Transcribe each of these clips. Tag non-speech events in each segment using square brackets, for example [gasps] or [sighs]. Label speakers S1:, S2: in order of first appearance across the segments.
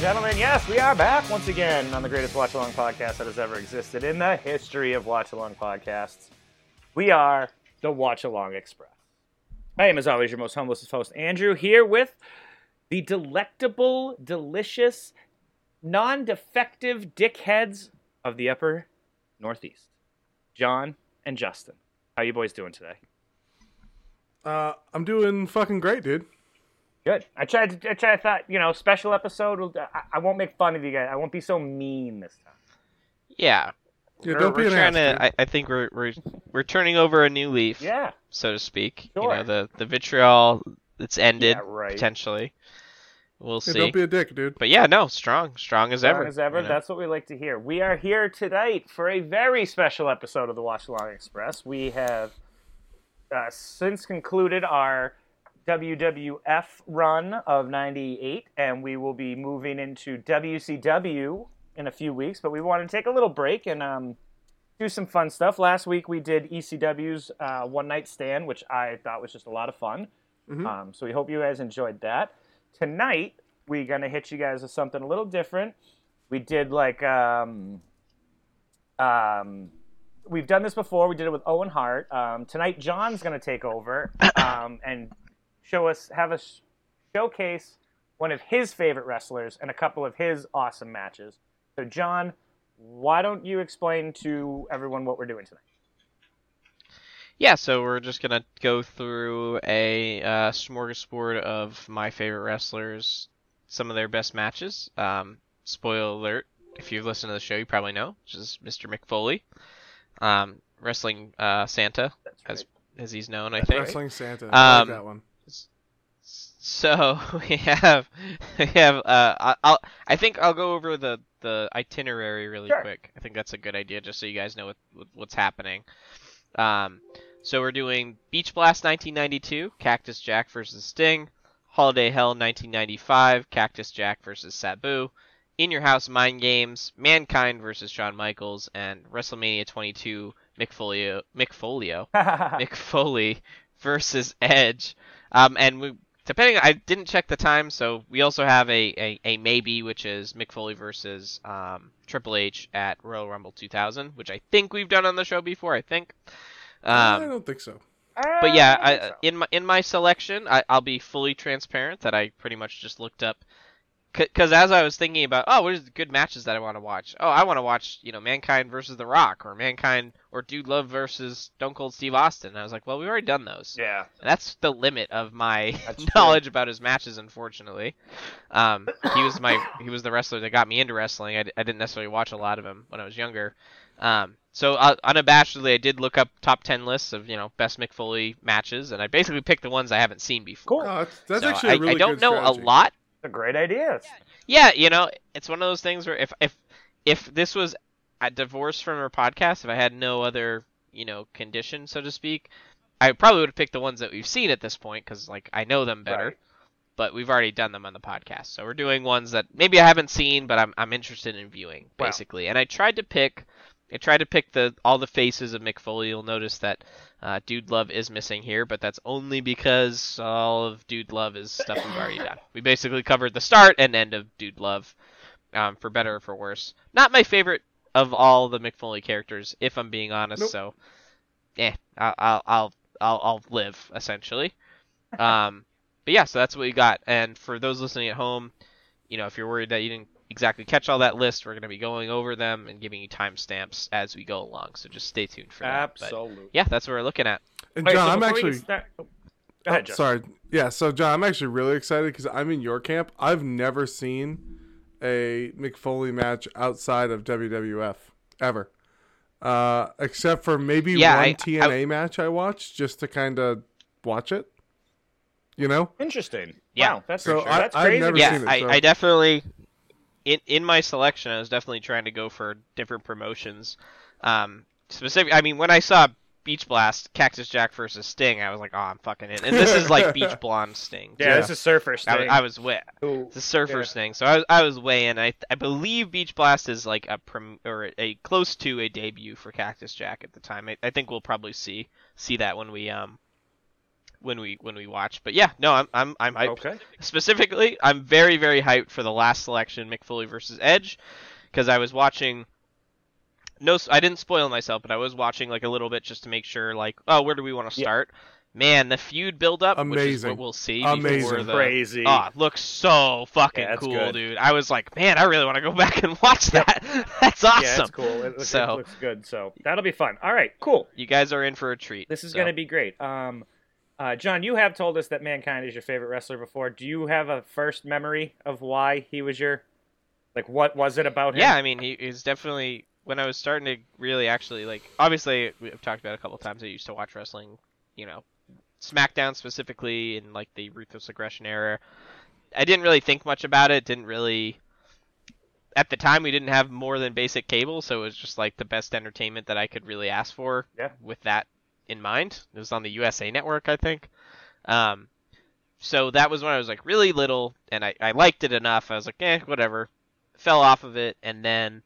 S1: gentlemen, yes, we are back once again on the greatest watch along podcast that has ever existed in the history of watch along podcasts. We are the Watch Along Express. I am, as always, your most humblest host, Andrew, here with the delectable, delicious, non defective dickheads of the upper Northeast, John and Justin. How you boys doing today?
S2: Uh, I'm doing fucking great, dude.
S1: Good. I tried. To, I tried. I thought you know, special episode. will I, I won't make fun of you guys. I won't be so mean this time.
S3: Yeah,
S2: Yeah,
S3: we're,
S2: don't be
S3: we're
S2: an
S3: trying
S2: ass,
S3: to.
S2: dude.
S3: I, I think we're we're we're turning over a new leaf,
S1: Yeah.
S3: so to speak. You
S1: Sure.
S3: know, the the vitriol it's ended
S1: Yeah, right.
S3: potentially. We'll
S2: Yeah,
S3: see.
S2: don't be a dick, dude.
S3: But yeah, no, strong, strong as ever.
S1: Strong as ever.
S3: you know.
S1: That's what we like to hear. We are here tonight for a very special episode of the Watch Along Express. We have uh, since concluded our WWF run of '98, and we will be moving into WCW in a few weeks. But we want to take a little break and um, do some fun stuff. Last week we did ECW's uh, One Night Stand, which I thought was just a lot of fun.
S2: Mhm.
S3: Mm-hmm.
S1: Um, so we hope you guys enjoyed that. Tonight we're gonna hit you guys with something a little different. We did like um, um, we've done this before. We did it with Owen Hart. Um, tonight John's gonna take over um, and show us have us showcase one of his favorite wrestlers and a couple of his awesome matches. So John, why don't you explain to everyone what we're doing tonight?
S3: Yeah, so we're just gonna go through a uh, smorgasbord of my favorite wrestlers, some of their best matches. Um, spoiler alert: if you've listened to the show, you probably know, which is Mr. McFoley, um, wrestling uh, Santa,
S1: That's
S3: as as he's known, I think.
S2: Wrestling Santa. I
S3: Um,
S2: like that one.
S3: So [laughs] we have we have uh I- I'll I think I'll go over the the itinerary really
S1: Sure.
S3: quick. I think that's a good idea just so you guys know what, what what's happening. Um so we're doing Beach Blast 1992, Cactus Jack versus Sting, Holiday Hell 1995, Cactus Jack versus Sabu, In Your House Mind Games, Mankind versus Shawn Michaels and WrestleMania 22 Mick Folio Mick Folio
S1: [laughs] right.
S3: Mick Foley versus Edge. Um, and we, depending, I didn't check the time, so we also have a, a, a maybe, which is Mick Foley versus um, Triple H at Royal Rumble 2000, which I think we've done on the show before. I think.
S2: I
S3: Um,
S2: don't think so.
S3: [laughs] but yeah,
S1: Uh,
S3: I, in my in my selection, I, I'll be fully transparent that I pretty much just looked up. Because as I was thinking about, oh, what is the good matches that I want to watch? Oh, I want to watch, you know, Mankind versus The Rock, or Mankind or Dude Love versus Stone Cold Steve Austin. And I was like, well, we've already done those.
S1: yeah.
S3: That's the limit of my [laughs]
S1: That's
S3: knowledge about his matches, unfortunately. Um, he was my [laughs] he was the wrestler that got me into wrestling. I, d- I didn't necessarily watch a lot of him when I was younger. Um, so uh, unabashedly, I did look up top ten lists of you know best Mick Foley matches, and I basically picked the ones I haven't seen before.
S2: Oh, that's that's
S3: So
S2: actually
S3: I,
S2: a really
S3: I don't
S2: good
S3: know
S2: strategy.
S3: a lot.
S1: It's a great idea.
S3: Yeah, you know, it's one of those things where if if if this was a divorce from her podcast, if I had no other you know condition, so to speak, I probably would have picked the ones that we've seen at this point because like I know them better.
S1: Right.
S3: But we've already done them on the podcast, so we're doing ones that maybe I haven't seen, but I'm I'm interested in viewing
S1: Wow.
S3: basically. And I tried to pick, I tried to pick the all the faces of Mick Foley. You'll notice that uh, Dude Love is missing here, but that's only because all of Dude Love is stuff we've already done. We basically covered the start and end of Dude Love, um, for better or for worse. Not my favorite of all the McFoley characters, if I'm being honest.
S2: Nope.
S3: So, eh, I'll, I'll, I'll, I'll, I'll live essentially. Um, but yeah, so that's what we got. And for those listening at home, you know, if you're worried that you didn't exactly catch all that list, we're going to be going over them and giving you timestamps as we go along. So just stay tuned for that. But
S1: Absolutely.
S3: yeah, that's what we're looking at.
S2: And
S1: Wait,
S2: John,
S1: so
S2: I'm
S1: before we
S2: actually
S1: get start- oh, Go
S2: oh,
S1: ahead, John.
S2: sorry. Yeah, so John, I'm actually really excited because I'm in your camp. I've never seen a McFoley match outside of WWF ever, uh, except for maybe
S3: Yeah,
S2: one
S3: I- I-
S2: TNA match I watched just to kind of watch it. You know,
S1: Interesting.
S3: Yeah.
S1: Wow, that's,
S2: So
S1: sure.
S2: I-
S1: that's
S2: I've
S1: crazy.
S2: never
S1: to
S3: yeah,
S2: seen it,
S3: I,
S2: so-
S3: I definitely in in my selection, I was definitely trying to go for different promotions. Um, specific. I mean, when I saw Beach Blast, Cactus Jack versus Sting, I was like, oh, I'm fucking in. And this
S1: [laughs]
S3: is like Beach Blonde Sting.
S1: Yeah, this is Surfer
S3: I,
S1: Sting.
S3: was- I was wet.
S1: who-
S3: The surfers thing. So I was, I was way in. I, I believe Beach Blast is like a prim, or a close to a debut for Cactus Jack at the time. I, I think we'll probably see see that when we um when we when we watch. But yeah, no, I'm I'm I'm hyped.
S1: Okay.
S3: Specifically, I'm very very hyped for the last selection, McFoley versus Edge, because I was watching. No, s- I didn't spoil myself, but I was watching like a little bit just to make sure, like, oh, where do we want to
S1: Yeah.
S3: start? Man, the feud build up, which is
S2: Amazing.
S3: what we'll see before
S2: Amazing.
S3: the
S4: Crazy.
S3: Oh, it looks so fucking
S4: Yeah, that's
S3: cool,
S4: good.
S3: dude. I was like, man, I really want to go [laughs] back and watch that. [laughs] That's awesome.
S1: Yeah, it's cool. It looks,
S3: So-
S1: it looks good. So that'll be fun. All right, cool.
S3: You guys are in for a treat.
S1: This is
S3: so.
S1: going to be great. Um, uh, John, you have told us that Mankind is your favorite wrestler before. Do you have a first memory of why he was your, like, what was it about him?
S3: Yeah, I mean, he is definitely when I was starting to really actually like. Obviously, we've talked about it a couple times. I used to watch wrestling, you know, SmackDown specifically, in like the Ruthless Aggression era. I didn't really think much about it. Didn't really. At the time, we didn't have more than basic cable, so it was just like the best entertainment that I could really ask for.
S1: Yeah.
S3: With that in mind, it was on the USA Network, I think. Um, so that was when I was like really little, and I, I liked it enough. I was like, eh, whatever. Fell off of it, and then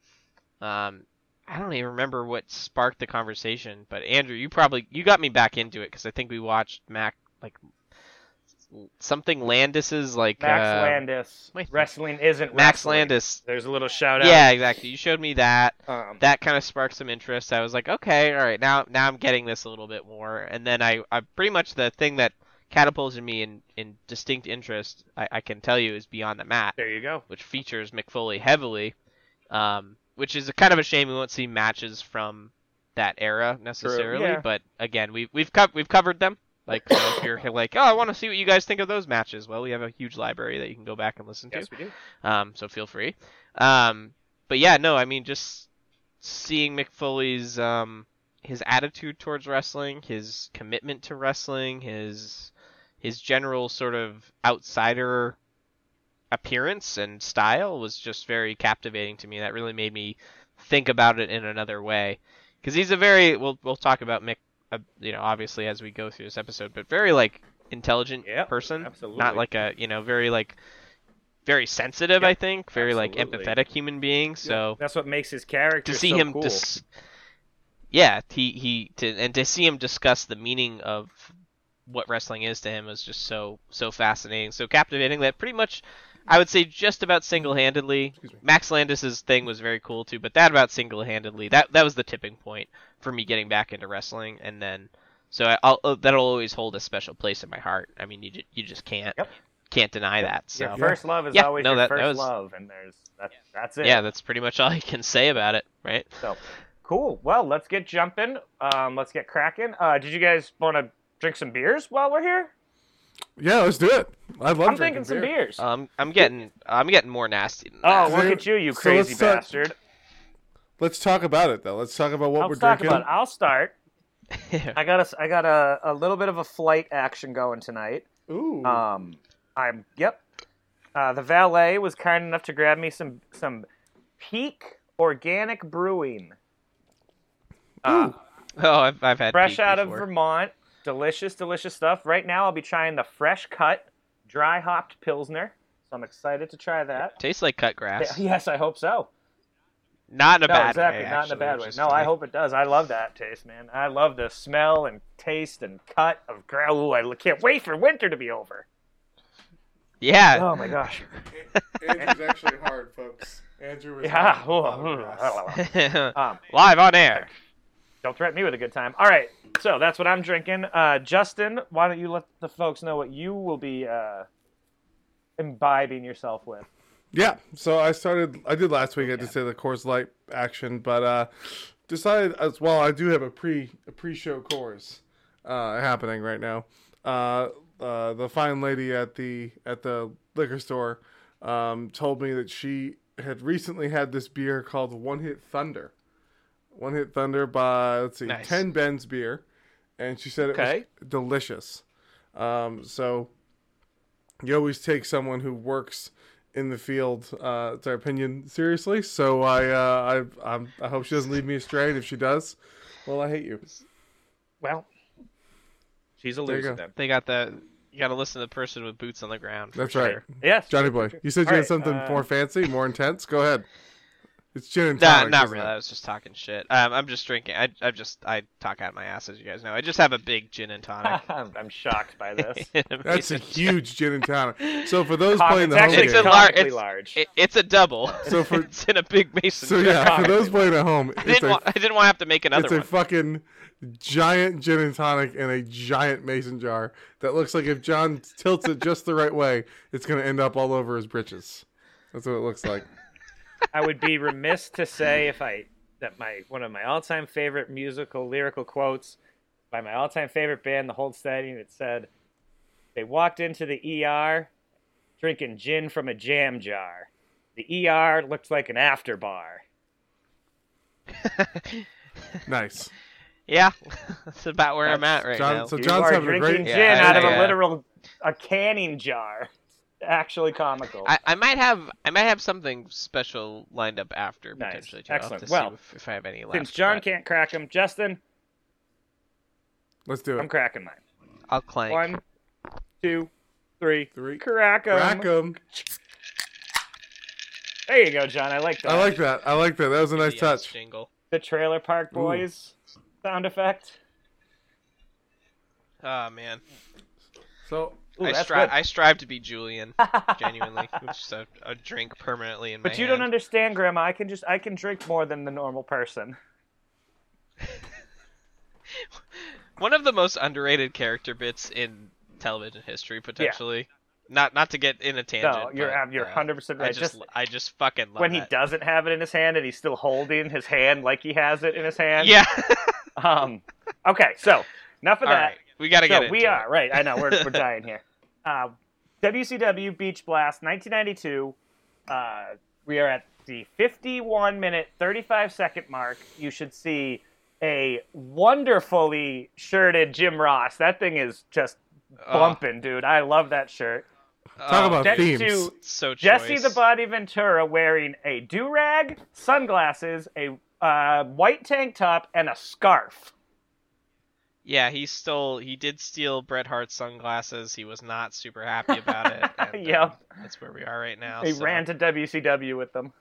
S3: um, I don't even remember what sparked the conversation. But Andrew, you probably you got me back into it because I think we watched Mac like something Landis's like
S1: Max
S3: uh,
S1: Landis.
S3: wait.
S1: Wrestling isn't
S3: Max
S1: wrestling.
S3: Landis.
S1: There's a little shout out.
S3: Yeah, exactly. You showed me that.
S1: Um,
S3: That kind of sparked some interest. I was like, okay, all right, now now I'm getting this a little bit more. And then I, I pretty much the thing that catapulted me in, in distinct interest, I, I can tell you, is Beyond the Mat
S1: there you go.
S3: which features McFoley heavily, um, which is a kind of a shame we won't see matches from that era necessarily.
S1: Yeah.
S3: But again, we we've co- we've covered them. Like so if you're like, oh, I want to see what you guys think of those matches. Well, we have a huge library that you can go back and listen to.
S1: Yes, we do.
S3: Um, so feel free. Um, but yeah, no, I mean just seeing McFoley's um his attitude towards wrestling, his commitment to wrestling, his his general sort of outsider appearance and style was just very captivating to me. That really made me think about it in another way because he's a very we'll we'll talk about Mick, uh, you know, obviously as we go through this episode, but very like intelligent
S1: Yep,
S3: person,
S1: absolutely.
S3: not like a you know very like very sensitive,
S1: Yep,
S3: I think, very
S4: absolutely.
S3: like empathetic human being. So
S1: That's what makes his character
S3: to see
S1: so
S3: him,
S1: cool.
S3: dis- yeah, he he to, and to see him discuss the meaning of what wrestling is to him was just so so fascinating, so captivating that pretty much. I would say just about single-handedly.
S2: Excuse me.
S3: Max Landis's thing was very cool too, but that about single-handedly that that was the tipping point for me getting back into wrestling, and then so I, I'll, uh, that'll always hold a special place in my heart. I mean, you ju- you just can't
S1: Yep.
S3: can't deny that. So
S1: Your first love is
S3: Yeah,
S1: always
S3: no,
S1: your
S3: that- that
S1: first
S3: was-
S1: love, and there's that's that's it.
S3: yeah, that's pretty much all I can say about it, right?
S1: So, cool. Well, let's get jumping. Um, let's get cracking. Uh, did you guys want to drink some beers while we're here?
S2: Yeah, let's do it. I'd love
S1: I'm
S2: drinking
S1: thinking some
S2: beer.
S1: beers.
S3: Um, I'm getting I'm getting more nasty. Than
S1: oh,
S3: that.
S1: look
S2: so-
S1: at you, you
S2: so
S1: crazy
S2: let's start-
S1: bastard!
S2: Let's talk about it though. Let's talk about what we're
S1: Let's talk
S2: drinking.
S1: about. It. I'll start.
S3: Yeah.
S1: I got a, I got a, a little bit of a flight action going tonight.
S2: Ooh,
S1: Um, I'm yep. Uh, the valet was kind enough to grab me some some peak organic brewing. Uh,
S3: [laughs] oh, I've, I've had
S1: fresh
S3: peak
S1: out of
S3: before.
S1: Vermont. Delicious, delicious stuff. Right now, I'll be trying the fresh cut, dry hopped Pilsner. So I'm excited to try that.
S3: Tastes like cut
S1: [laughs]
S3: grass.
S1: Yes, I hope so.
S3: Not in a
S1: No,
S3: bad
S1: exactly.
S3: way.
S1: not in a
S3: actually,
S1: bad way.
S3: just
S1: No, I
S3: like-
S1: hope it does. I love that taste, man. I love the smell and taste and cut of growl. Ooh, I can't wait for winter to be over.
S3: [laughs] Yeah.
S1: Oh my gosh.
S2: Andrew's actually hard, folks. Andrew
S1: [laughs]
S2: was
S1: Yeah.
S3: Oh,
S1: hmm. Um,
S3: [laughs] Live on air.
S1: don't threaten me with a good time. All right. So that's what I'm drinking. Uh, Justin, why don't you let the folks know what you will be uh, imbibing yourself with?
S2: Yeah, so I started. I did last week. I just did the Coors Light action, but uh decided as well. I do have a pre a pre show Coors uh, happening right now. Uh, uh, the fine lady at the at the liquor store um, told me that she had recently had this beer called One Hit Thunder. One Hit Thunder by let's see,
S3: Nice.
S2: Ten Ben's beer, and she said
S3: Okay.
S2: it was delicious. Um, so you always take someone who works in the field, uh, it's our opinion, seriously. So I, uh, I, I'm, I hope she doesn't lead me astray. And if she does, well, I hate you.
S1: Well, she's a
S2: There you
S1: loser
S2: go.
S1: then.
S3: They got the. You gotta listen to the person with boots on the ground. for
S2: That's
S3: sure.
S2: right,
S1: Yes.
S2: Johnny Boy. You said you
S1: All
S2: had
S1: right,
S2: something
S1: uh,
S2: more fancy, more intense. Go ahead. It's gin and
S3: Nah,
S2: tonic.
S3: not
S2: isn't
S3: really.
S2: it?
S3: I was just talking shit. Um, I'm just drinking. I, I just I talk out my ass, as you guys know. I just have a big gin
S1: [laughs]
S3: and tonic.
S1: [laughs]
S3: [laughs]
S1: I'm shocked [laughs] by this.
S2: That's a huge gin and tonic. So
S1: [laughs]
S2: for those
S1: Com-
S2: playing
S1: it's
S2: the home [laughs]
S1: actually
S3: It's a
S2: game,
S3: lar-
S1: comically
S3: it's-
S1: large.
S3: It- it's a double.
S2: [laughs] So for-
S3: [laughs] it's in a big mason
S2: so
S3: jar.
S2: yeah, for those playing at home,
S3: [laughs] I
S2: it's
S3: didn't,
S2: a,
S3: want, I didn't want to have to make another
S2: it's a
S3: one.
S2: fucking giant gin and tonic in a giant mason jar that looks like if John tilts it just the right way, it's gonna end up all over his britches. That's what it looks like.
S1: I would be remiss to say if I that my one of my all-time favorite musical lyrical quotes by my all-time favorite band, The Hold Steady, and it said, "They walked into the ER drinking gin from a jam jar. The ER looked like an after bar."
S2: Nice.
S3: yeah, [laughs] that's about where I'm at right
S2: John-
S3: now.
S2: so
S1: You
S2: John's
S1: are
S2: having a
S1: drinking
S2: great.
S1: gin
S3: Yeah,
S1: out of
S3: yeah.
S1: a literal a canning jar. Actually comical.
S3: I, I might have I might have something special lined up after
S1: Nice.
S3: potentially. Too. I'll have
S1: Excellent.
S3: to see
S1: Well,
S3: if, if I have any left.
S1: Since John
S3: but
S1: can't crack them, Justin,
S2: Let's do
S1: I'm
S2: it.
S1: cracking mine.
S3: I'll clank.
S1: One, two, three.
S2: Three.
S1: Crack 'em.
S2: Crack 'em.
S1: There you go, John. I like that.
S2: I like that. I like that. That was a nice
S3: Yes,
S2: touch.
S3: Jingle.
S1: the Trailer Park Boys sound effect.
S3: Oh man,
S2: So
S1: Ooh,
S3: I
S1: that's
S3: strive
S1: good.
S3: I strive to
S1: [laughs]
S3: be Julian genuinely. It's just a, a drink permanently in my
S1: But you
S3: hand.
S1: don't understand, Grandma. I can just I can drink more than the normal person.
S3: One of the most underrated character bits in television history, potentially. Not not to get in a tangent.
S1: No, you're
S3: but,
S1: ab- you're
S3: uh,
S1: 100%
S3: I
S1: right.
S3: just,
S1: Just-
S3: I just fucking love
S1: when he
S3: that.
S1: doesn't have it in his hand and he's still holding his hand like he has it in his hand. [laughs]
S3: Yeah.
S1: Um. Okay. So enough of
S3: [laughs] All
S1: that.
S3: right, we gotta get
S1: So
S3: into
S1: we
S3: it.
S1: are right. I know we're we're dying here. [laughs] Uh, WCW Beach Blast 1992. Uh, we are at the 51 minute 35 second mark. You should see a wonderfully shirted Jim Ross. That thing is just
S3: Oh,
S1: bumping, dude. I love that shirt.
S2: talk
S3: oh,
S2: about
S1: Next
S2: themes.
S1: to
S3: so
S1: Jesse
S3: choice.
S1: the Body Ventura wearing a do rag, sunglasses, a uh, white tank top, and a scarf.
S3: Yeah, he stole. He did steal Bret Hart's sunglasses. He was not super happy about it.
S1: [laughs]
S3: and, um,
S1: Yep.
S3: that's where we are right now.
S1: He
S3: so.
S1: ran to WCW with
S3: [laughs]
S1: them.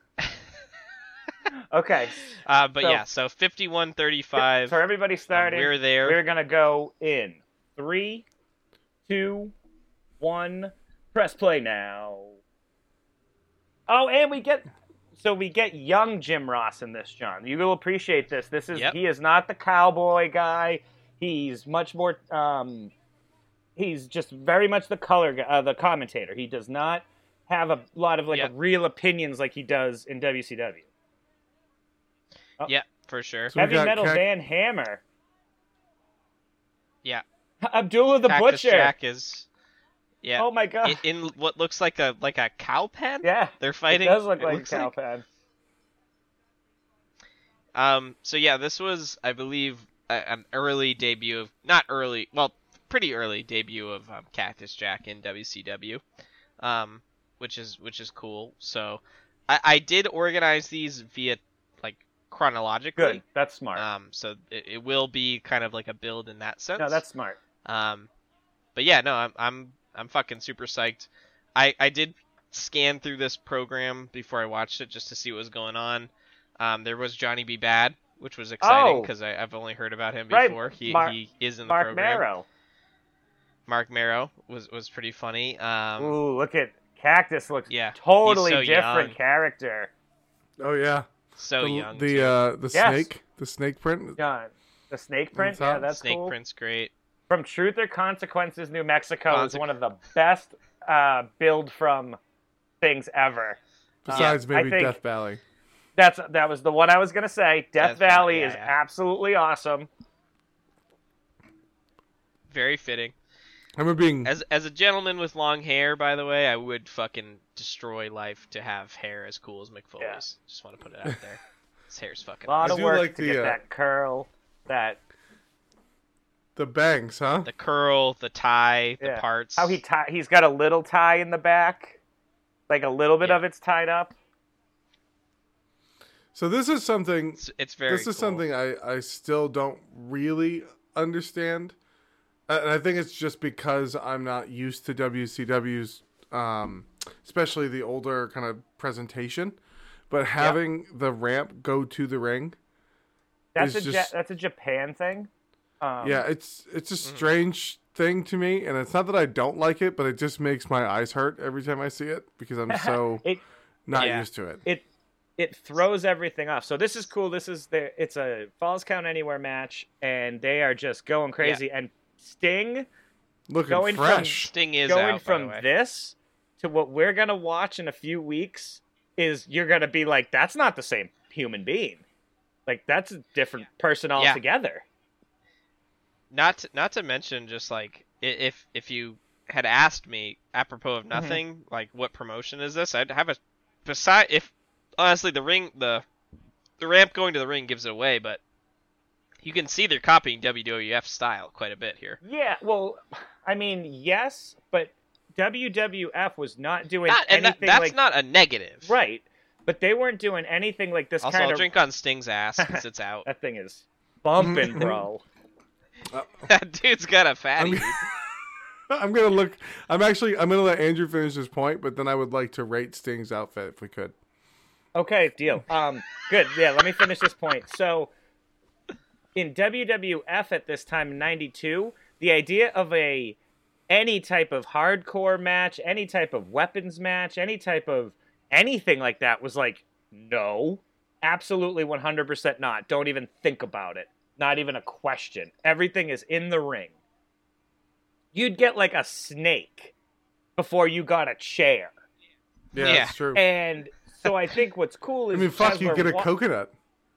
S1: okay,
S3: Uh, but
S1: so-
S3: yeah, so fifty-one
S1: so
S3: thirty-five. um,
S1: everybody starting.
S3: We're there.
S1: We're gonna go in three, two, one. Press play now. Oh, and we get so we get young Jim Ross in this, John. You will appreciate this. This is
S3: Yep.
S1: he is not the cowboy guy. He's much more. Um, he's just very much the color guy, uh, the commentator. He does not have a lot of like
S3: Yep.
S1: real opinions like he does in WCW.
S3: Yeah, for sure.
S2: So we
S1: Heavy
S2: got
S1: metal
S2: Cac-
S1: Van Hammer.
S3: Yeah.
S1: Abdullah the
S3: Cactus
S1: Butcher.
S3: Jack is. Yeah.
S1: Oh my god.
S3: in, in what looks like a like a cow pen.
S1: yeah.
S3: They're fighting.
S1: It does look like a
S3: looks
S1: cow pad.
S3: Um. So yeah, this was, I believe, a, an early debut of not early, well, pretty early debut of um, Cactus Jack in WCW, um, which is which is cool. So, I, I did organize these via like
S1: Good.
S3: chronologically.
S1: That's smart.
S3: Um. So it, it will be kind of like a build in that sense.
S1: no, that's smart.
S3: Um, but yeah, no, I'm I'm I'm fucking super psyched. I I did scan through this program before I watched it just to see what was going on. Um, there was Johnny B. Bad, which was exciting
S1: Oh.
S3: because I've only heard about him
S1: Right,
S3: before. He
S1: Mar-
S3: he is in the
S1: Mark
S3: program.
S1: Marrow.
S3: Mark Marrow was was pretty funny. Um,
S1: Ooh, look at Cactus looks
S3: Yeah, he's
S1: totally
S3: so
S1: different
S3: young.
S1: character.
S2: Oh yeah.
S3: so
S2: the
S3: young.
S2: the,
S3: too.
S2: uh, the
S1: Yes.
S2: snake, the snake print.
S1: Yeah. The snake print,
S2: That's
S1: yeah,
S2: hot.
S1: that's
S3: Snake
S1: cool.
S3: Prince, great.
S1: From Truth or Consequences, New Mexico is
S3: Conse-
S1: one of the best uh, build from things ever.
S2: Besides
S1: Yeah, I
S2: maybe
S1: think-
S2: Death Valley.
S1: That's that was the one I was gonna say. Death,
S3: Death Valley,
S1: Valley
S3: yeah,
S1: is
S3: yeah.
S1: absolutely awesome.
S3: Very fitting.
S2: I remember being
S3: As as a gentleman with long hair, by the way, I would fucking destroy life to have hair as cool as McFoley's.
S1: Yeah.
S3: Just want to put it out
S1: [laughs]
S3: there. His hair's fucking.
S1: A lot
S2: I
S1: of
S2: do
S1: work
S2: like
S1: to
S2: the,
S1: get
S2: uh,
S1: that curl, that
S2: the bangs, huh?
S3: the curl, the tie, the
S1: Yeah.
S3: parts.
S1: How he tie? He's got a little tie in the back, like a little bit
S3: Yeah.
S1: of it's tied up.
S2: So this is something
S3: it's, it's very.
S2: this is
S3: cool.
S2: something I, I still don't really understand Uh, and i think it's just because i'm not used to wcw's um, especially the older kind of presentation But having the ramp go to the ring,
S1: That's a
S2: It's
S1: Ja-
S2: just-
S1: that's a Japan thing. Um, mm.
S2: yeah, it's it's a strange thing to me, and it's not that I don't like it, but it just makes my eyes hurt every time I see it because
S1: [laughs]
S2: I'm so
S1: It
S2: not
S3: Yeah.
S2: used to it.
S1: it it throws everything off. So this is cool. This is the it's a Falls Count Anywhere match, and they are just going crazy. And Sting
S2: Looking
S1: Going from-
S2: fresh.
S3: Sting is
S1: going
S3: out,
S1: from
S3: by the way.
S1: this to what we're gonna watch in a few weeks is you're gonna be like, that's not the same human being. Like that's a different person altogether.
S3: not to, not to mention just like i- if if you had asked me apropos
S1: Mm-hmm.
S3: of nothing like what promotion is this i'd have a beside if honestly the ring the the ramp going to the ring gives it away but you can see they're copying wwf style quite a bit here
S1: Yeah. well, I mean, yes, but WWF was not doing
S3: not, and that,
S1: anything
S3: that's
S1: like
S3: not a negative
S1: right, but they weren't doing anything like this
S3: also
S1: kind
S3: i'll
S1: of.
S3: drink on sting's ass
S1: [laughs]
S3: because it's out
S1: That thing is bumping, bro.
S3: [laughs] that dude's got a fatty
S2: I'm- [laughs] I'm gonna look. I'm actually. I'm gonna let Andrew finish his point, but then I would like to rate Sting's outfit if we could.
S1: Okay, deal. Um, good. Yeah, let me finish this point. So, in WWF at this time, '92, the idea of a any type of hardcore match, any type of weapons match, any type of anything like that was like, no, absolutely 100% not. Don't even think about it. Not even a question. Everything is in the ring. You'd get like a snake before you got a chair.
S2: Yeah,
S3: Yeah.
S2: that's true.
S1: And so I think what's cool
S2: I
S1: is
S2: mean,
S1: as
S2: fuck, you
S1: we're
S2: get a
S1: wa-
S2: coconut.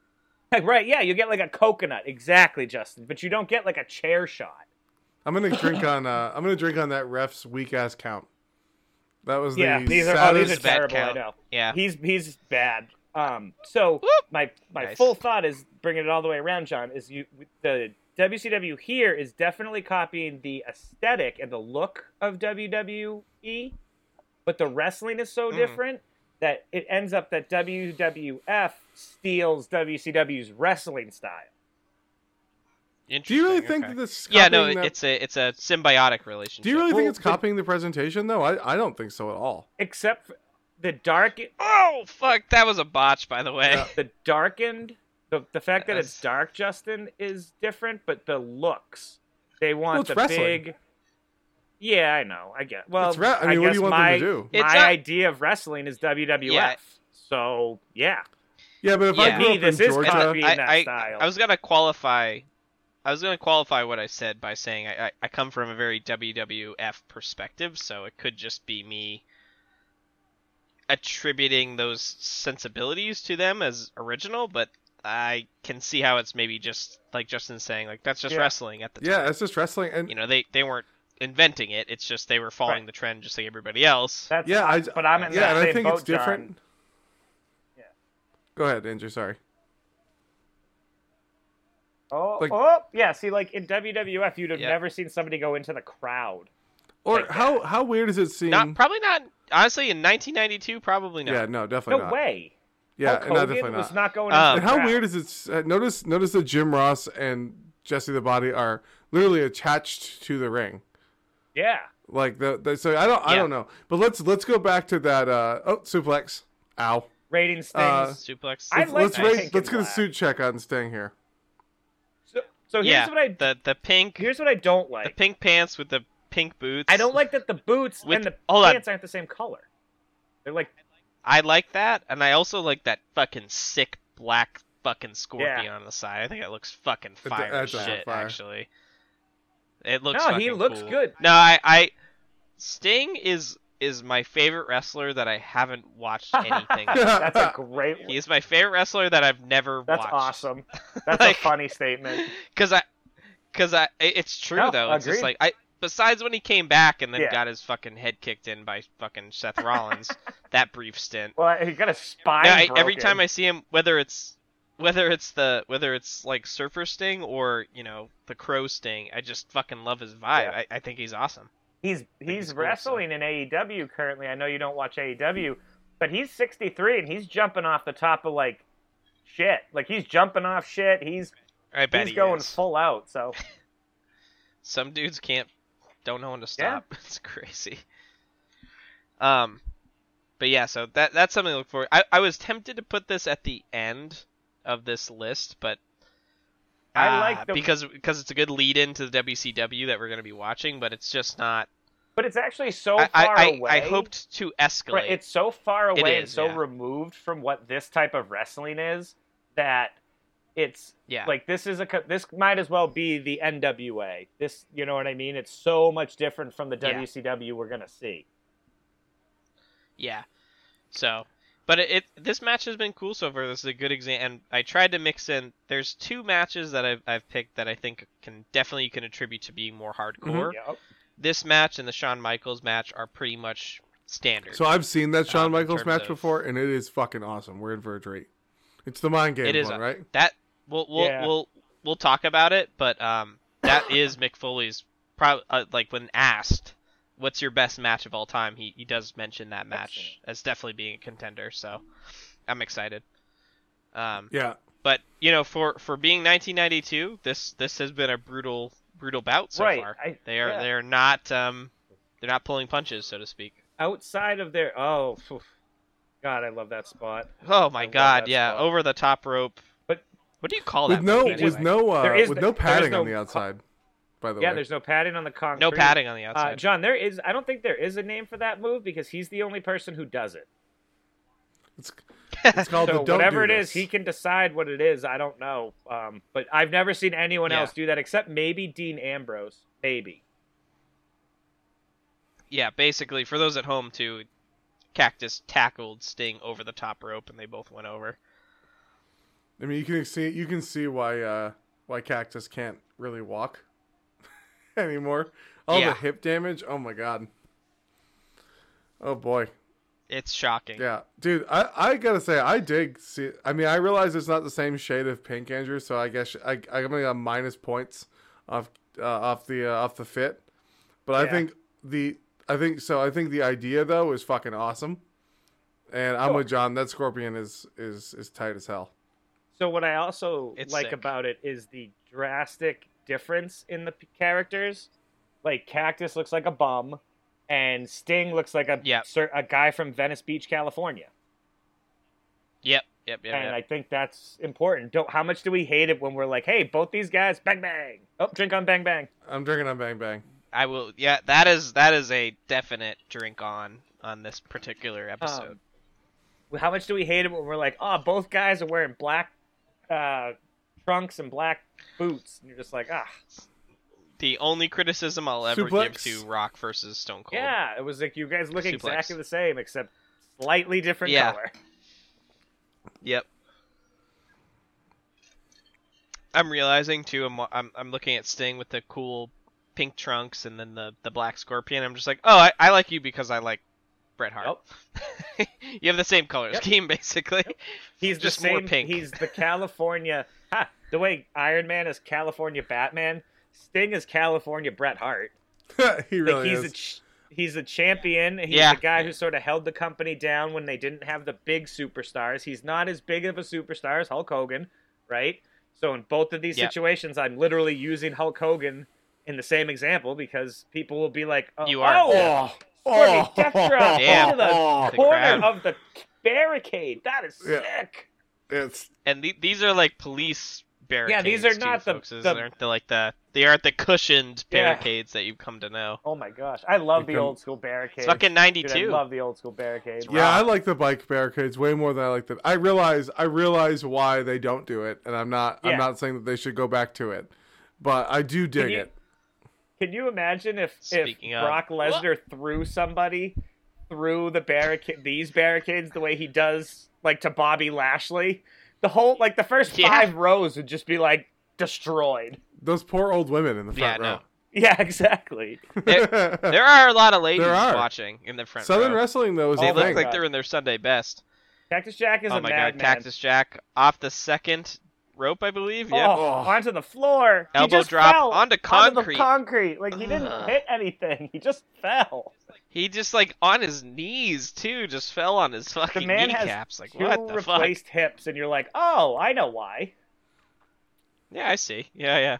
S1: [laughs] right? Yeah, you get like a coconut, exactly, Justin. But you don't get like a chair shot. [laughs]
S2: I'm gonna drink on. Uh, I'm gonna drink on that ref's weak ass count. That was
S1: yeah,
S2: the
S1: these are oh,
S2: saddest.
S1: these are
S3: bad
S1: terrible. I
S3: count.
S1: know.
S3: yeah
S1: He's he's bad. Um, so
S3: Whoop.
S1: my my
S3: Nice.
S1: full thought is bringing it all the way around, John. Is you the WCW here is definitely copying the aesthetic and the look of WWE, but the wrestling is so
S3: Mhm.
S1: different that it ends up that WWF steals WCW's wrestling style.
S2: do you really
S3: Interesting,
S2: think
S3: okay.
S2: that this? is
S3: yeah no
S2: copying
S3: it-
S2: that-
S3: it's a it's a symbiotic relationship
S2: Do you really think
S1: Well,
S2: it's
S1: but-
S2: copying the presentation though? I, I don't think so at all.
S1: except for the dark
S3: oh fuck that was a botch by the way [laughs]
S1: the darkened the, the fact that it's
S3: Yes.
S1: dark justin is different but the looks they
S2: Well,
S1: want
S2: it's
S1: the
S2: wrestling.
S1: big yeah i know i get well
S2: It's re- I mean, what do
S1: guess
S2: you want them
S1: my,
S2: to do?
S1: my
S3: It's not-
S1: idea of wrestling is wwf
S3: Yeah.
S1: so yeah
S2: Yeah, but if
S3: Yeah.
S2: I grew
S1: Me,
S2: up
S1: this
S2: in
S1: is
S2: Georgia,
S1: copy. being
S3: I,
S1: that
S3: I-
S1: style.
S3: I was gonna qualify. I was gonna qualify what I said by saying I, I, I come from a very WWF perspective, so it could just be me attributing those sensibilities to them as original, but I can see how it's maybe just like Justin's saying, like that's just
S1: Yeah.
S3: wrestling at the time.
S2: yeah, it's just wrestling. And
S3: You know, they they weren't inventing it. It's just they were following
S1: Right.
S3: the trend, just like everybody else.
S1: that's
S2: yeah, I,
S1: but i'm in
S2: yeah,
S1: that
S2: and I
S1: same
S2: think
S1: boat,
S2: it's different.
S1: John. Yeah.
S2: Go ahead, Andrew. Sorry.
S1: Oh,
S2: Like-
S1: oh, yeah. See, like in WWF, you'd have
S3: Yeah.
S1: never seen somebody go into the crowd.
S2: Or
S1: Like
S2: how how weird is it seeing?
S3: Not probably not. Honestly, in 1992, probably not.
S2: yeah, no, definitely
S1: No
S2: not.
S1: way.
S2: Yeah,
S1: Hulk
S2: no,
S1: Hogan
S2: definitely
S1: was
S2: not.
S1: not going.
S3: Um,
S1: into
S2: And
S1: the
S2: how
S1: crowd.
S2: weird is it? Uh, notice notice that Jim Ross and Jesse the Body are literally attached to the ring.
S1: Yeah.
S2: Like the, the so I don't I
S3: Yeah.
S2: don't know. But let's let's go back to that. Uh, oh, suplex. Ow.
S1: Rating stings.
S2: Uh,
S3: Suplex.
S1: I like
S2: let's
S1: that
S2: rate,
S1: pink
S2: let's
S1: and
S2: get a
S1: black.
S2: suit check on Sting here.
S1: so, so here's
S3: yeah,
S1: what I
S3: the the pink
S1: here's what I don't
S3: the
S1: like.
S3: pink pants with the pink boots.
S1: I don't like that the boots
S3: With-
S1: and the
S3: hold on.
S1: pants aren't the same color. They're like [laughs]
S3: I like that, and I also like that fucking sick black fucking scorpion on the side. I think it looks fucking
S2: d-
S3: fire
S2: that
S3: as
S2: does look
S3: shit.
S2: fire.
S3: Actually, it looks.
S1: No, he
S3: fucking
S1: looks
S3: cool.
S1: good.
S3: No, I, I Sting is is my favorite wrestler that I haven't
S1: [laughs]
S3: watched anything. of.
S1: that's a great.
S3: He is my favorite wrestler that I've never
S1: That's
S3: watched.
S1: awesome.
S3: [laughs]
S1: That's
S3: Like-
S1: a funny
S3: [laughs]
S1: statement.
S3: Because I, because I, i- it's true
S1: No,
S3: though. It's just
S1: agreed.
S3: like I. Besides when he came back and then
S1: Yeah.
S3: got his fucking head kicked in by fucking Seth
S1: [laughs]
S3: Rollins, that brief stint.
S1: Well, he got a spine.
S3: Yeah, I, every
S1: broken.
S3: time I see him, whether it's whether it's the whether it's like Surfer Sting or you know the Crow Sting, I just fucking love his vibe.
S1: Yeah.
S3: I, I think he's awesome.
S1: he's
S3: he's
S1: he's
S3: cool, so.
S1: wrestling in AEW currently. I know you don't watch AEW, but he's 63 and he's jumping off the top of like shit. Like he's jumping off shit. He's
S3: I bet
S1: he's
S3: he
S1: going
S3: is.
S1: full out. So
S3: Some dudes [laughs] can't don't know when to
S1: Yeah.
S3: stop. It's crazy. Um, but but yeah, so that that's something to look for. I, I was tempted to put this at the end of this list, but
S1: I
S3: uh,
S1: like the-
S3: because because it's a good lead into the WCW that we're going to be watching, but it's just not.
S1: But it's actually so
S3: I,
S1: far
S3: I,
S1: away.
S3: I, I hoped to escalate.
S1: Right, it's so far
S3: It
S1: away and
S3: is,
S1: so
S3: yeah.
S1: removed from what this type of wrestling is that it's
S3: yeah,
S1: like this is a co- this might as well be the NWA. This, you know what I mean? It's so much different from the
S3: Yeah.
S1: WCW we're gonna see.
S3: yeah. So, but it, it this match has been cool so far. This is a good example. And I tried to mix in. There's two matches that I've I've picked that I think can definitely you can attribute to being more hardcore.
S1: Yep.
S3: This match and the Shawn Michaels match are pretty much standard.
S2: So I've seen that Shawn
S3: Um, in
S2: Michaels
S3: terms
S2: match
S3: of-
S2: before, and it is fucking awesome. We're in for a treat. It's the mind game
S3: It is
S2: one,
S3: a-
S2: right?
S3: that we'll we'll
S1: Yeah.
S3: we'll, we'll talk about it, but um, that [coughs] is Mick Foley's pro- uh, like when asked, "What's your best match of all time?" He he does mention that match as definitely being a contender. So I'm excited. Um,
S2: Yeah.
S3: but you know, for for being 1992, this this has been a brutal brutal bout so
S1: right.
S3: far.
S1: I-
S3: They are
S1: yeah.
S3: they are not um they're not pulling punches so to speak.
S1: outside of their oh phew. God, I love that spot.
S3: Oh my
S1: love
S3: god,
S1: that
S3: yeah,
S1: spot.
S3: over the top rope.
S1: But-
S3: what do you call
S2: With
S3: that?
S2: no,
S3: move
S1: Anyway.
S2: with no, uh,
S1: There is
S2: with
S1: the-
S2: no
S1: there is
S2: padding
S1: no
S2: on the
S1: co-
S2: outside. By the
S1: Yeah,
S2: way,
S1: there's no padding on the concrete.
S3: No padding on the outside.
S1: Uh, John, there is. I don't think there is a name for that move because he's the only person who does it.
S2: it's, it's
S1: [laughs]
S2: called
S1: so
S2: the don't
S1: whatever
S2: do
S1: it
S2: this.
S1: is, he can decide what it is. I don't know, um, but I've never seen anyone
S3: Yeah.
S1: else do that except maybe Dean Ambrose. Maybe
S3: yeah, basically for those at home too, Cactus tackled Sting over the top rope and they both went over.
S2: I mean, you can see you can see why uh, why Cactus can't really walk [laughs] anymore. All
S3: Yeah.
S2: the hip damage. Oh my god. Oh boy.
S3: It's shocking.
S2: Yeah, dude. I, I gotta say I dig. See, I mean, I realize it's not the same shade of pink, Andrew. So I guess I I'm gonna got minus points off uh, off the uh, off the fit. But I
S1: Yeah.
S2: think the I think so. I think the idea though is fucking awesome. And I'm with John. That scorpion is is is tight as hell.
S1: So what I also
S3: It's
S1: like
S3: sick.
S1: about it is the drastic difference in the p- characters. Like Cactus looks like a bum, and Sting looks like a
S3: Yep.
S1: cer- a guy from Venice Beach, California.
S3: Yep, yep, yep.
S1: and
S3: yep.
S1: I think that's important. Don't how much do we hate it when we're like, hey, both these guys, bang bang. Oh, drink on bang bang.
S2: I'm drinking on Bang [laughs] Bang.
S3: I, will yeah, that is that is a definite drink on on this particular episode.
S1: Um, how much do we hate it when we're like, oh, both guys are wearing black uh, trunks and black boots, and you're just like, ah,
S3: the only criticism I'll ever
S2: Suplex.
S3: give to Rock versus Stone Cold.
S1: yeah. It was like you guys look
S3: Suplex.
S1: exactly the same except slightly different
S3: Yeah.
S1: color. [laughs]
S3: Yep. I'm realizing too. I'm, I'm I'm looking at Sting with the cool pink trunks and then the the black scorpion. I'm just like, oh, I, I like you because I like Bret Hart. [laughs] you have the same color
S1: Yep.
S3: scheme basically.
S1: He's
S3: Just
S1: the
S3: more
S1: same.
S3: pink.
S1: He's
S3: [laughs]
S1: the California. ha, the way Iron Man is California Batman, Sting is California Bret Hart.
S2: he
S1: Like
S2: really
S1: he's
S2: is.
S1: a ch- he's a champion. He's
S3: Yeah.
S1: the guy who sort of held the company down when they didn't have the big superstars. He's not as big of a superstar as Hulk Hogan, right? So in both of these
S3: Yeah.
S1: situations, I'm literally using Hulk Hogan in the same example because people will be like, oh,
S3: You are.
S1: oh,
S2: oh,
S1: Scorpion
S2: [laughs]
S1: death drop
S3: Damn.
S1: into the
S2: Oh.
S3: The
S1: corner
S3: crowd.
S1: of the barricade. That is
S2: Yeah.
S1: sick.
S2: It's
S3: And the, these are like police barricades.
S1: these are
S3: too,
S1: not the-
S3: folks. These
S1: the-
S3: aren't the like the they aren't the cushioned
S1: Yeah.
S3: barricades that you've come to know.
S1: Oh my gosh, I love
S2: We
S1: the
S2: couldn't-
S1: old school barricade.
S3: It's fucking
S1: Dude,
S3: 92.
S1: I love the old school barricade.
S2: yeah. I like the bike barricades way more than I like the. I realize I realize why they don't do it, and I'm not
S1: Yeah.
S2: I'm not saying that they should go back to it, but I do dig
S1: you-
S2: it.
S1: Can you imagine if
S3: Speaking
S1: if
S3: of-
S1: Brock Lesnar threw somebody through the barricade these barricades the way he does like to Bobby Lashley? The whole like the first
S3: Yeah.
S1: five rows would just be like destroyed. [laughs]
S2: Those poor old women in the
S3: Yeah,
S2: front
S3: no.
S2: row.
S1: Yeah, exactly.
S3: There-
S2: [laughs]
S3: There are a lot of ladies
S2: There are.
S3: watching in the front
S2: Southern
S3: row.
S2: wrestling though is
S1: They
S3: They
S2: the
S1: Oh my
S3: look
S2: thing.
S3: like
S1: God.
S3: they're in their Sunday best.
S1: Cactus Jack is
S3: oh
S1: a
S3: my god,
S1: madman.
S3: Cactus Jack off the second rope, I believe.
S1: Oh,
S3: Yeah.
S1: onto the floor. He
S3: Elbow
S1: just
S3: drop
S1: fell
S3: onto
S1: Onto the
S3: concrete.
S1: concrete. Like he didn't
S3: Ugh.
S1: hit anything. He just fell.
S3: He just like on his knees too, just fell on his fucking
S1: The man has
S3: kneecaps. Like
S1: two
S3: what the fuck?
S1: replaced hips, and you're like, oh, I know why.
S3: Yeah, I see. Yeah, yeah.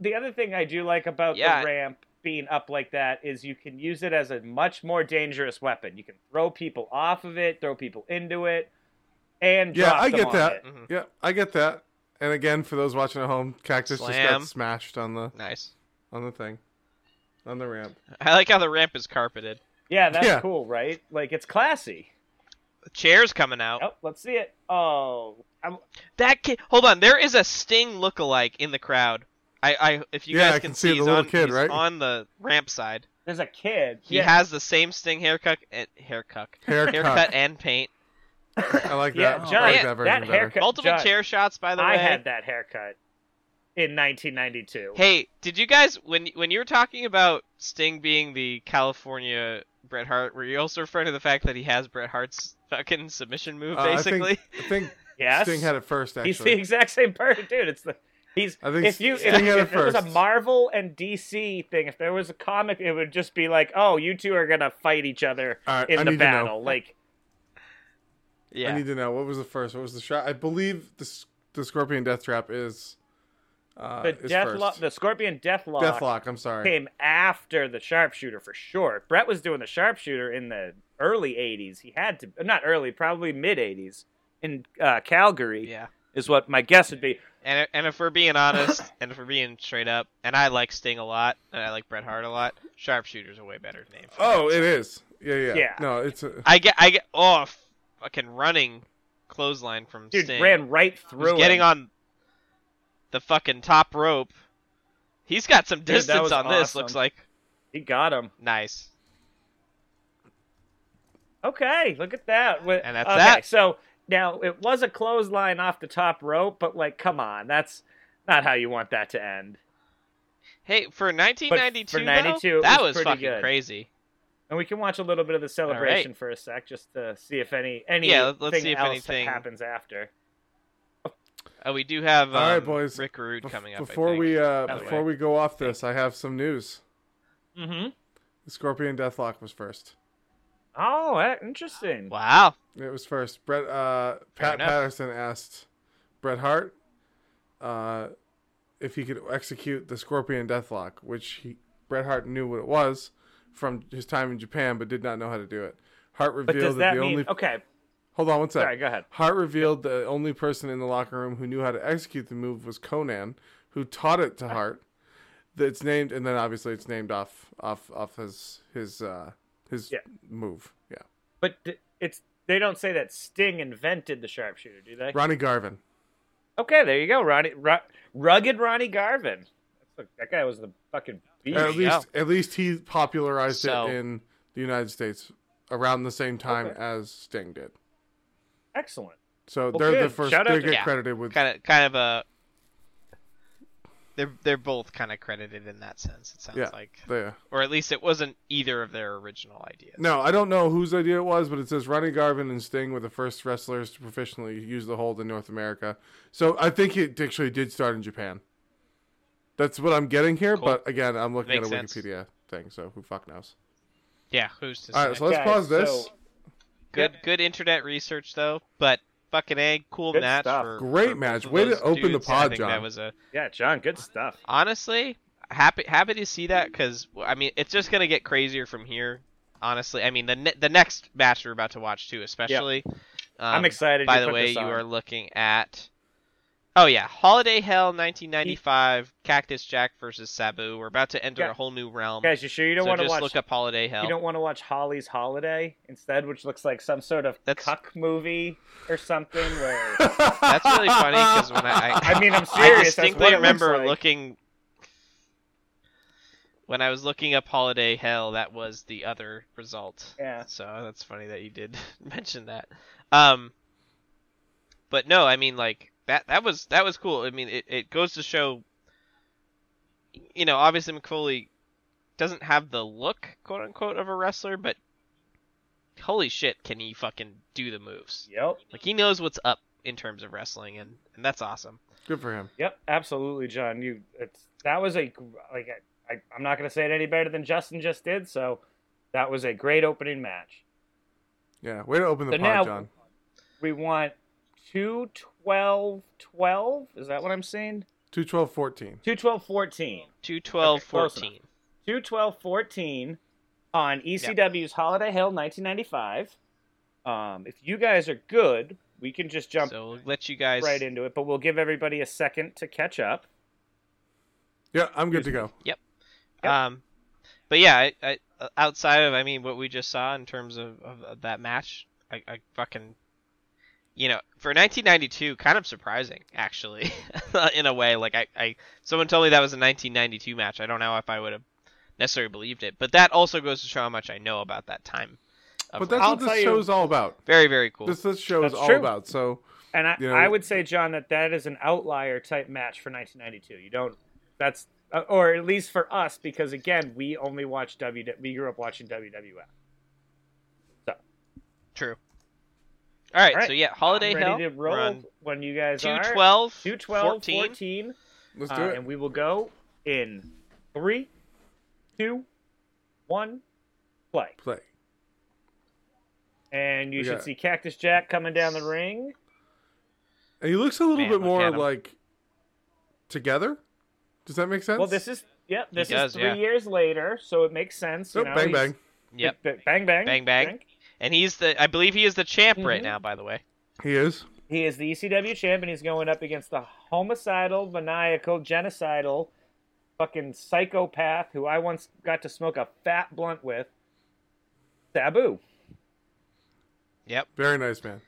S1: the other thing I do like about
S3: Yeah.
S1: the ramp being up like that is you can use it as a much more dangerous weapon. You can throw people off of it, throw people into it, and
S2: Yeah,
S1: drop
S2: I
S1: them
S2: get
S1: on
S2: that.
S1: it. Mm-hmm.
S3: Mhm.
S2: Yeah, I get that. And again, for those watching at home, Cactus just
S3: Slam.
S2: got smashed on the
S3: Nice.
S2: on the thing, on the ramp.
S1: [laughs]
S3: I like how the ramp is carpeted.
S1: Yeah, that's
S2: Yeah.
S1: cool, right? Like it's classy.
S3: The chair's coming out.
S1: Oh, let's see it. Oh, I'm,
S3: That kid. Hold on. There is a Sting lookalike in the crowd. I, I if you
S2: Yeah,
S3: guys
S2: I
S3: can
S2: can see the
S3: he's
S2: little
S3: on,
S2: kid,
S3: he's
S2: right?
S3: on the ramp side.
S1: there's a kid.
S3: He
S1: yeah,
S3: has the same Sting haircut and haircut,
S2: Haircut.
S3: haircut and paint.
S2: I like that.
S1: yeah,
S2: I
S1: John,
S2: like
S1: that,
S2: that version better.
S1: haircut.
S3: Multiple
S1: John,
S3: chair shots, by the way.
S1: I had that haircut in 1992.
S3: Hey, did you guys when when you were talking about Sting being the California Bret Hart, were you also referring to the fact that he has Bret Hart's fucking submission move,
S2: Uh, I think-
S3: basically?
S2: I think
S1: [laughs] yes,
S2: Sting had it first. Actually,
S1: he's the exact same person, dude. It's the he's.
S2: I think
S1: if you if,
S2: Sting had
S1: if
S2: it
S1: it was a
S2: first.
S1: Marvel and DC thing, if there was a comic, it would just be like, oh, you two are gonna fight each other
S2: All right,
S1: in
S2: I
S1: the
S2: need to know.
S1: battle. Like,
S3: [laughs] yeah.
S2: I need to know what was the first. What was the shot? I believe the s- the Scorpion Death Trap is uh,
S1: the
S2: is
S1: death
S2: first.
S1: lo- the scorpion death lock,
S2: Deathlock. I'm sorry.
S1: came after the sharpshooter for sure brett was doing the sharpshooter in the early 80s he had to not early probably mid 80s in uh, calgary
S3: yeah.
S1: is what my guess would be
S3: And and if we're being
S2: [laughs]
S3: honest, and if we're being straight up, and I like Sting a lot, and I like Bret Hart a lot, Sharpshooter's a way better name. for it.
S2: Oh, it is. Yeah, yeah.
S1: Yeah.
S2: No, it's a,
S3: I get I get oh f- fucking running clothesline from
S1: dude
S3: Sting.
S1: ran right
S3: who's
S1: through
S3: getting
S1: him.
S3: on the fucking top rope. He's got some
S1: that
S3: distance
S1: was
S3: on this.
S1: awesome.
S3: Looks like
S1: he got him
S3: nice.
S1: okay look at that Wh-
S3: And that's
S1: okay,
S3: that.
S1: so now it was a clothesline off the top rope but like come on that's not how you want that to end
S3: Hey, for 1992,
S1: for 92,
S3: though,
S1: it
S3: that
S1: was
S3: was,
S1: pretty
S3: fucking
S1: good.
S3: crazy.
S1: and we can watch a little bit of the celebration for a sec just to see if any any
S3: Yeah, let's see if
S1: else
S3: anything-
S1: happens after
S3: Oh, we do have um,
S2: All right, boys.
S3: Rick Rude
S2: bef-
S3: coming up.
S2: before
S3: I think.
S2: we
S3: by
S2: uh,
S3: the
S2: before
S3: way.
S2: we go off this. I have some news.
S1: mm-hmm
S2: The Scorpion Deathlock was first.
S1: Oh, that- interesting.
S3: Wow.
S2: It was first. Brett uh,
S3: Fair
S2: Pat
S3: enough.
S2: Patterson asked Bret Hart uh, if he could execute the Scorpion Deathlock, which he, Bret Hart knew what it was from his time in Japan, but did not know how to do it. Hart
S1: But
S2: revealed
S1: does
S2: that
S1: that
S2: the
S1: mean
S2: only
S1: okay?
S2: hold on one sec.
S1: Sorry, go ahead.
S2: Hart revealed the only person in the locker room who knew how to execute the move was Conan, who taught it to Hart. That's named, and then obviously it's named off off off his his uh, his
S1: Yeah.
S2: move. Yeah,
S1: But d- it's they don't say that Sting invented the sharpshooter, do they?
S2: Ronnie Garvin.
S1: Okay, there you go, Ronnie. Ru- rugged Ronnie Garvin. That's the- That guy was the fucking beast.
S2: at least at least he popularized
S3: So-
S2: it in the United States around the same time
S1: Okay.
S2: as Sting did.
S1: Excellent.
S2: So
S1: Well,
S2: they're the
S1: good.
S2: first.
S1: Shout out
S2: They
S1: to-
S2: get
S3: Yeah.
S2: credited with.
S3: Kind of, kind of a. They're they're both kind of credited in that sense. It sounds
S2: Yeah.
S3: like,
S2: the-
S3: or at least it wasn't either of their original ideas.
S2: no, I don't know whose idea it was, but it says Ronnie Garvin and Sting were the first wrestlers to professionally use the hold in North America. So I think it actually did start in Japan. That's what I'm getting here,
S3: Cool.
S2: but again, I'm looking
S3: Makes
S2: at a
S3: sense.
S2: Wikipedia thing, so who fuck knows?
S3: Yeah, who's to say?
S2: All right, so let's
S1: Okay,
S2: pause this.
S1: so-
S3: good, good internet research though. But fucking a cool
S1: Good
S3: match.
S1: stuff.
S3: For,
S2: Great
S3: for both
S2: match.
S3: of
S2: Way to
S3: those
S2: open the
S3: dudes. I
S2: pod,
S3: think
S2: John.
S3: That was a
S1: Yeah, John, good stuff.
S3: honestly happy happy to see that because I mean it's just gonna get crazier from here. Honestly, I mean the ne- the next match we're about to watch too, especially. Um,
S1: I'm excited.
S3: By
S1: you
S3: the
S1: put
S3: way,
S1: this
S3: you
S1: on.
S3: are looking at. Oh yeah, Holiday Hell 1995, Cactus Jack versus Sabu. We're about to enter
S1: Yeah.
S3: a whole new realm.
S1: guys. You sure you don't
S3: so
S1: want to
S3: just
S1: watch?
S3: look up Holiday Hell.
S1: You don't want to watch Holly's Holiday instead, which looks like some sort of
S3: That's-
S1: cuck movie or something. Where
S3: That's really funny because when I, [laughs] I
S1: I mean, I'm
S3: I
S1: serious. that's what
S3: distinctly
S1: it looks
S3: remember
S1: like.
S3: looking when I was looking up Holiday Hell. That was the other result.
S1: Yeah.
S3: So that's funny that you did [laughs] mention that. Um, but no, I mean like that. That was that was cool. I mean, it, it goes to show. You know, obviously McFoley doesn't have the look, quote unquote, of a wrestler, but holy shit, can he fucking do the moves?
S1: Yep.
S3: Like he knows what's up in terms of wrestling, and, and that's awesome.
S2: [laughs] Good for him.
S1: Yep, absolutely, John. You it's that was a gr- like I, I I'm not gonna say it any better than Justin just did. So that was a great opening match.
S2: Yeah, way to open the
S1: So
S2: pod,
S1: now-
S2: John.
S1: We want two twelve twelve. Is that what I'm saying?
S2: Two twelve fourteen.
S1: Two twelve fourteen.
S3: Two twelve
S1: Okay, close
S3: fourteen.
S1: 2 12 14 on ECW's Holiday Hill 1995. Um, if you guys are good, we can just jump
S3: So we'll let you guys.
S1: right into it, but we'll give everybody a second to catch up.
S2: Yeah, I'm good to go.
S1: Yep.
S3: Um, but yeah, I, I, uh, outside of I mean what we just saw in terms of, of, of that match, I, I fucking, you know, for 1992, kind of surprising actually, [laughs] in a way. Like I, I, someone told me that was a 1992 match. I don't know if I would have necessarily believed it, but that also goes to show how much I know about that time.
S2: But
S3: of wrestling.
S2: that's
S1: I'll
S2: what
S1: tell
S2: this
S1: you-
S2: show's all about.
S3: very very cool.
S2: This this show is
S1: That's
S2: all
S1: true.
S2: about. So
S1: And I,
S2: You know-
S1: I would say, John, that that is an outlier type match for 1992. You don't, that's, uh, or at least for us, because again, we only watched W, we grew up watching WWF.
S3: True. All right,
S1: All right.
S3: so yeah, Holiday
S1: I'm ready
S3: Hill
S1: to roll
S3: run
S1: when you guys are.
S3: 212,
S1: 212, 14.
S3: 14.
S2: let's
S1: uh,
S2: do it.
S1: And we will go in three, two, one, play.
S2: Play.
S1: And you
S2: We
S1: should
S2: got-
S1: see Cactus Jack coming down the ring.
S2: And he looks a little
S3: Man,
S2: bit
S3: look
S2: more
S3: at him.
S2: like together. Does that make sense?
S1: Well, this is, yep, this
S3: does,
S1: is three
S3: yeah.
S1: years later, so it makes sense.
S2: Oh,
S1: you know,
S2: bang
S1: he's-
S2: bang.
S3: Yep.
S1: B- b- bang bang.
S3: Bang, bang.
S1: drink.
S3: And he's the I believe he is the champ right
S1: Mhm.
S3: now, by the way.
S2: He is.
S1: He is the ECW champ, and he's going up against the homicidal, maniacal, genocidal, fucking psychopath who I once got to smoke a fat blunt with, Sabu.
S3: Yep.
S2: Very nice man.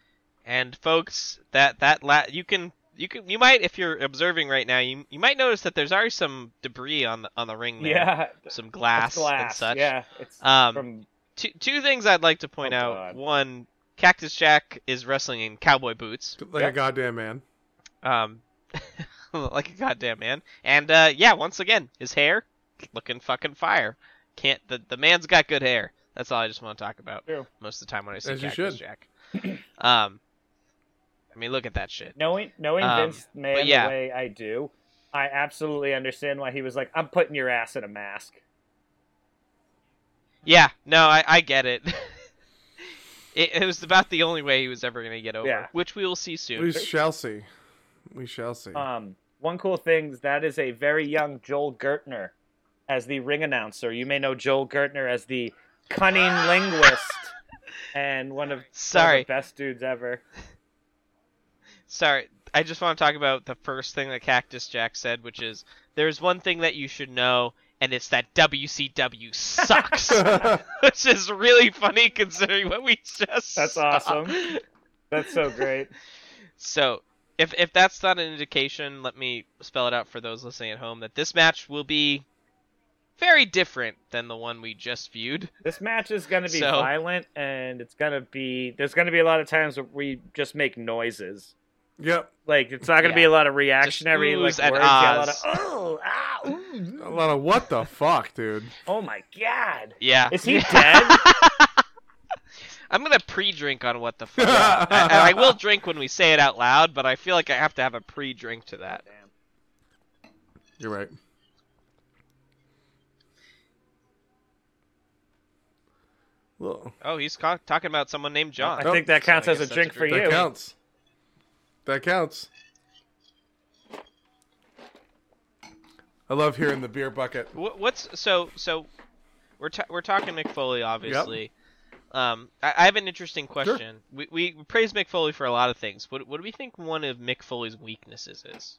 S3: And folks, that that la- you can you can you might if you're observing right now, you you might notice that there's already some debris on the on the ring there.
S1: Yeah,
S3: Some
S1: glass,
S3: glass, and such.
S1: Yeah, it's
S3: Um,
S1: from
S3: Two two things I'd like to point
S1: Oh,
S3: out.
S1: God.
S3: One, Cactus Jack is wrestling in cowboy boots.
S2: Like
S1: Yeah.
S2: a goddamn man.
S3: Um [laughs] like a goddamn man. And uh yeah, once again, his hair looking fucking fire. Can't the the man's got good hair. That's all I just want to talk about.
S1: true.
S3: most of the time when I see
S2: As you
S3: Cactus
S2: should.
S3: Jack. um, I mean, look at that shit.
S1: Knowing knowing
S3: Um,
S1: Vince man
S3: yeah.
S1: the way I do, I absolutely understand why he was like, "I'm putting your ass in a mask."
S3: Yeah, no, I, I get it. [laughs] it. It was about the only way he was ever gonna get over,
S1: Yeah.
S3: which we will see soon.
S2: We shall see. We shall see.
S1: Um, one cool thing is that is a very young Joel Gertner as the ring announcer. You may know Joel Gertner as the cunning
S3: [laughs]
S1: linguist and one of one of
S3: Sorry.
S1: the best dudes ever.
S3: Sorry, I just want to talk about the first thing that Cactus Jack said, which is there's one thing that you should know, and it's that
S1: [laughs]
S3: WCW sucks,
S1: Uh.
S3: which is really funny considering what we just.
S1: That's
S3: saw.
S1: awesome. That's so great.
S3: So, if if that's not an indication, let me spell it out for those listening at home that this match will be very different than the one we just viewed.
S1: This match is going to be
S3: So-
S1: violent and it's going to be there's going to be a lot of times where we just make noises.
S2: [laughs] yep.
S1: Like it's not going to be
S3: Yeah.
S1: a lot of reactionary like
S3: oohs
S1: words.
S3: and
S1: yeah, a lot of
S3: ahs.
S1: oh, ah, ooh,
S2: A lot of what the fuck, dude.
S1: oh my god.
S3: Yeah.
S1: Is
S3: [laughs]
S1: he dead?
S3: I'm gonna pre-drink on what the fuck. I, I- I
S1: [laughs]
S3: will drink when we say it out loud, but I feel like I have to have a pre-drink to that.
S1: Damn.
S2: You're right. Well,
S3: Oh, he's ca- talking about someone named John.
S1: I think that
S3: So
S1: counts as
S3: guess
S1: a
S3: that's
S1: drink for
S3: drink.
S1: you.
S2: that counts. That counts. I love hearing the beer bucket.
S3: Wh- What's so so? We're ta- we're talking McFoley, obviously. Um, I-, I have an interesting question. We we praise McFoley for a lot of things. What what do we think one of McFoley's weaknesses is?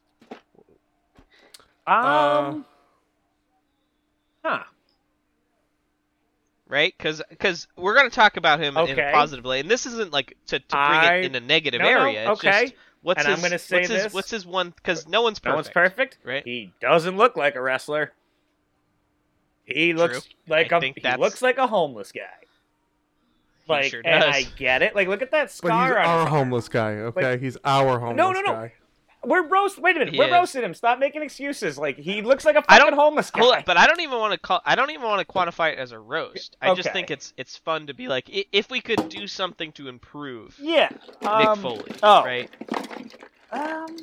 S1: Um. huh.
S3: Right? Because we're gonna talk about him in
S1: Okay.
S3: a positive light, and this isn't like to, to bring
S1: I-
S3: it in a negative
S1: No, no,
S3: area. It's
S1: okay.
S3: Just, what's
S1: And I'm
S3: his,
S1: gonna say
S3: what's his,
S1: this.
S3: what's his one? Because no one's perfect.
S1: No one's perfect.
S3: Right.
S1: He doesn't look like a wrestler. He looks like
S3: I
S1: a
S3: think
S1: he
S3: that's-
S1: looks like a homeless guy.
S3: He
S1: Like,
S3: sure
S1: and
S3: does.
S1: I get it. Like, look at that
S2: But he's
S1: scar on.
S2: our
S1: his-
S2: homeless guy, okay? he's our homeless
S1: No, no, no.
S2: guy.
S1: We're roast. Wait a minute.
S3: He
S1: We're
S3: is.
S1: roasting him. Stop making excuses. Like he looks like a
S3: I
S1: fucking
S3: don't-
S1: homeless guy.
S3: Hold on, but I don't even want to call. I don't even want to quantify it as a roast. I just
S1: Okay.
S3: think it's it's fun to be like, i- if we could do something to improve
S1: yeah.
S3: Mick
S1: Um,
S3: Foley,
S1: oh.
S3: right?
S1: Um.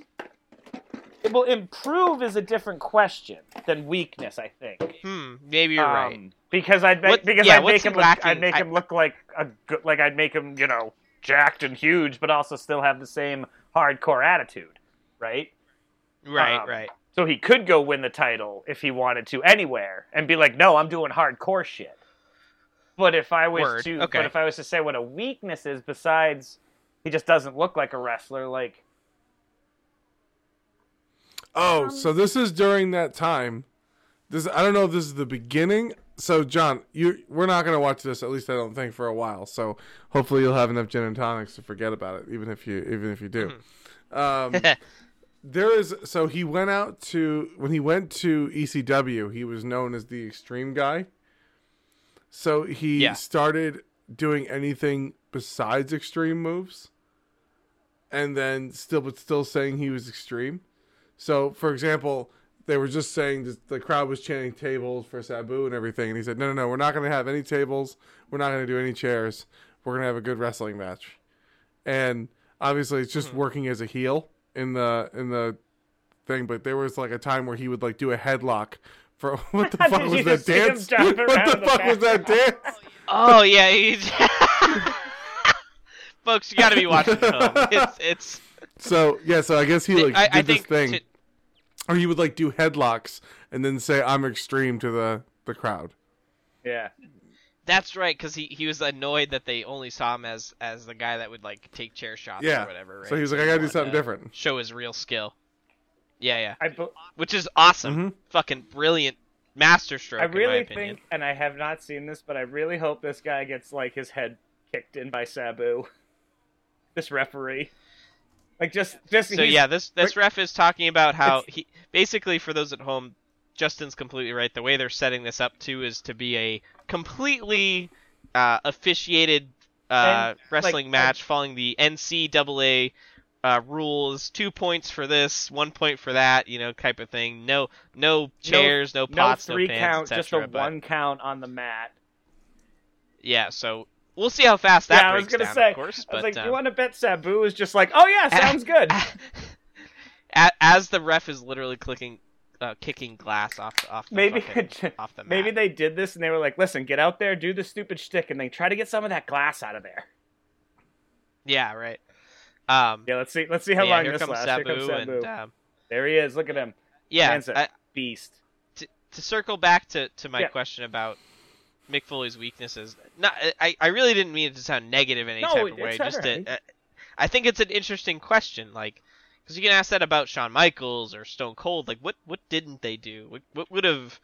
S1: it will improve is a different question than weakness. I think.
S3: Hmm, maybe you're right.
S1: Um, Because I'd make,
S3: What-
S1: because
S3: yeah,
S1: I'd
S3: what's
S1: make
S3: he
S1: him look, I'd
S3: lacking?
S1: make
S3: I-
S1: him look like a good, like I'd make him you know jacked and huge, but also still have the same hardcore attitude, right?
S3: Right,
S1: Um,
S3: right.
S1: So he could go win the title if he wanted to anywhere and be like, "No, I'm doing hardcore shit." But if I was
S3: Word,
S1: to,
S3: okay.
S1: but if I was to say what a weakness is, besides he just doesn't look like a wrestler, like
S2: Oh,
S1: Um,
S2: so this is during that time. This I don't know if this is the beginning. So John, you we're not gonna watch this, at least I don't think, for a while. So hopefully you'll have enough gin and tonics to forget about it, even if you even if you do.
S1: Hmm.
S2: Um, there is so he went out to when he went to ECW, he was known as the extreme guy. So he
S3: Yeah.
S2: started doing anything besides extreme moves. And then still but still saying he was extreme. So, for example, they were just saying that the crowd was chanting tables for Sabu and everything, and he said, "No, no, no, we're not going to have any tables. We're not going to do any chairs. We're going to have a good wrestling match." And obviously, it's
S1: Hmm.
S2: just working as a heel in the in the thing. But there was like a time where he would like do a headlock for [laughs] what the
S1: Did
S2: fuck was
S1: you
S2: that
S1: just see him
S2: dance?
S1: jump
S2: [laughs] What the
S1: around the
S2: fuck was that dance?
S3: [laughs] Oh yeah, he's... [laughs] folks, you got to be watching at
S1: [laughs]
S3: home. It's it's.
S2: So yeah, so I guess he like
S3: I,
S2: did
S3: I
S2: this
S3: think
S2: thing,
S3: to-
S2: or he would like do headlocks and then say, "I'm extreme" to the the crowd.
S1: yeah,
S3: that's right because he, he was annoyed that they only saw him as as the guy that would like take chair shots
S2: Yeah.
S3: or whatever. Right?
S2: So he was like, "I got to do
S3: wanted
S2: something different."
S3: Show his real skill. Yeah, yeah,
S1: I. bu-
S3: which is awesome. Fucking brilliant masterstroke.
S1: Mm-hmm. I
S3: in my
S1: really
S3: opinion.
S1: think, and I have not seen this, but I really hope this guy gets like his head kicked in by Sabu, [laughs] this referee. Like just, just
S3: So
S1: he's-
S3: yeah, this this ref is talking about how he basically for those at home, Justin's completely right. The way they're setting this up too is to be a completely uh, officiated uh,
S1: And, like,
S3: wrestling
S1: I-
S3: match following the NCAA uh, rules. Two points for this, one point for that, you know, type of thing. No, no chairs, no,
S1: no
S3: pots, no,
S1: three
S3: pans,
S1: count,
S3: et
S1: just a
S3: cetera, but-
S1: one count on the mat.
S3: Yeah, so we'll see how fast that
S1: yeah, I was
S3: breaks
S1: gonna
S3: down,
S1: say.
S3: of course.
S1: I was
S3: but,
S1: like, do
S3: um,
S1: you want to bet Sabu is just like, oh
S3: [laughs]
S1: yeah, sounds good.
S3: A- as the ref is literally clicking, uh, kicking glass off off the
S1: Maybe [laughs]
S3: fucking- off the mat.
S1: Maybe they did this and they were like, listen, get out there, do the stupid shtick, and then try to get some of that glass out of there.
S3: yeah right. Um,
S1: Yeah, let's see. Let's see
S3: but
S1: how
S3: yeah,
S1: long
S3: here
S1: this
S3: comes
S1: lasts.
S3: Sabu,
S1: here comes Sabu.
S3: and um,
S1: there he is. Look at him,
S3: yeah.
S1: Man's a-
S3: I,
S1: beast.
S3: to, to circle back to, to my
S1: Yeah.
S3: question about Mick Foley's weaknesses, not I, I really didn't mean it to sound negative in any
S1: No,
S3: type of way.
S1: it's
S3: Just to,
S1: alright.
S3: uh, I think it's an interesting question, like because you can ask that about Shawn Michaels or Stone Cold, like what what didn't they do? What what would have,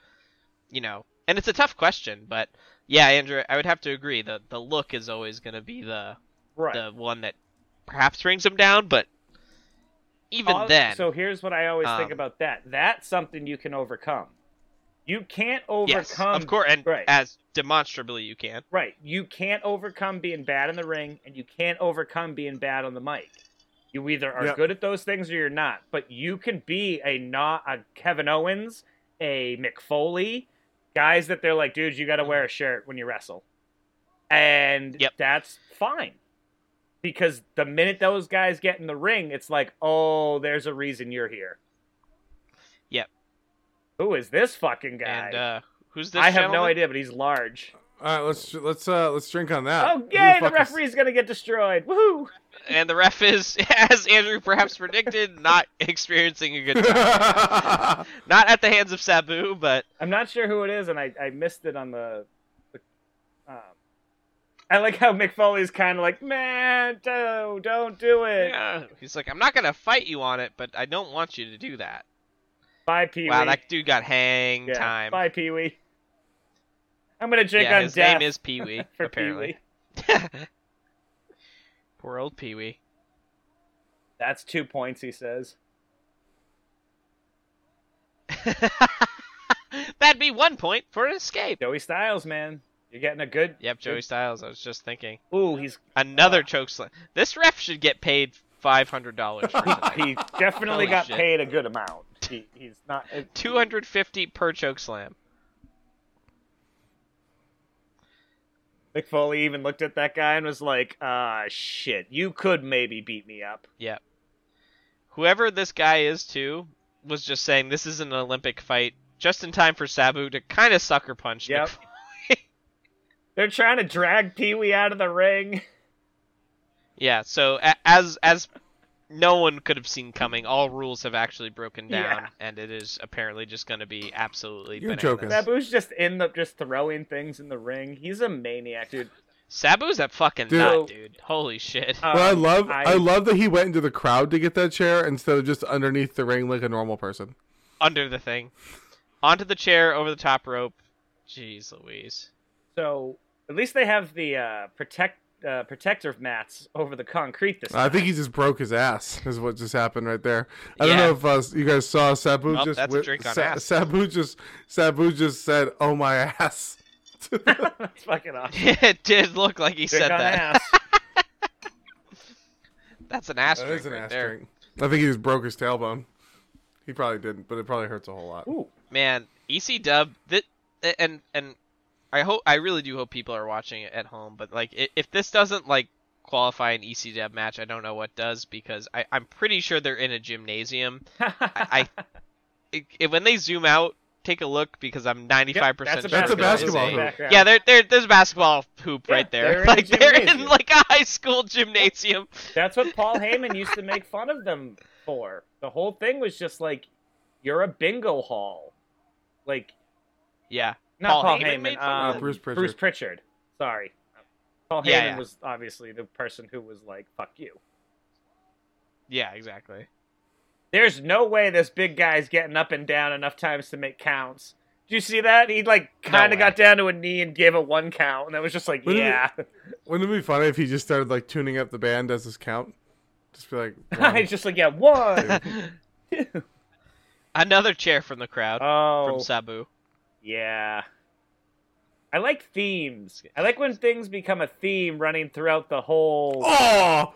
S3: you know? And it's a tough question, but yeah, Andrew, I would have to agree. The the look is always going to be the
S1: Right.
S3: the one that perhaps brings him down, but even
S1: All-
S3: then,
S1: So here's what I always think
S3: um,
S1: about that. That's something you can overcome. You can't
S3: yes,
S1: overcome.
S3: of course, and
S1: right.
S3: as demonstrably you can.
S1: Right. You can't overcome being bad in the ring, and you can't overcome being bad on the mic. You either are
S2: Yep.
S1: good at those things or you're not. But you can be a not a Kevin Owens, a Mick Foley, guys that they're like, dude, you got to wear a shirt when you wrestle, and
S3: Yep.
S1: that's fine. Because the minute those guys get in the ring, it's like, oh, there's a reason you're here.
S3: Yep.
S1: Who is this fucking guy?
S3: And uh, who's this?
S1: I have no
S3: gentleman?
S1: idea, but he's large.
S2: All right, let's let's uh let's drink on that.
S1: Oh, yay!
S2: Who
S1: The
S2: fuck is- [laughs]
S1: referee's gonna get destroyed. Woohoo!
S3: And the ref is, [laughs] as Andrew perhaps predicted, not experiencing a good time. Not at the hands of Sabu, but
S1: I'm not sure who it is, and I, I missed it on the. the um, I like how Mick Foley's kind of like, man, don't, don't do it.
S3: yeah, he's like, I'm not gonna fight you on it, but I don't want you to do that.
S1: Bye, Pee Wee.
S3: Wow, that dude got hang
S1: Yeah,
S3: time.
S1: Bye, Pee Wee. I'm gonna drink
S3: yeah,
S1: on
S3: his
S1: death
S3: name is Pee Wee.
S1: [laughs] for Pee Wee.
S3: apparently, [laughs] poor old Pee Wee. [laughs]
S1: That's two points, he says.
S3: That'd be one point for an escape.
S1: Joey Styles, man, you're getting a good.
S3: Yep, Joey Styles. I was just thinking,
S1: Ooh, he's
S3: another
S1: Ah.
S3: choke slam. This ref should get paid five hundred
S1: [laughs]
S3: dollars for tonight. [laughs]
S1: he definitely
S3: Holy
S1: got
S3: shit.
S1: paid a good amount. He, he's not. it-
S3: 250 per choke slam.
S1: Mick Foley even looked at that guy and was like, ah, shit, you could maybe beat me up.
S3: Yep. Whoever this guy is too was just saying this is an Olympic fight just in time for Sabu to kind of sucker punch. [laughs]
S1: Yep.
S3: Mick-
S1: They're trying to
S2: [laughs]
S1: drag Pee Wee out of the ring.
S3: Yeah. So a- as as no one could have seen coming. All rules have actually broken down,
S1: Yeah.
S3: and it is apparently just going to be absolutely.
S2: You're
S3: bananas.
S2: joking. Yes.
S1: Babu's just in the just throwing things in the ring. He's a maniac, dude.
S3: Sabu's that fucking
S2: Dude.
S3: nut, dude. Holy shit.
S1: Um,
S2: But I love
S1: I-
S2: I, love that he went into the crowd to get that chair instead of just underneath the ring like a normal person.
S3: Under the thing, onto the chair, over the top rope. Jeez Louise. [laughs]
S1: So at least they have the uh, protect uh, protective mats over the concrete this time.
S2: I think he just broke his ass is what just happened right there. I don't
S3: Yeah.
S2: know if uh, you guys saw Sabu
S3: Well,
S2: just
S3: that's a
S2: whip-
S3: drink on
S2: Sa-
S3: ass.
S2: Sabu just Sabu just said, "Oh my ass."
S1: [laughs] That's fucking awesome.
S3: it did look like he [laughs] said
S1: Dick on
S3: that.
S1: ass.
S3: [laughs] That's an ass
S2: That
S3: drink
S2: is an
S3: right
S2: ass
S3: there.
S2: drink. I think he just broke his tailbone. He probably didn't, but it probably hurts a whole lot.
S1: Ooh, [laughs]
S3: Man, EC Dub. That and and I hope I really do hope people are watching it at home. But like, i- if this doesn't like qualify an EC Dub match, I don't know what does because I I'm pretty sure they're in a gymnasium.
S1: [laughs]
S3: I, I it, it- when they zoom out, take a look because I'm 95 percent sure
S2: That's a
S3: there is
S2: basketball hoop.
S1: background.
S3: Yeah, there, there, there's a basketball hoop
S1: Yeah,
S3: right
S1: they're in
S3: there.
S1: a
S3: like they're in
S1: gymnasium.
S3: like a high school gymnasium.
S1: That's what Paul Heyman used to make fun of them for. The whole thing was just like, you're a bingo hall. Like,
S3: Yeah,
S1: not
S3: Paul
S1: Paul,
S3: Heyman
S1: Heyman,
S3: made fun of
S1: um,
S2: Uh,
S3: them.
S2: Bruce Pritchard.
S1: Bruce Pritchard. Sorry. Paul Heyman
S3: Yeah, yeah.
S1: was obviously the person who was like, fuck you.
S3: yeah,
S1: [laughs]
S3: exactly. [laughs]
S1: There's no way this big guy's getting up and down enough times to make counts. Did you see that? He like
S3: No
S1: kind of
S3: way.
S1: got down to a knee and gave a one count, and that was just like,
S2: What is it?
S1: yeah.
S2: Wouldn't it be funny if he just started like tuning up the band as his count? Just be
S3: [laughs]
S2: like,
S1: [laughs] I
S2: one,
S1: just like, yeah, one.
S3: Another chair from the crowd
S1: oh,
S3: from Sabu.
S1: Yeah. I like themes. I like when things become a theme running throughout the whole.
S2: oh,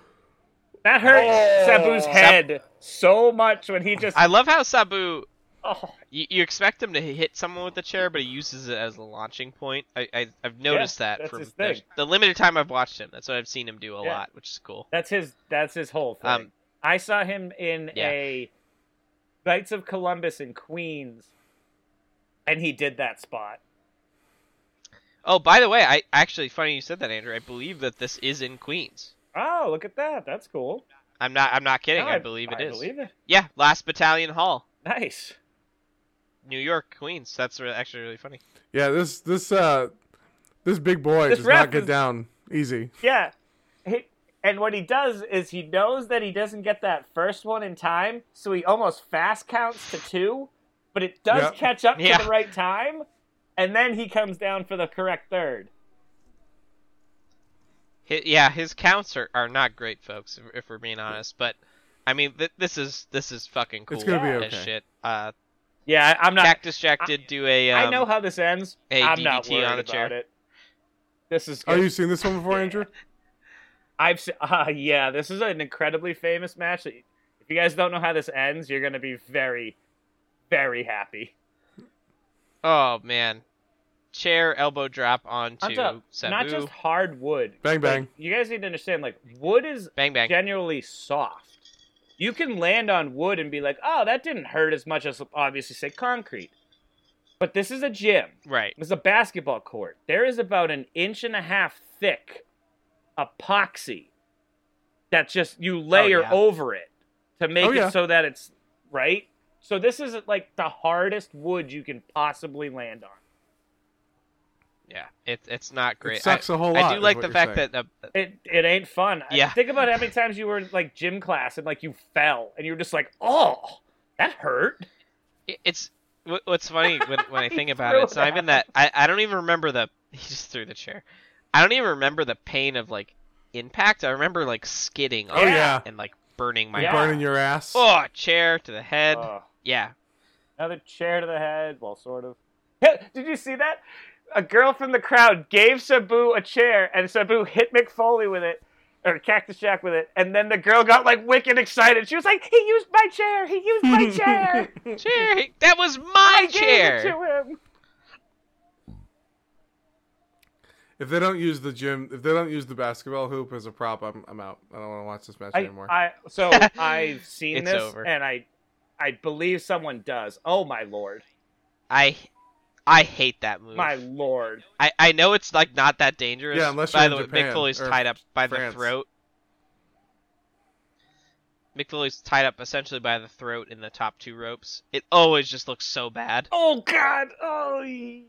S1: that hurt
S2: Oh!
S1: Sabu's
S2: Sab-
S1: head so much when he just.
S3: I love how Sabu.
S1: oh,
S3: You, you expect him to hit someone with the chair, but he uses it as a launching point. I, I I've noticed that
S1: that's
S3: from
S1: his thing.
S3: the- the limited time I've watched him. That's what I've seen him do a
S1: Yeah.
S3: lot, which is cool.
S1: that's his. That's his whole thing.
S3: Um,
S1: I saw him in
S3: Yeah.
S1: a Knights of Columbus in Queens, and he did that spot.
S3: Oh, by the way, I actually funny you said that, Andrew. I believe that this is in Queens.
S1: Oh, look at that! That's cool.
S3: I'm not. I'm not kidding.
S1: No,
S3: I, believe it
S1: I
S3: is.
S1: believe it.
S3: Yeah, Last Battalion Hall,
S1: Nice.
S3: New York, Queens. That's re- actually really funny.
S2: yeah. This this uh this big boy
S1: This
S2: does not
S1: ref
S2: get
S1: is-
S2: down easy.
S1: Yeah. He, and what he does is he knows that he doesn't get that first one in time, so he almost fast counts to two, but it does
S2: Yeah.
S1: catch up
S3: Yeah.
S1: to the right time, and then he comes down for the correct third.
S3: Hi yeah, his counts are, are not great, folks. If, if we're being honest, but I mean, th- this is this is fucking cool.
S2: It's gonna
S1: be
S3: as
S2: okay.
S3: shit. Uh,
S1: Yeah, I- I'm [laughs] not.
S3: Cactus Jack did do a. Um,
S1: I know how this ends.
S3: a
S1: I'm not
S3: DDT on
S1: worried
S3: the
S1: about
S3: chair.
S1: it. This is.
S2: Oh,
S1: good.
S2: you've seen this one before, Andrew?
S1: I've se- [laughs] uh, yeah, this is an incredibly famous match. that- If you guys don't know how this ends, you're gonna be very, very happy.
S3: Oh man, chair elbow drop onto
S1: On top,
S3: Sabu.
S1: Not just hardwood.
S2: Bang bang.
S1: You guys need to understand, like wood is
S3: Bang bang.
S1: generally soft. You can land on wood and be like, oh, that didn't hurt as much as obviously say concrete. But this is a gym.
S3: Right.
S1: This is a basketball court. There is about an inch and a half thick epoxy that just you layer
S3: Oh, yeah.
S1: over it to make
S2: Oh, yeah.
S1: it so that it's right. So this is like the hardest wood you can possibly land on.
S3: Yeah. It, it's not great.
S2: It sucks
S3: I,
S2: a whole
S3: I
S2: lot.
S3: do
S2: is
S3: like
S2: what
S3: the
S2: you're
S3: fact
S2: saying.
S3: that uh,
S1: It it ain't fun. I-
S3: Yeah.
S1: Think about how many times you were in like gym class and like you fell and you were just like, oh, that hurt.
S3: it- it's wh- what's
S1: [laughs]
S3: funny when, when I
S1: He
S3: think about
S1: threw
S3: it. It's not
S1: it
S3: even that. I, I don't even remember the. [laughs] He just threw the chair. I don't even remember the pain of like impact. I remember like skidding. on
S2: oh
S3: it
S2: yeah,
S3: And like burning my.
S1: Yeah. Oh.
S3: arm.
S2: burning your ass.
S3: Oh, chair to the head.
S1: Ugh. [laughs]
S3: yeah.
S1: another chair to the head. Well, sort of. Did you see that? A girl from the crowd gave Sabu a chair, and Sabu hit McFoley with it, or Cactus Jack with it, and then the girl got like wicked excited. She was like, "He used my chair! He used
S2: [laughs]
S1: my chair!
S3: Chair. That was my
S1: I gave
S3: chair.
S1: it to him!"
S2: If they don't use the gym, if they don't use the basketball hoop as a prop, I'm I'm out. I don't want to watch this match
S1: I,
S2: anymore.
S1: I
S2: [laughs]
S1: so I've seen
S3: It's
S1: this,
S3: over.
S1: and I, I believe someone does. Oh my lord,
S3: I I hate that move.
S1: my lord!
S3: I, I know it's like not that dangerous.
S2: Yeah, unless
S3: by
S2: you're
S3: the
S2: in
S3: way, Mick
S2: Japan
S3: Foley's
S2: or
S3: tied up by
S2: France.
S3: the throat. McFoley's tied up essentially by the throat in the top two ropes. It always just looks so bad.
S1: Oh God! Oh. ye-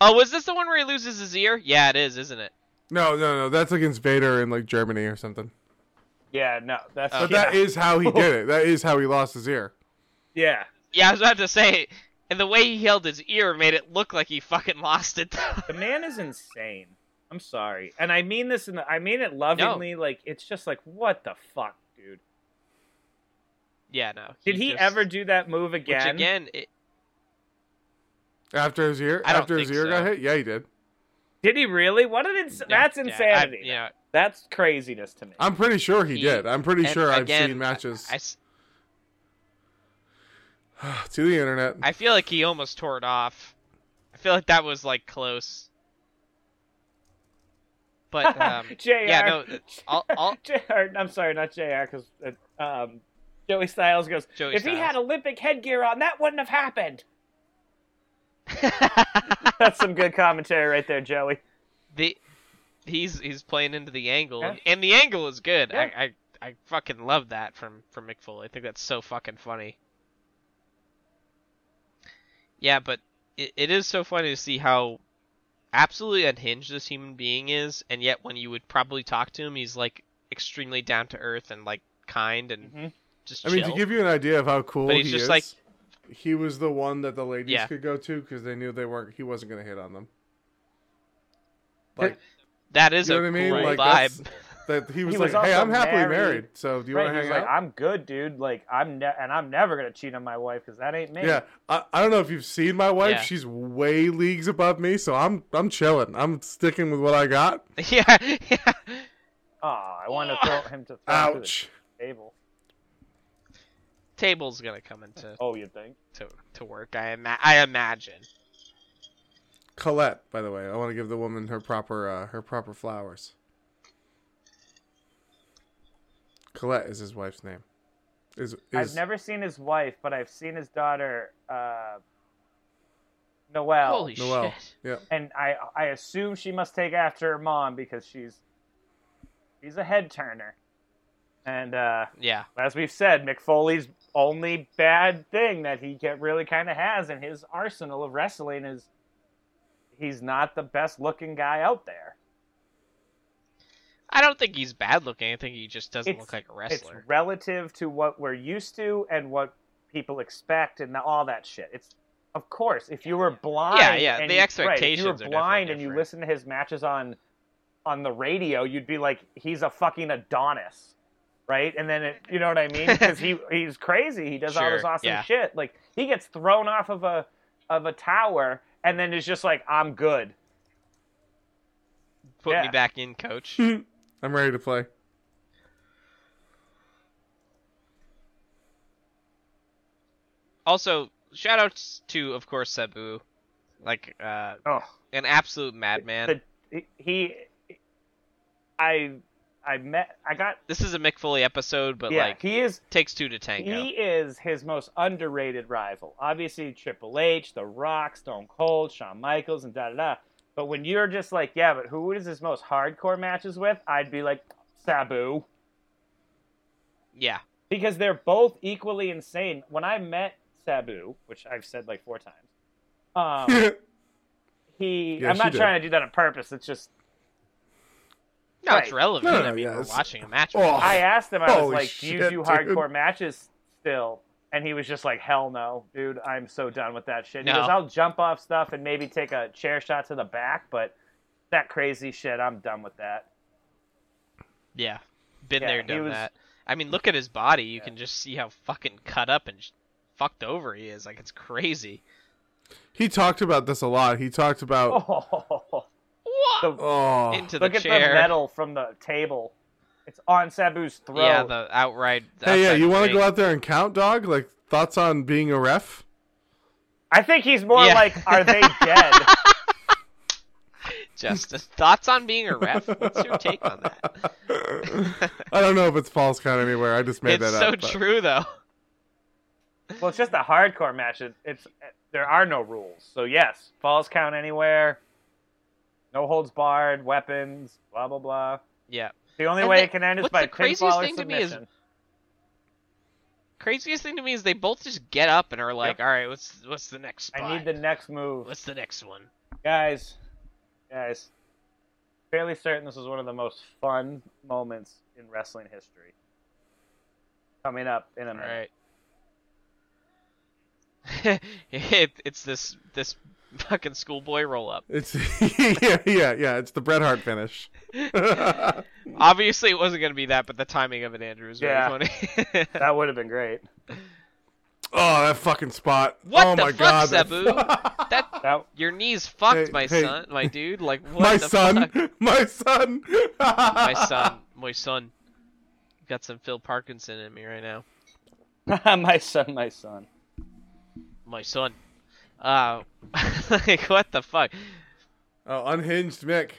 S3: Oh, is this the one where he loses his ear? Yeah, it is, isn't it?
S2: No, no, no. That's against Vader in like Germany or something.
S1: Yeah, no,
S3: Oh.
S1: that's
S2: But
S1: yeah.
S2: that is how
S3: [laughs]
S2: he did it. That is how he lost his ear.
S1: yeah.
S3: Yeah, I was about to say, and the way he held his ear made it look like he fucking lost it.
S1: The man is insane. I'm sorry, and I mean this, and I mean it lovingly. Like it's just like what the fuck, dude.
S3: [laughs] yeah, no.
S1: Did he
S3: just-
S1: ever do that move
S3: Which
S1: again?
S3: again, it,
S2: After his ear,
S3: I don't
S2: after his
S3: think
S2: ear got
S3: so.
S2: hit, yeah, he did.
S1: Did he really? What an ins-
S3: yeah,
S1: that's
S3: yeah, I-
S1: insanity.
S3: yeah,
S1: That's craziness to me. [laughs]
S2: I'm pretty sure he,
S3: He-
S2: did. I'm pretty
S3: and
S2: sure I've
S3: again,
S2: seen matches
S3: I s-
S2: [sighs] to the internet.
S3: I feel like he almost tore it off. I feel like that was like close. But um,
S1: JR.
S3: yeah, no. I'll, I'll,
S1: JR, I'm sorry, not JR, because uh, um, Joey Styles goes,
S3: Joey
S1: if he had Olympic headgear on, that wouldn't have happened. [laughs] That's some good commentary right there, Joey.
S3: the he's he's playing into the angle, and, and the angle is good. I, I I fucking love that from from McFoley. I think that's so fucking funny. Yeah, but it, it is so funny to see how absolutely unhinged this human being is, and yet when you would probably talk to him, he's like extremely down to earth and like kind and
S1: Mhm.
S3: just.
S2: I mean, to
S3: chill.
S2: give you an idea of how cool
S3: But he's
S2: he
S3: just
S2: is,
S3: like-
S2: he was the one that the ladies
S3: Yeah.
S2: could go to because they knew they weren't. He wasn't going to hit on
S1: [laughs]
S2: them. Like
S3: that is
S2: you
S3: a
S2: know what I mean?
S3: cool
S2: Like, that's-
S3: vibe.
S2: that, he was
S1: He
S2: like,
S1: was
S2: "Hey,
S1: also
S2: I'm happily married,
S1: married."
S2: so do you
S1: Right,
S2: want to
S1: he's
S2: hang
S1: like,
S2: out?"
S1: I'm good, dude. Like, I'm ne- and I'm never gonna cheat on my wife because that ain't me.
S2: yeah, I, I don't know if you've seen my wife.
S3: Yeah.
S2: She's way leagues above me, so I'm I'm chilling. I'm sticking with what I got.
S3: [laughs] yeah, yeah.
S1: Oh, I want
S3: [laughs]
S1: to throw him to throw him to
S2: Ouch.
S1: the table.
S3: Table's gonna come into
S1: Oh, you think?
S3: to, to work. I ima- I imagine.
S2: Colette, by the way, I want to give the woman her proper uh, her proper flowers. Colette is his wife's name. Is, is
S1: I've never seen his wife, but I've seen his daughter, uh, Noelle.
S3: Holy
S2: Noelle.
S3: shit!
S2: Yeah.
S1: and I I assume she must take after her mom because she's she's a head turner. And uh,
S3: Yeah,
S1: as we've said, McFoley's only bad thing that he get, really kind of has in his arsenal of wrestling is he's not the best looking guy out there.
S3: I don't think he's bad looking. I think he just doesn't
S1: It's-
S3: look like a
S1: It's
S3: wrestler.
S1: relative to what we're used to and what people expect and all that shit. It's of course if you were blind,
S3: Yeah, yeah,
S1: and
S3: the
S1: you- Right, if
S3: expectations
S1: you
S3: are
S1: were
S3: definitely
S1: blind and you
S3: different.
S1: listen to his matches on on the radio, you'd be like, he's a fucking Adonis, right? And then it, you know what I
S3: [laughs]
S1: mean? Because he he's crazy. He does all this
S3: Sure,
S1: awesome
S3: yeah.
S1: shit. Like he gets thrown off of a of a tower and then is just like, I'm good.
S3: Put me
S1: yeah.
S3: back in,
S2: [laughs]
S3: coach.
S2: I'm ready to play. [laughs]
S3: also, shout outs to, of course, Sabu, like uh,
S1: Oh.
S3: an absolute madman.
S1: The, he, I, I met. I got.
S3: this is a Mick Foley episode, but
S1: yeah,
S3: like
S1: he is.
S3: takes two to tango.
S1: He is his most underrated rival. Obviously, Triple H, The Rock, Stone Cold, Shawn Michaels, and da da da. But when you're just like, yeah, but who is his most hardcore matches with? I'd be like Sabu
S3: Yeah,
S1: because they're both equally insane. When I met Sabu, which I've said like four times,
S2: [laughs]
S1: um, he.
S2: Yeah,
S1: I'm
S2: she
S1: not
S2: did.
S1: trying to do that on purpose. It's just
S3: no, it's
S1: Right.
S3: relevant.
S2: No,
S3: I
S2: no,
S3: mean,
S2: yeah,
S3: we're
S2: it's-
S3: watching a match.
S2: Oh.
S1: I asked him, I was
S2: Holy
S1: like, "Do you
S2: shit,
S1: do
S2: dude.
S1: hardcore matches still?" And he was just like, "Hell no, dude! I'm so done with that shit." He
S3: No.
S1: goes, "I'll jump off stuff and maybe take a chair shot to the back, but that crazy shit, I'm done with that." [laughs]
S3: Yeah, been
S1: Yeah,
S3: there,
S1: he
S3: done
S1: was-
S3: that. I mean, look at his body. You can just see how fucking cut up and sh- fucked over he is. Like it's crazy.
S2: He talked about this a lot. He talked about
S1: Oh,
S3: Whoa!
S1: the,
S2: oh,
S3: Into the
S1: look at the
S3: chair.
S1: metal from the table. It's on Sabu's throat.
S3: Yeah, the outright.
S2: hey, yeah,
S3: outside
S2: you want to
S3: ring.
S2: go out there and count, dog? Like thoughts on being a ref?
S1: I think he's more
S3: Yeah.
S1: like, "Are
S3: [laughs]
S1: they dead?"
S3: Justin, [laughs] thoughts on being a ref? What's your take on
S2: [laughs]
S3: that?
S2: I don't know if it's false count anywhere. I just made
S3: it's
S2: that
S3: so
S2: up. but-
S3: true though. [laughs]
S1: well, it's just a hardcore match. It, it's there are no rules, so yes, falls count anywhere. No holds barred, weapons, blah blah blah.
S3: Yeah.
S1: The only
S3: And
S1: way
S3: the-
S1: it can end is
S3: what's
S1: by
S3: the craziest
S1: pinfall or
S3: thing to me is-
S1: submission.
S3: craziest thing to me is they both just get up and are like, "All right, what's what's the next spot?
S1: I need the next move.
S3: what's the next one?"
S1: Guys, guys, fairly certain this is one of the most fun moments in wrestling history. Coming up in a
S3: All
S1: minute.
S3: right. [laughs] it, it's this this fucking schoolboy roll up.
S2: It's [laughs] yeah, yeah, yeah. It's the Bret Hart
S3: [laughs]
S2: finish. [laughs]
S3: Obviously, it wasn't going to be that, but the timing of it, Andrew, is very
S1: Yeah. [laughs]
S3: funny. [laughs]
S1: That would have been great.
S2: Oh, that fucking spot!
S3: What
S2: oh
S3: the
S2: my
S3: fuck,
S2: god, that- [laughs]
S3: Sabu? that
S1: That [laughs]
S3: your knees fucked,
S2: Hey,
S3: my
S2: hey.
S3: son, my dude. Like what
S2: my,
S3: the
S2: son,
S3: fuck?
S2: [laughs] my
S3: [laughs]
S2: son,
S3: my
S2: [laughs]
S3: son, my son. Got some Phil Parkinson in me right now.
S1: my son, my son.
S3: My son. Uh, [laughs] like what the fuck?
S2: Oh, unhinged Mick.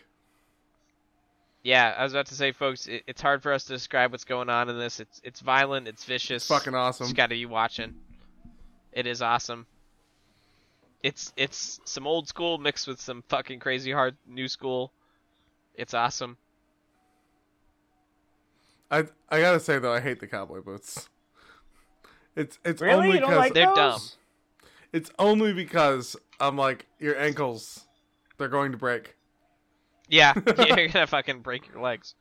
S3: Yeah, I was about to say, folks, it, it's hard for us to describe what's going on in this. It's it's violent, it's vicious,
S2: Fucking awesome.
S3: Just gotta be watching. It is awesome. It's it's some old school mixed with some fucking crazy hard new school. It's awesome.
S2: I I gotta say though, I hate the cowboy boots. It's it's
S1: Really?
S2: only
S1: you don't
S2: because
S1: like
S3: They're
S1: those?
S3: dumb.
S2: it's only because I'm like your ankles, they're going to break. [laughs]
S3: Yeah, [laughs] you're gonna fucking break your legs.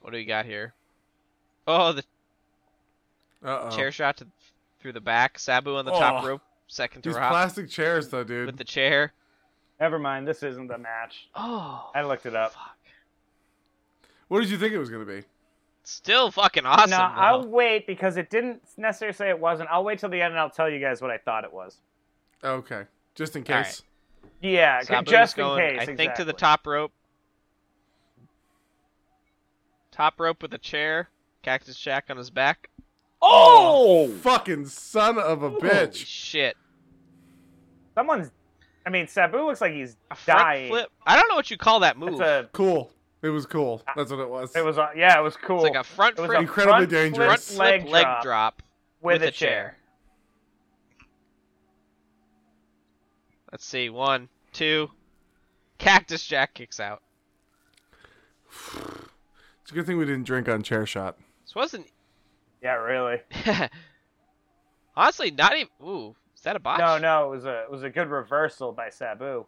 S3: What do we got here? Oh, the
S2: Uh oh.
S3: chair shot to, through the back. Sabu on the top
S2: Oh.
S3: rope, second to
S2: These
S3: rock
S2: plastic chairs though,
S3: with
S2: dude.
S3: the chair.
S1: Never mind. This isn't the match.
S3: Oh,
S1: I looked it up.
S3: fuck.
S2: What did you think it was gonna be?
S3: Still fucking awesome.
S1: no,
S3: though.
S1: I'll wait because it didn't necessarily say it wasn't. I'll wait till the end and I'll tell you guys what I thought it was.
S2: Okay, just in
S3: All
S2: case.
S1: Yeah, c-
S3: Sabu's
S1: just
S3: going,
S1: in case.
S3: I think to the
S1: exactly.
S3: top rope. Top rope with a chair. Cactus Jack on his back.
S1: Oh,
S2: Fucking son of a
S3: Holy
S2: bitch.
S3: shit.
S1: someone's. I mean, Sabu looks like he's
S3: A front
S1: dying.
S3: flip. I don't know what you call that move.
S1: It's a.
S2: Cool. It was cool. That's what it was.
S1: Ah. It was. A, yeah, it was cool.
S3: It's like a front
S1: It was
S3: flip,
S1: a
S2: Incredibly
S1: front
S3: front
S2: dangerous.
S1: flip,
S3: flip
S1: leg,
S3: leg
S1: drop,
S3: drop
S1: with, a chair.
S3: Let's see. One, two. Cactus Jack kicks out.
S2: It's a good thing we didn't drink on chair shot.
S3: This wasn't
S1: Yeah,
S3: [laughs]
S1: really.
S3: honestly not even. Ooh, is that a botch?
S1: No, no, it was a it was a good reversal by Sabu.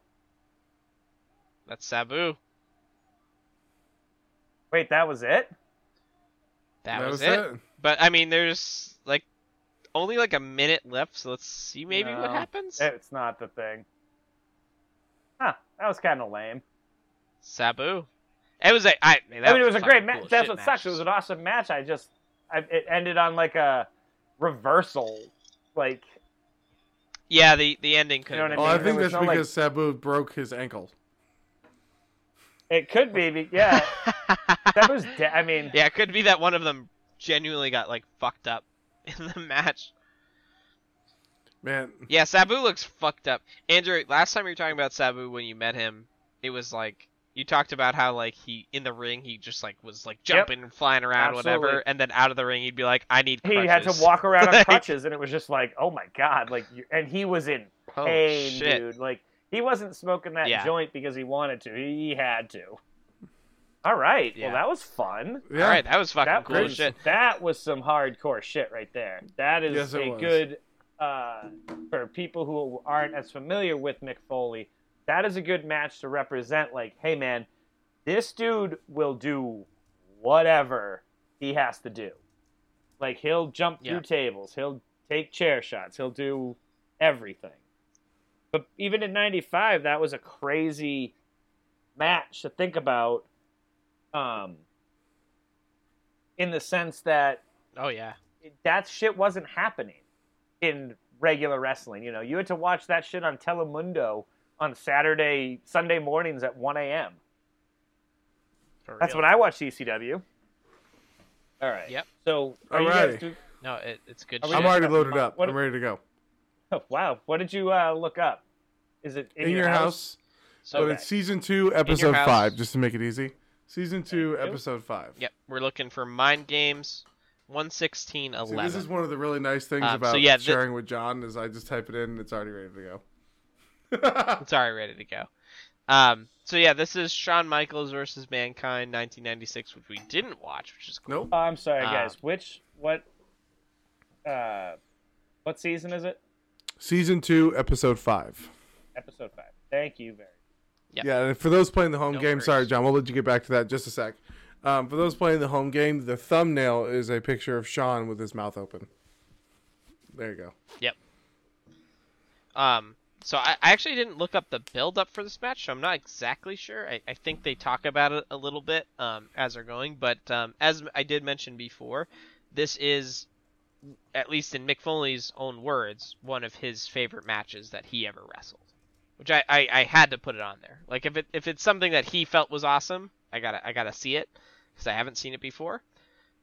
S3: That's Sabu.
S1: Wait, that was it?
S3: That, was, it. But I mean, there's like only like a minute left, so let's see maybe what
S1: No.
S3: happens.
S1: It's not the thing. Huh? That was kind of lame.
S3: Sabu. It was a. I, man, that
S1: I mean, it was a
S3: fucking
S1: great match.
S3: bullshit
S1: That's what
S3: match.
S1: sucks. It was an awesome match. I just, I, it ended on like a reversal, like
S3: Yeah, the the ending could.
S1: know
S3: have
S1: what
S2: Oh,
S3: been
S1: mean,
S2: I
S1: there
S2: think
S1: was
S2: that's
S1: no, like-
S2: because Sabu broke his ankle.
S1: it could be. But
S3: [laughs]
S1: yeah, that was. De- I mean,
S3: yeah, it could be that one of them genuinely got like fucked up [laughs] in the match.
S2: Man,
S3: Yeah, Sabu looks fucked up. Andrew, last time you were talking about Sabu when you met him, it was like you talked about how like he in the ring he just like was like jumping and flying around whatever,
S1: Absolutely.
S3: and then out of the ring he'd be like, I need.
S1: he
S3: Crutches.
S1: had to walk around on
S3: [laughs] Like-
S1: crutches, and it was just like, oh my god, like, you, and he was in
S3: Holy
S1: pain,
S3: Oh, shit.
S1: dude. Like he wasn't smoking that
S3: Yeah.
S1: joint because he wanted to. He had to. All right.
S3: Yeah.
S1: Well, that was fun.
S2: yeah.
S3: All right, that was fucking
S1: that
S3: cool as
S1: was
S3: shit.
S1: that was some hardcore shit right there. That is
S2: Yes, it
S1: a
S2: was.
S1: good uh, for people who aren't as familiar with Mick Foley. That is a good match to represent. Like, hey man, this dude will do whatever he has to do. Like he'll jump
S3: Yeah.
S1: through tables, he'll take chair shots, he'll do everything. But even in '95, that was a crazy match to think about. Um, in the sense that
S3: Oh yeah.
S1: that shit wasn't happening in regular wrestling. You know, you had to watch that shit on Telemundo on Saturday, Sunday mornings at 1 a.m.
S3: For
S1: That's
S3: real.
S1: when I watched ECW. All right.
S3: Yep.
S1: So, are you guys
S2: Alrighty.
S1: do-
S3: No, it, it's good.
S1: Are we
S3: shit.
S2: I'm already
S1: Yeah.
S2: loaded up.
S1: What-
S2: I'm ready to go.
S1: oh, wow, what did you uh, look up? Is it in,
S2: In, your, house,
S3: So
S2: but
S1: Okay.
S2: it's season two, episode
S3: house.
S2: five, just to make it easy. Season two,
S1: Thank you.
S2: episode five.
S3: Yep, we're looking for mind games. One sixteen
S2: See,
S3: eleven.
S2: this is one of the really nice things
S3: Um, so
S2: about
S3: yeah, thi-
S2: sharing with John is I just type it in and it's already ready to go.
S3: It's already ready to go. Um, so yeah, this is Shawn Michaels versus Mankind, nineteen ninety six, which we didn't watch, which is
S2: [laughs]
S3: cool.
S2: Nope.
S1: Oh, I'm sorry,
S3: Ah.
S1: guys. Which, what, uh, what season is it?
S2: Season two, episode five.
S1: Episode five. Thank you very.
S3: Yep.
S2: Yeah, and for those playing the home
S3: No
S2: game,
S3: worries.
S2: sorry, John, we'll let you get back to that in just a sec. Um, for those playing the home game, the thumbnail is a picture of Sean with his mouth open. There you go.
S3: Um, so I, I actually didn't look up the build up for this match, so I'm not exactly sure. I, I think they talk about it a little bit um, as they're going, but um, as I did mention before, this is, at least in Mick Foley's own words, one of his favorite matches that he ever wrestled. Which I, I, I had to put it on there. Like if it if it's something that he felt was awesome, I gotta I gotta see it because I haven't seen it before.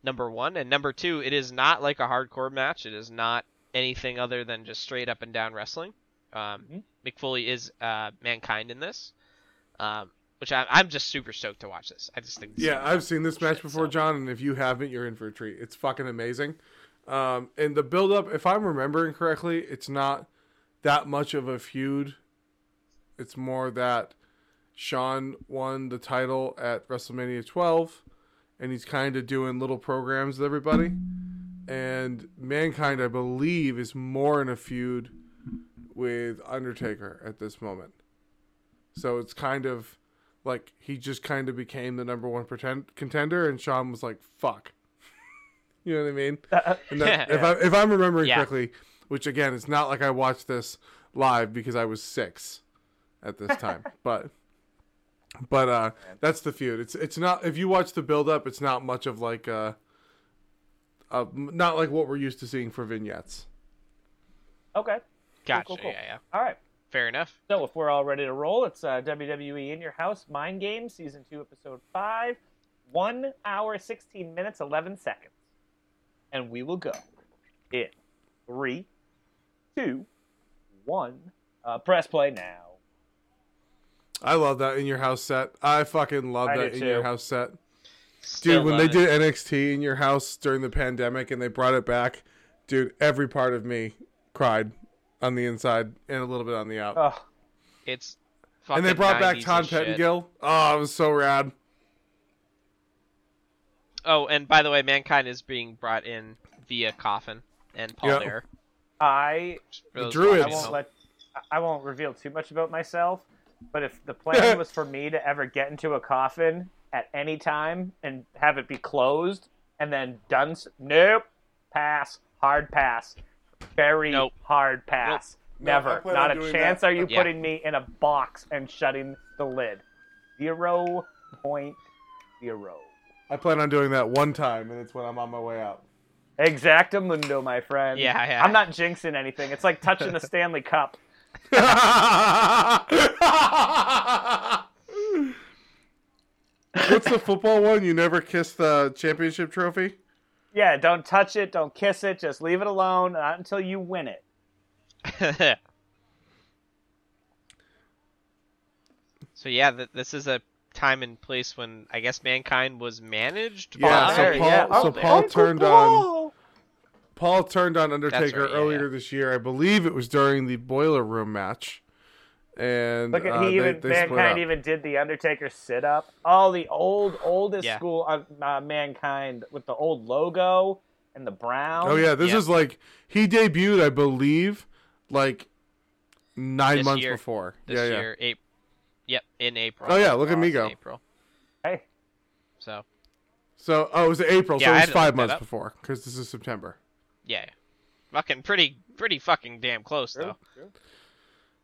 S3: Number one and number two, it is not like a hardcore match. It is not anything other than just straight up and down wrestling. Um,
S1: Mhm.
S3: Mick Foley is uh, mankind in this, um, which I, I'm just super stoked to watch this. I just think. This is
S2: Yeah,
S3: gonna be
S2: I've seen this
S3: bullshit,
S2: match before,
S3: so-
S2: John, and if you haven't, you're in for a treat. It's fucking amazing. Um, and the build up, if I'm remembering correctly, it's not that much of a feud. It's more that Sean won the title at WrestleMania 12, and he's kind of doing little programs with everybody. And Mankind, I believe, is more in a feud with Undertaker at this moment. So it's kind of like he just kind of became the number one pretend- contender, and Sean was like, "Fuck," [laughs] you know what I mean?
S1: Uh,
S2: And that- If I if I'm remembering
S3: Yeah.
S2: correctly, which again, it's not like I watched this live because I was six at this time, but but uh, that's the feud. It's it's not if you watch the build up, it's not much of like uh, uh, not like what we're used to seeing for vignettes.
S1: okay.
S3: Gotcha.
S1: cool, cool.
S3: Yeah, yeah.
S1: All right.
S3: Fair enough.
S1: So if we're all ready to roll, it's uh, WWE in your house, Mind Game, season two, episode five, one hour, sixteen minutes, eleven seconds, and we will go in three, two, one. Uh, press play now.
S2: I love that in your house set. I fucking love
S1: I
S2: that
S1: do
S2: in your
S1: too.
S2: house set.
S3: Still
S2: Dude, when they
S3: love it.
S2: did NXT in your house during the pandemic and they brought it back, dude, every part of me cried on the inside and a little bit on the out.
S1: Oh,
S3: it's.
S2: and they
S3: fucking
S2: brought back
S3: 90s
S2: Todd
S3: and shit.
S2: Pettengill. Oh, it was so rad.
S3: Oh, and by the way, mankind is being brought in via Coffin and Paul
S2: Yeah.
S3: Bearer.
S1: I
S3: For those
S2: Druids.
S1: I
S3: watching at
S1: won't
S3: home.
S1: let I won't reveal too much about myself, but if
S2: [laughs]
S1: the plan was for me to ever get into a coffin at any time and have it be closed and then done, s- nope, pass, hard pass, very
S3: Nope.
S1: hard pass,
S2: No, I
S1: never,
S2: plan
S1: not
S2: on
S1: a
S2: doing
S1: chance.
S2: that.
S1: Are you
S3: Yeah.
S1: putting me in a box and shutting the lid? Zero point zero.
S2: I plan on doing that one time, and it's when I'm on my way out. [laughs]
S1: Exactamundo, my friend.
S3: Yeah, yeah.
S1: I'm not jinxing anything. It's like touching
S2: [laughs]
S1: the Stanley Cup.
S2: What's the football one? You never kiss the championship trophy?
S1: Yeah, don't touch it, don't kiss it, just leave it alone, not until you win it.
S3: [laughs] so yeah, th- this is a time and place when I guess mankind was managed.
S2: Yeah,
S3: by...
S2: so
S1: There,
S2: Paul-
S1: yeah.
S2: so
S1: Oh,
S2: Paul
S1: Uncle
S2: turned
S1: Paul!
S2: Paul turned on Undertaker
S3: right, yeah,
S2: earlier
S3: yeah.
S2: this year. I believe it was during the Boiler Room match. And
S1: Look at
S2: uh,
S1: he
S2: they-
S1: even
S2: they split up.
S1: mankind even did the Undertaker sit up. All the old oldest
S3: Yeah.
S1: school uh, uh, mankind with the old logo and the brown.
S2: Oh yeah, this
S3: Yeah.
S2: is like he debuted, I believe, like nine
S3: This
S2: months
S3: year.
S2: before.
S3: this
S2: yeah,
S3: year. April. Yep, in April.
S2: Oh, yeah, look at me
S3: Lost in
S2: go.
S3: April.
S1: Hey,
S3: So
S2: yeah. So oh, it was April,
S3: Yeah, I
S2: so
S3: had
S2: it
S3: to
S2: was
S3: look
S2: five
S3: that
S2: months
S3: up.
S2: before because this is September.
S3: yeah, fucking pretty, pretty fucking damn close though.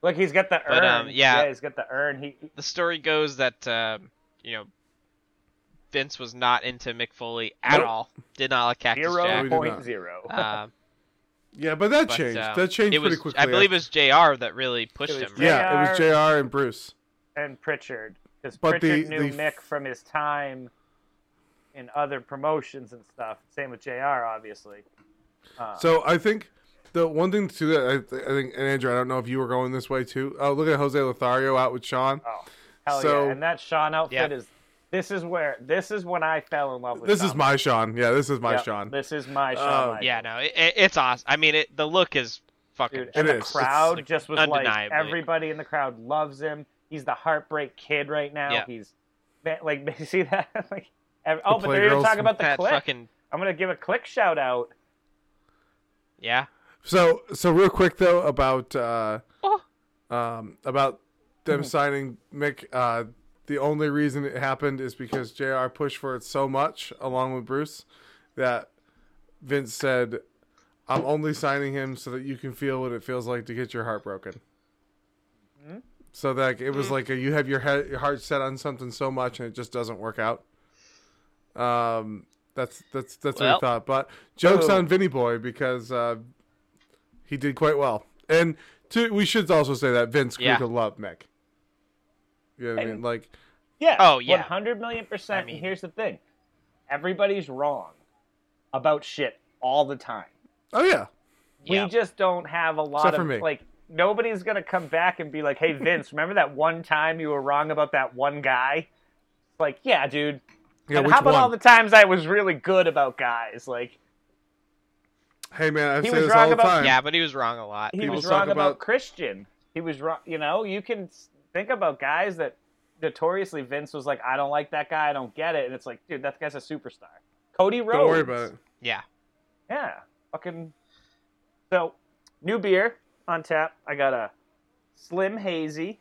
S1: look, he's got the urn.
S3: But, um, yeah.
S1: he's got the urn. He
S3: the story goes that uh, you know Vince was not into Mick Foley at
S2: Nope.
S3: all. Did not like Cactus
S1: zero
S2: [laughs]
S3: Jack.
S2: did
S1: point
S2: not.
S1: zero.
S3: Uh,
S2: Yeah, but that
S3: but,
S2: changed.
S3: um,
S2: that changed
S3: it
S2: pretty
S3: was,
S2: quickly.
S3: I believe it was Jr. that really pushed
S1: It was
S3: him.
S1: Jr.
S3: Right?
S2: yeah, it was Jr. and Bruce.
S1: [laughs] and Pritchard because
S2: But the-
S1: Pritchard knew
S2: the-
S1: Mick from his time in other promotions and stuff. Same with Jr. Obviously.
S3: Uh.
S2: So I think the one thing too that I, th- I think, and Andrew, I don't know if you were going this way too. Oh, look at Jose Lothario out with Sean.
S3: Uh,
S1: Oh, hell
S2: So-
S1: yeah! And that Sean outfit
S3: Yeah.
S1: is. This is where. This is when I fell in love with.
S2: this is
S1: Shawn.
S2: my Sean. Yeah, this is my
S1: Yep,
S2: Sean.
S1: This is my Shawn.
S2: Um,
S1: Michaels.
S3: Yeah, no, it, it- it's awesome. I mean, it, the look is fucking.
S1: dude. And
S2: It
S1: the
S2: is.
S1: crowd
S3: It's, like,
S1: just was like
S3: undeniably.
S1: everybody in the crowd loves him. He's the heartbreak kid right now.
S3: Yeah.
S1: He's man, like [laughs] see that like. ev- oh, but they're
S2: Playgirls.
S1: even talking about the
S3: that
S1: click.
S3: fucking
S1: I'm gonna give a click shout out.
S3: Yeah.
S2: So so real quick though about uh,
S3: Oh.
S2: um, about them signing Mick. Uh, the only reason it happened is because Jr. pushed for it so much along with Bruce that Vince said, "I'm only signing him so that you can feel what it feels like to get your heart broken."
S3: Mm-hmm.
S2: So that it was like a, you have your, head, your heart set on something so much and it just doesn't work out. Um, that's that's that's what
S3: Well.
S2: I thought. But jokes
S1: Oh.
S2: on Vinny Boy because uh, he did quite well. And to, we should also say that Vince grew
S3: Yeah.
S2: to love Mick. You know what I mean?
S1: And-
S2: Like,
S1: Yeah.
S3: Oh, yeah.
S1: 100 million percent.
S3: I mean-
S1: and here's the thing everybody's wrong about shit all the time.
S2: oh yeah,
S3: Yeah.
S1: We just don't have a lot
S2: Except
S1: of
S2: for me.
S1: like nobody's gonna come back and be like, "Hey Vince, remember that one time you were wrong about that one guy?" It's like, yeah, dude.
S2: yeah.
S1: and
S2: Which
S1: how about
S2: one?
S1: all the times I was really good about guys? Like
S2: hey man, I
S1: He
S2: say
S1: was
S2: this
S1: wrong
S2: all the
S1: about-
S2: time.
S3: Yeah, but he was wrong a lot.
S1: he
S2: People
S1: was
S2: talk
S1: wrong about,
S2: about-
S1: Christian. He was wrong. You know, you can s- think about guys that notoriously Vince was like, "I don't like that guy. I don't get it," and it's like, dude, that guy's a superstar. Cody Rhodes.
S2: Don't worry about it.
S3: Yeah.
S1: Yeah, fucking. So, new beer on tap. I got a Slim Hazy.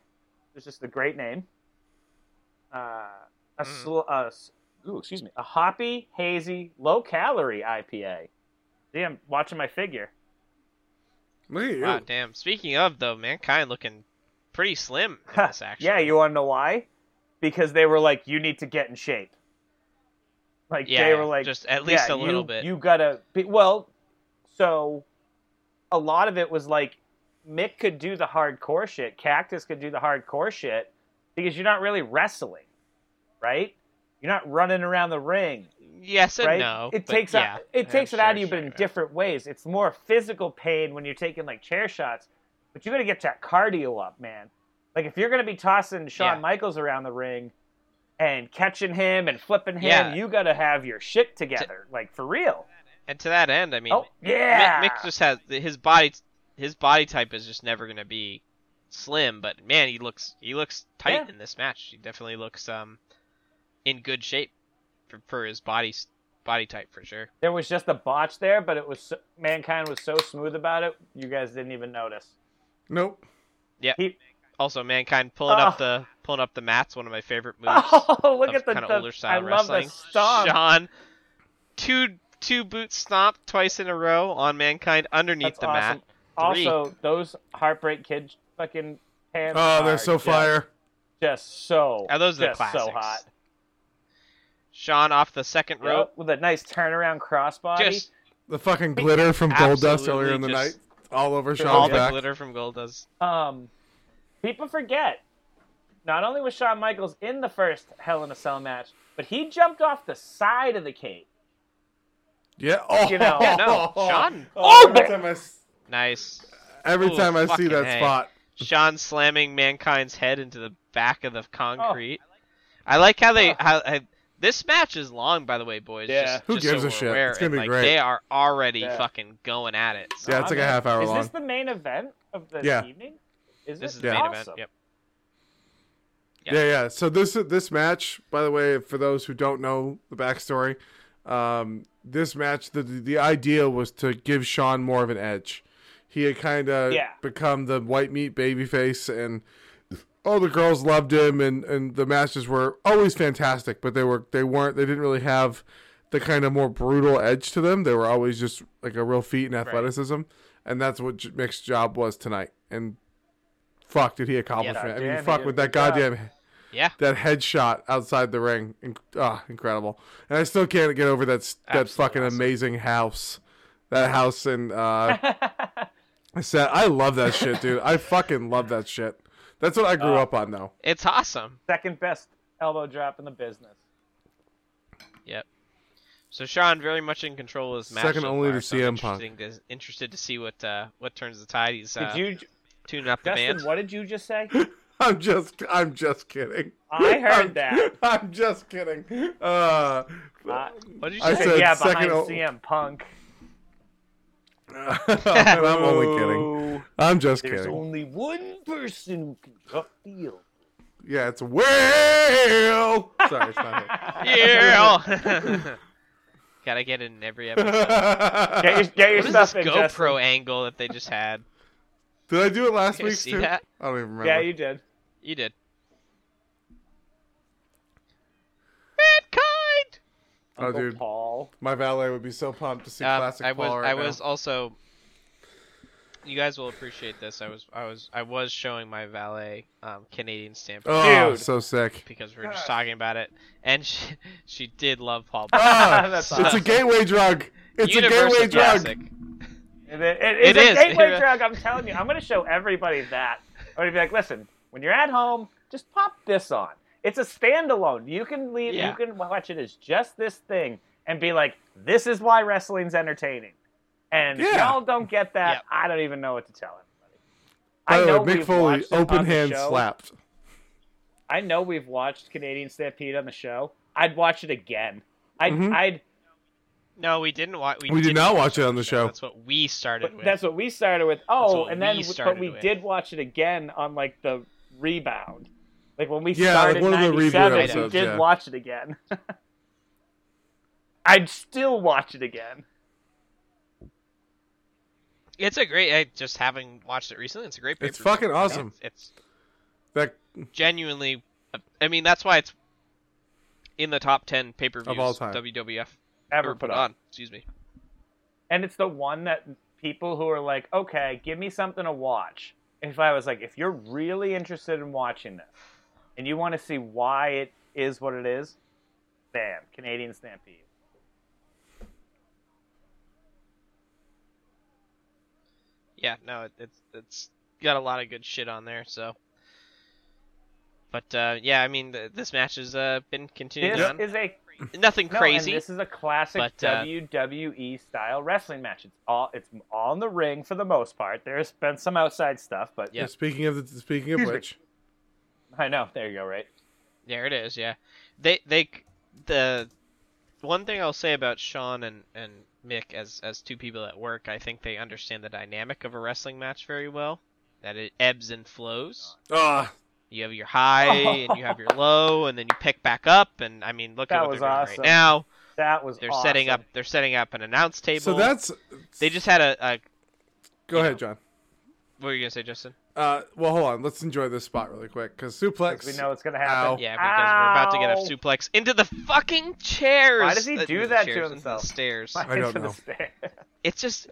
S1: It's just a great name. Uh, a
S3: Mm.
S1: sl- a s- ooh, excuse me, a hoppy, hazy, low calorie IPA. See, I'm watching my figure.
S2: Look at you.
S3: Wow, damn. Speaking of though, mankind looking pretty slim in this actually.
S1: yeah, you want to know why? Because they were like, you need to get in shape. Like
S3: Yeah,
S1: they
S3: yeah,
S1: were like,
S3: just at least
S1: yeah,
S3: a little
S1: you-
S3: bit.
S1: You gotta be well. So, a lot of it was like Mick could do the hardcore shit, Cactus could do the hardcore shit because you're not really wrestling, right? You're not running around the ring,
S3: Yes and
S1: right?
S3: no.
S1: it
S3: but
S1: takes
S3: yeah.
S1: out, it
S3: Yeah,
S1: takes it
S3: sure,
S1: out of you,
S3: sure,
S1: but in
S3: yeah.
S1: different ways. It's more physical pain when you're taking like chair shots, but you got to get that cardio up, man. Like if you're gonna be tossing Shawn
S3: Yeah.
S1: Michaels around the ring and catching him and flipping him,
S3: Yeah.
S1: you got to have your shit together, like for real.
S3: And to that end, I mean,
S1: Oh
S3: Mi-
S1: yeah,
S3: Mick just has his body. His body type is just never gonna be slim, but man, he looks he looks tight
S1: Yeah.
S3: in this match. He definitely looks um in good shape for, for his body s- body type for sure.
S1: there was just a botch there, but it was so, mankind was so smooth about it, you guys didn't even notice.
S2: Nope.
S3: Also, mankind pulling
S1: Oh.
S3: up the pulling up the mats. One of my favorite moves.
S1: [laughs] Oh, look
S3: of
S1: at the,
S3: kind of
S1: the-
S3: older style
S1: I love
S3: wrestling.
S1: the stomp.
S3: Sean, two two boot stomp twice in a row on mankind
S1: That's
S3: underneath the
S1: awesome.
S3: mat. Three.
S1: Also, those heartbreak kid fucking pants.
S2: Oh, they're
S1: are
S2: so
S1: just-
S2: fire.
S1: Just so.
S3: Now, those are the
S1: just
S3: classics.
S1: so hot.
S3: Sean off the second rope.
S1: Yep, with a nice turnaround crossbody.
S3: Just
S2: The fucking glitter from Gold Dust
S3: Absolutely
S2: earlier in the night,
S3: just-
S2: all over
S3: all
S2: Sean's
S3: the
S2: back.
S3: glitter from gold does.
S1: Um, people forget. Not only was Shawn Michaels in the first Hell in a Cell match, but he jumped off the side of the cage.
S2: Yeah. [laughs] Oh.
S1: You know.
S3: Yeah,
S1: [laughs]
S3: no, Sean.
S2: Oh, every time I, s-
S3: Nice.
S2: every
S3: Ooh,
S2: time I see
S3: fucking
S2: that
S3: A.
S2: spot,
S3: Sean slamming mankind's head into the back of the concrete. I like how they
S1: Oh.
S3: how, how- this match is long, by the way, boys.
S1: Yeah.
S3: Just,
S2: Who
S3: just
S2: gives
S3: so
S2: a
S3: we're
S2: shit?
S3: aware,
S2: It's gonna
S3: and,
S2: be
S3: like,
S2: great.
S3: They are already
S1: Yeah.
S3: fucking going at it. So
S2: yeah, it's like a
S1: man.
S2: half hour
S1: Is
S2: long.
S1: this the main event of the
S2: Yeah.
S1: evening? Is it?
S3: this is the main
S1: awesome.
S3: event. Yep. Yeah.
S2: Yeah, yeah. So this this match, by the way, for those who don't know the backstory, um, this match the the idea was to give Sean more of an edge. He had kind of
S1: Yeah.
S2: become the white meat babyface, and all the girls loved him, and and the matches were always fantastic. But they were they weren't they didn't really have the kind of more brutal edge to them. They were always just like a real feat in athleticism, and that's what J- Mick's job was tonight. And fuck, did he accomplish
S1: Yeah,
S2: it? I
S1: damn,
S2: mean,
S1: he
S2: fuck
S1: did
S2: with
S1: a
S2: that
S1: good job.
S2: goddamn
S3: Yeah.
S2: that headshot outside the ring, in, ah, incredible. And I still can't get over that s- that
S3: Absolutely
S2: fucking
S3: awesome.
S2: amazing house, that house
S1: [laughs]
S2: in uh, set. I love that shit, dude. I fucking love that shit. That's what I grew
S1: Uh,
S2: up on, though. [laughs]
S3: It's awesome.
S1: Second best elbow drop in the business.
S3: So Sean very much in control of this match.
S2: Second
S3: so
S2: only to
S3: far, so
S2: CM
S3: I'm
S2: Punk.
S3: interesting to- interested to see what uh, what turns the tide. He's uh,
S1: Did you,
S3: tuning up the
S1: Dustin?
S3: band.
S1: What did you just
S2: [laughs]
S1: say?
S2: I'm just, I'm just kidding.
S1: I heard
S2: [laughs] I'm-
S1: that.
S2: I'm just kidding. Uh,
S1: Uh,
S3: What did you
S2: I
S3: say?
S2: said
S1: yeah,
S2: second
S1: behind
S2: o-
S1: CM Punk.
S2: [laughs] I'm
S1: [laughs]
S2: only kidding.
S1: kidding.
S2: I'm just
S1: Uh, There's
S2: kidding.
S1: only one person who can cut feel.
S2: Yeah,
S1: [laughs]
S2: it's Will. Sorry, it's not it.
S3: Yeah. [laughs] Gotta get
S2: [laughs]
S3: in every episode.
S1: Get your,
S2: Did
S1: get your
S3: what is
S1: stuff
S3: this
S1: in,
S3: GoPro
S1: Justin.
S3: angle that they just had?
S2: I do it last
S3: You
S2: week
S3: see
S2: too?
S3: that?
S2: I don't even remember.
S1: Yeah, you did.
S3: You did. Mankind.
S2: Oh,
S1: Uncle
S2: dude.
S1: Paul.
S2: My valet would be so pumped to see
S3: Um,
S2: classic
S3: I was.
S2: Paul right
S3: I
S2: now.
S3: was also. You guys will appreciate this. I was. I was. I was showing my valet um, Canadian stamp
S2: Oh,
S1: Dude.
S2: so sick.
S3: because we were
S1: God.
S3: just talking about it, and [laughs] she she did love Paul. Blart.
S2: Ah,
S1: [laughs] That's
S2: it's a
S1: awesome.
S2: gateway drug. It's
S3: Universal
S2: a gateway drug.
S3: classic.
S1: It, it,
S3: It
S1: it's a
S3: is.
S1: gateway
S3: [laughs]
S1: drug. I'm telling you. I'm going to show everybody that. I'm going to be like, listen, when you're at home, just pop this on. It's a standalone. You can leave.
S3: Yeah.
S1: You can watch it as just this thing and be like, this is why wrestling's entertaining. And if
S2: Yeah.
S1: y'all don't get that.
S3: Yep.
S1: I don't even know what to tell everybody.
S2: By
S1: I
S2: the
S1: know
S2: way, Oh, Mick
S1: we've
S2: Foley,
S1: watched it
S2: open
S1: on the
S2: hand
S1: show.
S2: slapped.
S1: I know we've watched Canadian Stampede on the show. I'd watch it again. I'd,
S2: Mhm.
S1: I'd
S3: No, we didn't watch.
S2: We did
S3: didn't
S2: not watch it on the show.
S3: That's what we started
S1: But
S3: with.
S1: that's what we started with. Oh,
S3: what
S1: and then
S3: we
S1: but
S3: started
S1: we
S3: with.
S1: did watch it again on like the rebound. Like when we
S2: Yeah, like
S1: started
S2: one of the reboot
S1: 97,
S2: episodes,
S1: we did
S2: yeah.
S1: watch it again. [laughs] I'd still watch it again.
S3: It's a great. I just having watched it recently. It's a great.
S2: It's
S3: pay-per-view.
S2: fucking awesome.
S3: It's,
S2: That
S3: it's genuinely. I mean, that's why it's in the top ten pay per views
S2: Of all time.
S3: WWF
S1: Ever
S3: ever
S1: put
S3: put
S1: on.
S3: on. Excuse me.
S1: And it's the one that people who are like, okay, give me something to watch. If I was like, if you're really interested in watching this and you want to see why it is what it is, bam, Canadian Stampede.
S3: Yeah, no, it, it's it's got a lot of good shit on there. So, but uh, yeah, I mean, th- this match has uh, been continuing
S1: This
S3: on.
S1: is a
S3: Nothing
S1: No,
S3: crazy.
S1: And this is a classic
S3: but, uh,
S1: WWE style wrestling match. It's all it's all in the ring for the most part. There's been some outside stuff, but
S3: Yeah.
S2: speaking of the, speaking
S3: [laughs]
S2: of
S1: Excuse me.
S2: which,
S1: [laughs] I know there you go, right?
S3: There it is. Yeah, they they c- the one thing I'll say about Sean and and Mick as as two people at work, I think they understand the dynamic of a wrestling match very well. That it ebbs and flows.
S2: ah,
S3: You have your high and you
S1: [laughs]
S3: have your low, and then you pick back up. And I mean, look
S1: That
S3: at what
S1: was
S3: they're doing
S1: awesome.
S3: right now.
S1: That was
S3: They're
S1: awesome.
S3: setting up. They're setting up an announce table.
S2: so that's
S3: they just had a, a.
S2: go ahead, John.
S3: What were you gonna say, Justin?
S2: Uh, well, hold on. Let's enjoy this spot really quick because suplex.
S1: 'Cause we know it's gonna happen.
S2: Ow.
S3: Yeah, because we're about to
S1: Ow. [laughs]
S3: get a suplex into the fucking chairs.
S1: Why does he
S3: Uh,
S1: do
S3: the
S1: that to
S3: chairs, into the
S1: himself?
S3: Stairs.
S1: Right
S2: I don't
S1: to the [laughs]
S2: know.
S1: stairs.
S3: it's just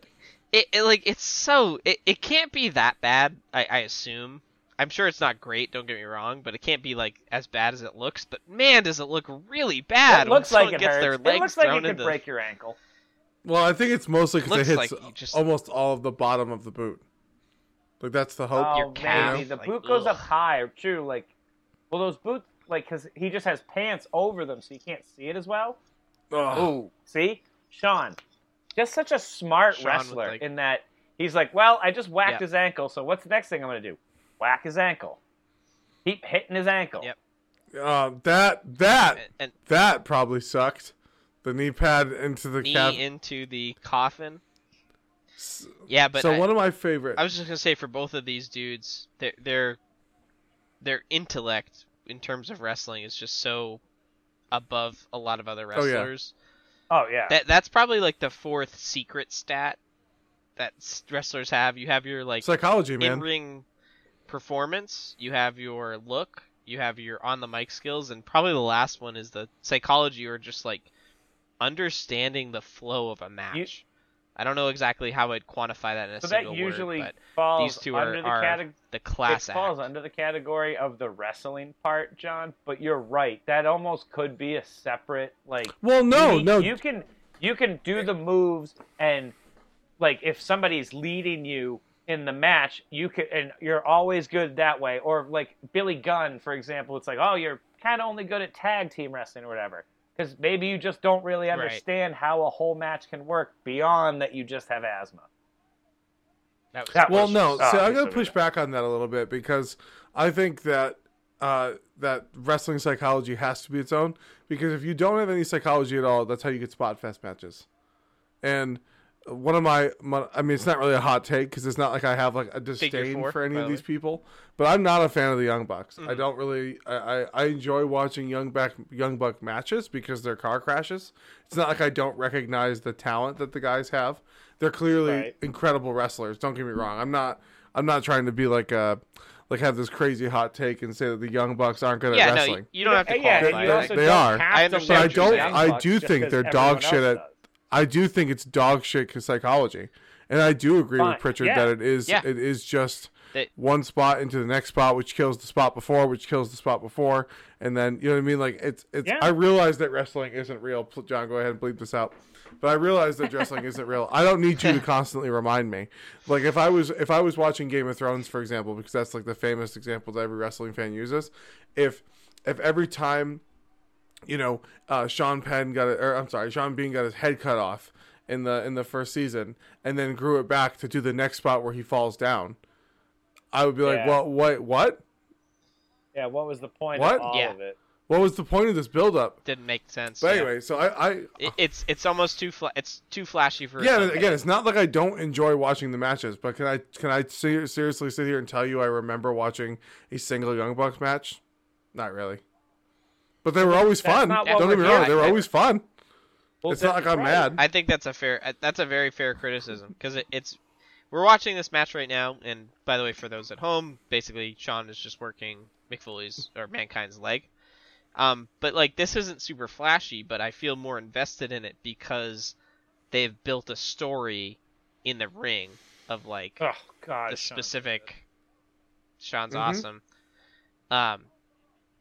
S3: it, it like it's so it, it can't be that bad I, I assume i'm sure it's not great don't get me wrong but it can't be like as bad as it looks but man does it look really bad
S1: it looks like
S3: when someone
S1: it
S3: gets
S1: hurts.
S3: their
S1: it
S3: legs
S1: looks like
S3: thrown
S1: it could
S3: into
S1: break your ankle.
S2: Well, I think it's mostly because it
S3: Looks
S2: hits
S3: like you just-
S2: almost all of the bottom of the boot. Like that's the hope.
S1: Oh,
S3: your calf,
S1: maybe the
S3: like,
S1: boot goes
S3: ugh.
S1: up high. True, like, well, those boots, like, because he just has pants over them, so you can't see it as well. Oh.
S2: Ugh.
S1: Ooh, see, Sean, just such a smart
S3: Sean with,
S1: wrestler
S3: like-
S1: in that he's like, well, I just whacked
S3: Yeah.
S1: his ankle, so what's the next thing I'm gonna do? Whack his ankle. Keep hitting his ankle.
S3: Yep.
S2: Uh, that that
S3: and, and
S2: that probably sucked. The knee pad into the
S3: knee
S2: cap.
S3: into the coffin yeah but
S2: so
S3: I,
S2: one of my favorite.
S3: I was just gonna say for both of these dudes their their their intellect in terms of wrestling is just so above a lot of other
S2: yeah.
S3: wrestlers
S1: Oh yeah.
S3: That that's probably like the fourth secret stat that s- wrestlers have. You have your like
S2: Psychology, man.
S3: in ring performance, you have your look, you have your on the mic skills, and probably the last one is the psychology or just like understanding the flow of a match. I don't know exactly how I'd quantify that in a
S1: so
S3: single
S1: that usually
S3: word,
S1: falls
S3: these two are-
S1: under the
S3: are
S1: category.
S3: but the class
S1: it
S3: act.
S1: falls under the category of the wrestling part, John. But you're right. That almost could be a separate like.
S2: well, no,
S1: you,
S2: no.
S1: You can you can do the moves and like if somebody's leading you in the match, you can and you're always good that way. Or like Billy Gunn, for example, it's like oh you're kind of only good at tag team wrestling or whatever. Because maybe you just don't really
S3: Right.
S1: understand how a whole match can work beyond that you just have asthma.
S3: That was-
S1: That
S2: well,
S1: was-
S2: no.
S1: ah,
S2: so I'm
S1: okay,
S2: gonna
S1: so
S2: push
S1: yeah.
S2: back on that a little bit because I think that uh, that wrestling psychology has to be its own. Because if you don't have any psychology at all, that's how you get spot fest matches. And one of my, my I mean, it's not really a hot take because it's not like I have like a disdain
S3: four,
S2: for any
S3: by
S2: of
S3: the
S2: these
S3: way.
S2: people, but I'm not a fan of the Young Bucks. I
S3: Mhm.
S2: don't really. I, I, I enjoy watching Young Buck Young Buck matches because they're car crashes. It's not like I don't recognize the talent that the guys have. They're clearly
S1: Right.
S2: incredible wrestlers. Don't get me wrong. I'm not. I'm not trying to be like a like have this crazy hot take and say that the Young Bucks aren't good
S3: yeah,
S2: at
S3: no,
S2: wrestling.
S3: you, you don't have to
S1: Uh, yeah,
S3: qualify.
S1: you
S2: They-
S3: like-
S1: also
S2: they
S1: don't
S2: are.
S1: have
S3: I
S1: to
S3: understand
S1: watch
S3: what you're
S1: the
S3: saying.
S1: Young
S2: I
S1: Bucks
S2: do
S1: just
S2: think
S1: 'cause
S2: they're
S1: everyone
S2: dog shit
S1: else
S2: at-
S1: does.
S2: I do think it's dog shit 'cause psychology, and I do agree
S1: Fine,
S2: with Pritchard
S1: yeah,
S2: that it is
S3: yeah.
S2: it is just
S3: They-
S2: one spot into the next spot, which kills the spot before, which kills the spot before, and then you know what I mean. Like it's it's.
S1: Yeah.
S2: I realize that wrestling isn't real. Pl- John, go ahead and bleep this out. But I realize
S1: [laughs]
S2: that wrestling isn't real. I don't need you to constantly remind me. Like if I was if I was watching Game of Thrones, for example, because that's like the famous example that every wrestling fan uses. If if every time you know, uh, Sean Penn got it, or I'm sorry, Sean Bean got his head cut off in the in the first season, and then grew it back to do the next spot where he falls down. I would be like,
S1: Yeah.
S2: well, what, what,
S1: Yeah, what was the point
S2: What?
S1: of all
S3: Yeah.
S1: of it?
S2: what was the point of this buildup?
S3: didn't make sense.
S2: But
S3: yeah.
S2: anyway, so I, I
S3: It- it's it's almost too fla- it's too flashy for.
S2: yeah,
S3: its
S2: and
S3: own
S2: again, it's not like I don't enjoy watching the matches, but can I can I ser- seriously sit here and tell you I remember watching a single Young Bucks match? Not really. But they were always
S1: That's
S2: fun.
S1: not what
S2: Don't
S1: we're
S2: get me wrong,
S3: doing.
S2: they were
S3: I-
S2: always fun.
S1: Well,
S2: it's not
S1: that's
S2: like I'm
S1: right.
S2: mad.
S3: I think that's a fair. uh, That's a very fair criticism because it, it's. We're watching this match right now, and by the way, for those at home, basically Sean is just working McFoley's or Mankind's leg. Um, but like this isn't super flashy, but I feel more invested in it because they've built a story in the ring of like
S1: Oh God,
S3: the
S1: Sean.
S3: specific. Sean's
S2: Mhm.
S3: awesome. Um,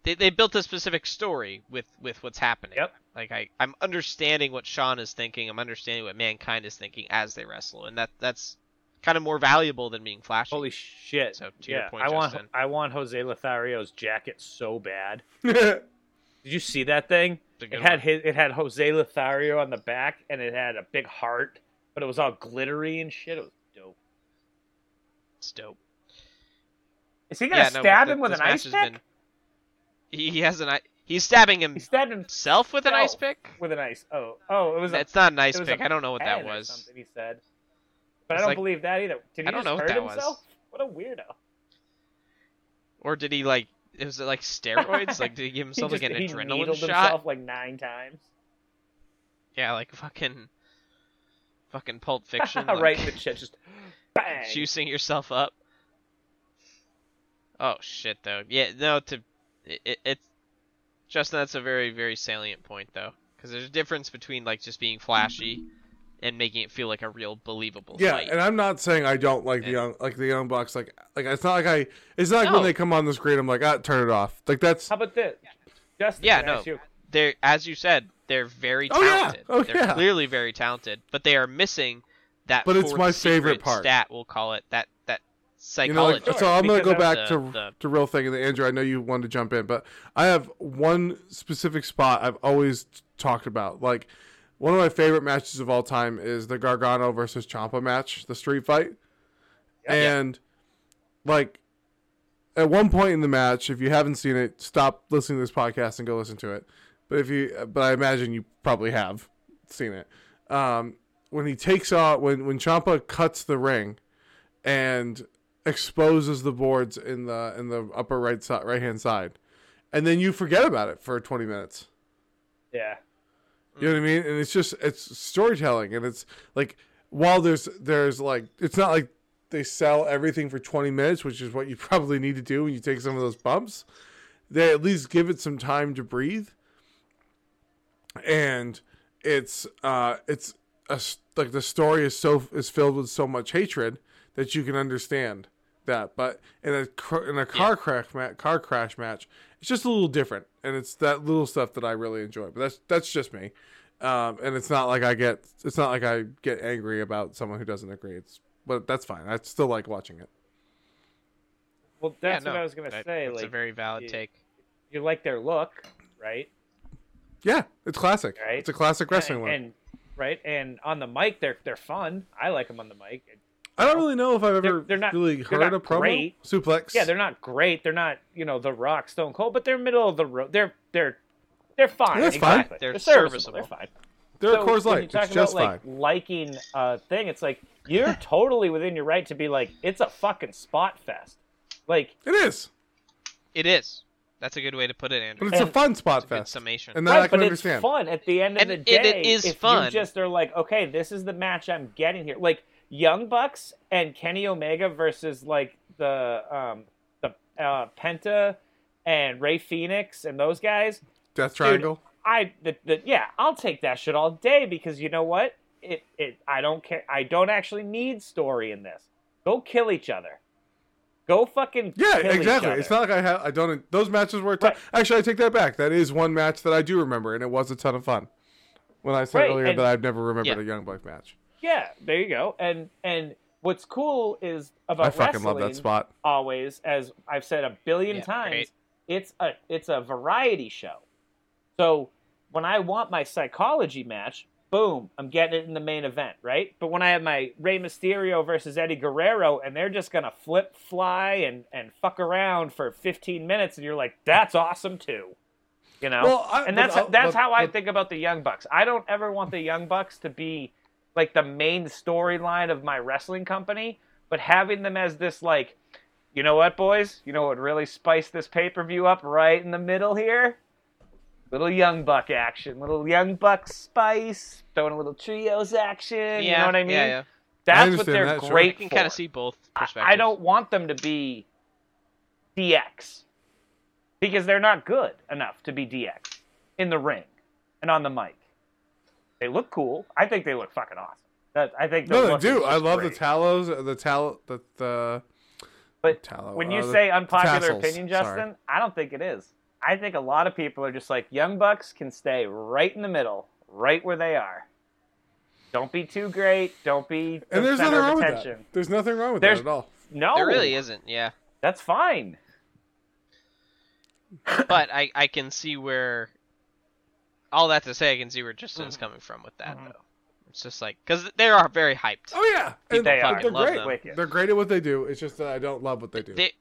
S3: they they built a specific story with with what's happening.
S1: Yep.
S3: Like I I'm understanding what Sean is thinking. I'm understanding what mankind is thinking as they wrestle, and that that's kind of more valuable than being flashy.
S1: Holy shit!
S3: So, to
S1: yeah,
S3: your point,
S1: I want
S3: Justin.
S1: I want Jose Lothario's jacket so bad.
S2: [laughs]
S1: Did you see that thing?
S3: It's a good
S1: It had
S3: one.
S1: his, it had Jose Lothario on the back, and it had a big heart, but it was all glittery and shit. It was dope.
S3: It's dope.
S1: Is he gonna
S3: no,
S1: stab
S3: but
S1: him with
S3: this
S1: an
S3: match
S1: ice
S3: has
S1: pick?
S3: been- He, he has an i- he's stabbing
S1: He stabbed him
S3: himself with an ice
S1: No.
S3: pick.
S1: with an ice. Oh, oh, it was a
S3: That's not an ice
S1: it was
S3: pick.
S1: a
S3: I don't know what that
S1: pen or
S3: was.
S1: something he said, but I
S3: It's
S1: don't
S3: like-
S1: believe that either. Did he
S3: I
S1: just
S3: don't know what
S1: hurt
S3: that was.
S1: himself? What a weirdo!
S3: Or did he like? It was it like steroids? like did he
S1: [laughs]
S3: give
S1: He
S3: himself
S1: just
S3: like an
S1: he
S3: adrenaline
S1: needled
S3: shot?
S1: himself like nine times,
S3: Yeah, like fucking, fucking Pulp
S1: [laughs]
S3: Fiction. like,
S1: right in the chest, just bang.
S3: [laughs] juicing yourself up. Oh shit, though. Yeah, no. To it, it, it's Justin. That's a very, very salient point, though, because there's a difference between like just being flashy and making it feel like a real believable
S2: Yeah,
S3: fight.
S2: and I'm not saying I don't like the
S3: And-
S2: young like the young bucks. Like like it's not like I it's not like
S3: No.
S2: when they come on the screen I'm like ah turn it off. Like that's
S1: How about this? Justin,
S3: Yeah,
S1: can I
S3: no.
S1: ask you-
S3: They're as you said, they're very
S2: Oh, yeah.
S3: talented.
S2: Oh,
S3: they're
S2: yeah.
S3: clearly very talented, but they are missing that.
S2: But it's
S3: fourth
S2: my favorite
S3: secret
S2: part.
S3: Stat, we'll call it that. That
S2: you know
S3: psychology.
S2: like, so I'm gonna
S1: because
S2: go
S1: of
S2: back
S3: the-
S2: to
S3: the-
S2: to real thing and then, Andrew I know you wanted to jump in but I have one specific spot I've always t- talked about like one of my favorite matches of all time is the Gargano versus Champa match the street fight
S3: Yeah.
S2: and like at one point in the match if you haven't seen it stop listening to this podcast and go listen to it but if you but i imagine you probably have seen it um when he takes off when when champa cuts the ring and exposes the boards in the in the upper right side right hand side and then you forget about it for 20 minutes
S1: Yeah.
S2: you know what I mean? And it's just it's storytelling, and it's like while there's there's like it's not like they sell everything for twenty minutes, which is what you [laughs] probably need to do when you take some of those bumps. They at least give it some time to breathe, and it's uh it's a s like the story is so is filled with so much hatred that you can understand that. But in a cr- in a car crash ma- car crash match, it's just a little different, and it's that little stuff that I really enjoy. But that's that's just me, um, and it's not like I get it's not like I get angry about someone who doesn't agree. It's but that's fine. I still like watching it.
S1: Well,
S3: Yeah,
S1: that's what
S3: no,
S1: I was gonna
S3: that-
S1: say.
S3: That's
S1: Like,
S3: a very valid
S1: you-
S3: take.
S1: you like their look, right?
S2: Yeah, it's classic.
S1: Right.
S2: It's a classic wrestling
S1: and,
S2: one.
S1: and- right, and on the mic, they're they're fun. I like them on the mic.
S2: I don't really know if I've ever
S1: They're- they're not-
S2: really
S1: they're
S2: heard
S1: not
S2: a promo
S1: great.
S2: suplex.
S1: Yeah, they're not great. They're not you know the Rock, Stone Cold, but they're middle of the road. They're they're they're fine.
S2: That's fine.
S1: exactly.
S3: They're
S1: serviceable.
S3: serviceable.
S1: They're fine.
S2: They're
S1: so
S2: a Coors
S1: when
S2: Light.
S1: You
S2: It's
S1: talk
S2: just
S1: about
S2: fine.
S1: like liking a thing. It's like you're totally within your right to be like, it's a fucking spot fest. Like
S2: It is,
S3: It is. That's a good way to put it, Andrew.
S2: but it's a
S1: And-
S2: fun spot
S3: good
S2: fest.
S3: summation.
S2: And that I
S1: right,
S2: can
S1: but
S2: understand.
S1: it's fun at the end of
S3: And
S1: the
S3: it-
S1: day.
S3: it is
S1: if
S3: fun.
S1: You just are like, okay, this is the match I'm getting here. Like Young Bucks and Kenny Omega versus like the um the uh, Penta and Ray Phoenix and those guys.
S2: Death Triangle.
S1: I the, the, yeah, I'll take that shit all day because you know what? It it I don't care. I don't actually need story in this. Go kill each other. Go fucking
S2: yeah,
S1: kill each
S2: exactly.
S1: other.
S2: It's not like I have. I don't. Those matches were. a ton-
S1: Right.
S2: Actually, I take that back. That is one match that I do remember, and it was a ton of fun. When I said
S1: Right,
S2: earlier
S1: and-
S2: that I've never remembered
S3: Yeah.
S2: a Young Buck match,
S1: yeah. There you go. And and what's cool is about
S2: I fucking love
S1: wrestling
S2: that spot.
S1: always, as I've said a billion
S3: Yeah,
S1: times,
S3: right.
S1: it's a it's a variety show. So when I want my psychology match, boom, I'm getting it in the main event, right? But when I have my Rey Mysterio versus Eddie Guerrero, and they're just gonna flip, fly, and and fuck around for 15 minutes, and you're like, that's awesome too, you know?
S2: Well, I-
S1: and
S2: but
S1: that's
S2: I'll-
S1: that's
S2: but-
S1: how I
S2: but-
S1: think about the Young Bucks. I don't ever want the Young Bucks to be like the main storyline of my wrestling company, but having them as this like, you know what, boys? You know what would really spice this pay per view up right in the middle here? Little Young Buck action, little Young Buck spice, throwing a little trios action. you know what I mean?
S3: Yeah, yeah.
S1: That's what
S2: understand
S1: they're
S2: that, sure.
S3: I
S1: great
S3: can
S1: for.
S3: kind of see both
S1: I-
S3: perspectives.
S1: I don't want them to be DX because they're not good enough to be DX in the ring and on the mic. They look cool. I think they look fucking awesome. That, I think the
S2: No,
S1: look
S2: they
S1: is
S2: do.
S1: just
S2: I love
S1: great.
S2: the tallows, uh, the tallow, the the.
S1: But
S2: tallow,
S1: when you
S2: uh, the
S1: say unpopular
S2: tassels,
S1: opinion,
S2: sorry.
S1: Justin, I don't think it is. I think a lot of people are just like Young Bucks can stay right in the middle, right where they are. Don't be too great. Don't be the
S2: And there's
S1: center
S2: nothing
S1: of
S2: wrong with
S1: attention.
S2: that. There's nothing wrong with
S1: There's-
S2: that at all.
S1: No,
S3: There really isn't. Yeah.
S1: That's fine.
S3: but I, I can see where all that to say I can see where Justin's
S1: Mm-hmm.
S3: coming from with that though. It's just like because they are very hyped.
S2: Oh yeah, and
S1: they
S2: but
S1: are.
S2: They're
S3: Love
S2: great.
S3: them.
S1: Wicked.
S2: They're great at what they do. It's just that I don't love what they do.
S3: They,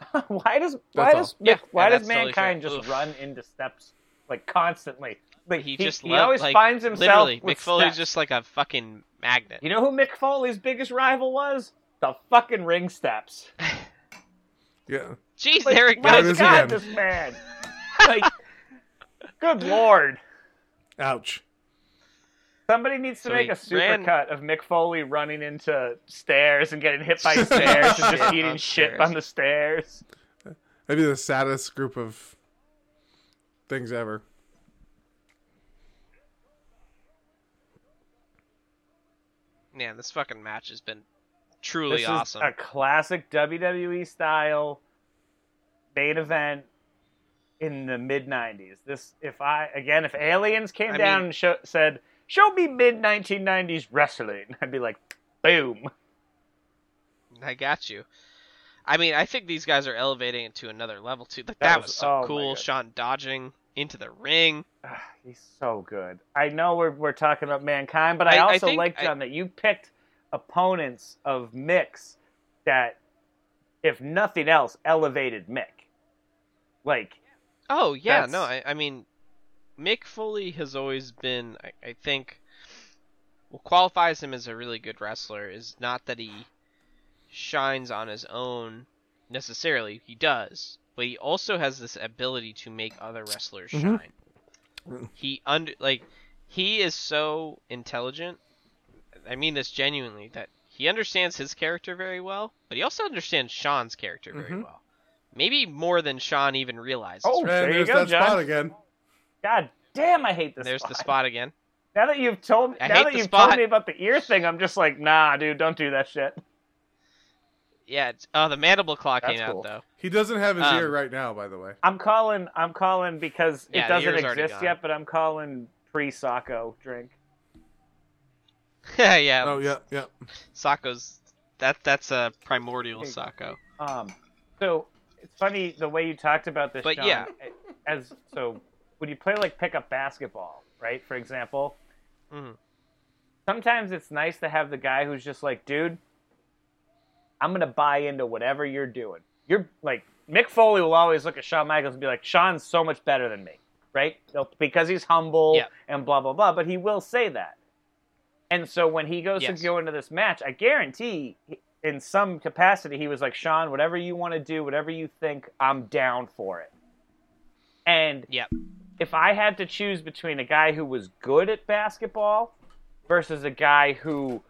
S1: [laughs] why does why
S2: That's all.
S1: does
S3: Yeah,
S1: why
S3: yeah,
S1: does
S3: that's totally
S1: mankind
S3: fair.
S1: just
S3: Oof.
S1: run into steps like constantly? Like
S3: he,
S1: he,
S3: just
S1: he
S3: love-
S1: always
S3: like,
S1: finds himself
S3: literally.
S1: with
S3: Mick Foley's
S1: steps.
S3: just like a fucking magnet.
S1: You know who Mick Foley's biggest rival was? The fucking ring steps.
S2: yeah,
S3: Jeez,
S1: Like,
S3: there it
S1: my
S2: There
S3: goes.
S2: it is
S1: God,
S2: again.
S1: this
S3: [laughs]
S1: man. Like, good lord.
S2: ouch.
S1: Somebody needs to
S3: So
S1: make
S3: he
S1: a
S3: ran-
S1: supercut of Mick Foley running into stairs and getting hit by stairs and just
S3: [laughs] Shit
S1: eating
S3: on
S1: shit
S3: stairs.
S1: on the stairs.
S2: Maybe the saddest group of things ever.
S3: Man, this fucking match has been truly
S1: this
S3: awesome.
S1: Is a classic WWE style main event in the mid '90s. This, if I again, if aliens came
S3: I
S1: down
S3: mean-
S1: and show, said, "Show me mid 1990s wrestling," [laughs] I'd be like, "Boom!"
S3: I got you. I mean, I think these guys are elevating it to another level too. Like that,
S1: That
S3: was,
S1: was-
S3: so
S1: oh my
S3: cool.
S1: God.
S3: Sean dodging into the ring.
S1: Ah, he's so good. I know we're we're talking about mankind, but I,
S3: I- I
S1: also
S3: think
S1: like
S3: I-
S1: John that you picked opponents of Mix that, if nothing else, elevated Mick. Like
S3: Oh yeah, no, I,
S1: That's-
S3: I mean, Mick Foley has always been, I, I think, what qualifies him as a really good wrestler is not that he shines on his own necessarily. He does, but he also has this ability to make other wrestlers
S1: Mm-hmm.
S2: Mhm.
S3: shine. He under like he is so intelligent. I mean this genuinely that he understands his character very well, but he also understands Sean's character very
S2: Mhm.
S3: well. Maybe more than Sean even realizes.
S1: Mm-hmm. Oh,
S2: And
S1: There you
S2: there's
S1: go,
S2: that
S1: John.
S2: spot again.
S1: God damn, I hate this.
S3: There's the
S1: spot.
S3: spot again.
S1: Now that you've told
S3: I
S1: now
S3: hate
S1: that
S3: the
S1: you've
S3: spot.
S1: told me about the ear thing, I'm just like, nah, dude, don't do that shit.
S3: Yeah. It's, oh, the mandible clock
S1: That's
S3: came out
S1: cool.
S3: though. [laughs]
S2: He doesn't have his
S3: Um,
S2: ear right now, by the way.
S1: I'm calling. I'm calling because
S3: Yeah,
S1: it
S3: the
S1: doesn't
S3: ear's already
S1: exist
S3: gone.
S1: yet. But I'm calling pre Socko drink.
S3: yeah.
S2: Oh yeah, yeah.
S3: Sacco's that that's a primordial Sacco.
S1: Um, so it's funny the way you talked about this.
S3: But
S1: John,
S3: yeah.
S1: as so when you play like pickup basketball, right? For example,
S3: Mhm.
S1: sometimes it's nice to have the guy who's just like, dude, I'm gonna buy into whatever you're doing. You're like Mick Foley will always look at Shawn Michaels and be like, Sean's so much better than me. right? They'll- Because he's humble
S3: Yeah.
S1: and blah blah blah, but he will say that. And so when he goes
S3: Yes.
S1: to go into this match, I guarantee, he- in some capacity, he was like, "Sean, whatever you want to do, whatever you think, I'm down for it." And
S3: Yep.
S1: if I had to choose between a guy who was good at basketball versus a guy who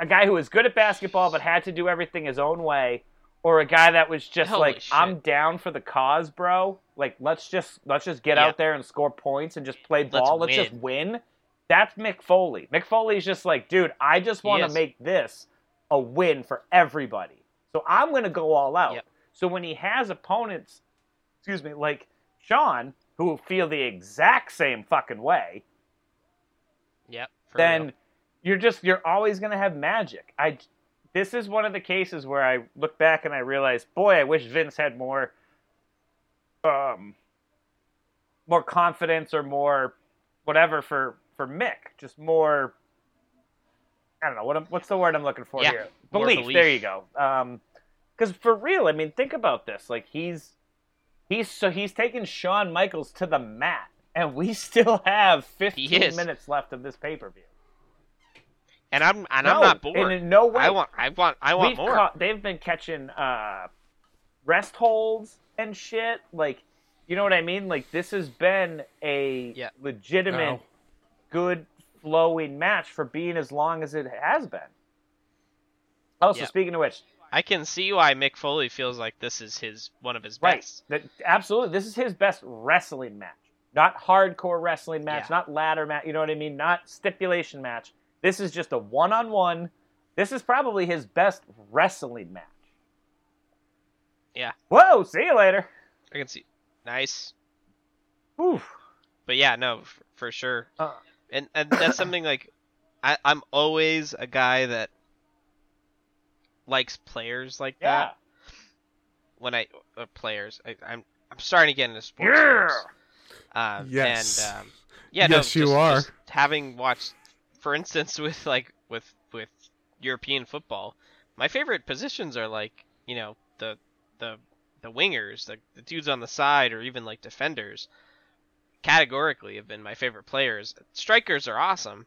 S1: a guy who was good at basketball but had to do everything his own way or a guy that was just
S3: Holy
S1: like
S3: shit.
S1: I'm down for the cause, bro. Like let's just let's just get
S3: Yeah.
S1: out there and score points and just play
S3: Let's
S1: ball. Let's, just win. That's Mick Foley. Mick Foley's just like, dude, I just
S3: He
S1: want to
S3: is.
S1: make this a win for everybody. So I'm going to go all out.
S3: Yep.
S1: So when he has opponents, excuse me, like Sean, who feel the exact same fucking way,
S3: Yep. for
S1: then
S3: real.
S1: you're just you're always going to have magic. I this is one of the cases where I look back and I realize, boy, I wish Vince had more um more confidence or more whatever for for Mick, just more I don't know what I'm, what's the word I'm looking for
S3: Yeah,
S1: here.
S3: more
S1: Belief,
S3: belief.
S1: There you go. Um, because for real, I mean, think about this. Like he's he's so he's taking Shawn Michaels to the mat, and we [laughs] still have 15
S3: is.
S1: minutes left of this pay per view.
S3: and I'm and
S1: No,
S3: I'm not bored.
S1: And in no way.
S3: I want I want I want
S1: We've
S3: more.
S1: caught- they've been catching uh, rest holds and shit. Like, you know what I mean? Like, this has been a
S3: Yeah.
S1: legitimate,
S2: Ow.
S1: good, flowing match for being as long as it has been. Also,
S3: Yeah.
S1: speaking of which,
S3: I can see why Mick Foley feels like this is his one of his
S1: right,
S3: best.
S1: that, absolutely, this is his best wrestling match. Not hardcore wrestling match,
S3: Yeah.
S1: not ladder match. You know what I mean? Not stipulation match. This is just a one-on-one. This is probably his best wrestling match.
S3: Yeah.
S1: Whoa! See you later.
S3: I can see. Nice.
S1: Oof.
S3: But yeah, no, f- for sure.
S1: Uh.
S3: and and that's something like I I'm always a guy that likes players like
S1: Yeah.
S3: that when I uh, players. I, I'm I'm starting to get into sports.
S1: Yeah.
S3: terms. Um,
S2: Yes.
S3: And, um, yeah.
S2: Yes,
S3: no,
S2: you
S3: just-
S2: are.
S3: just having watched, for instance, [laughs] with like with with European football, my favorite positions are like you know the the the wingers, the, the dudes on the side, or even like defenders. Categorically, have been my favorite players. Strikers are awesome,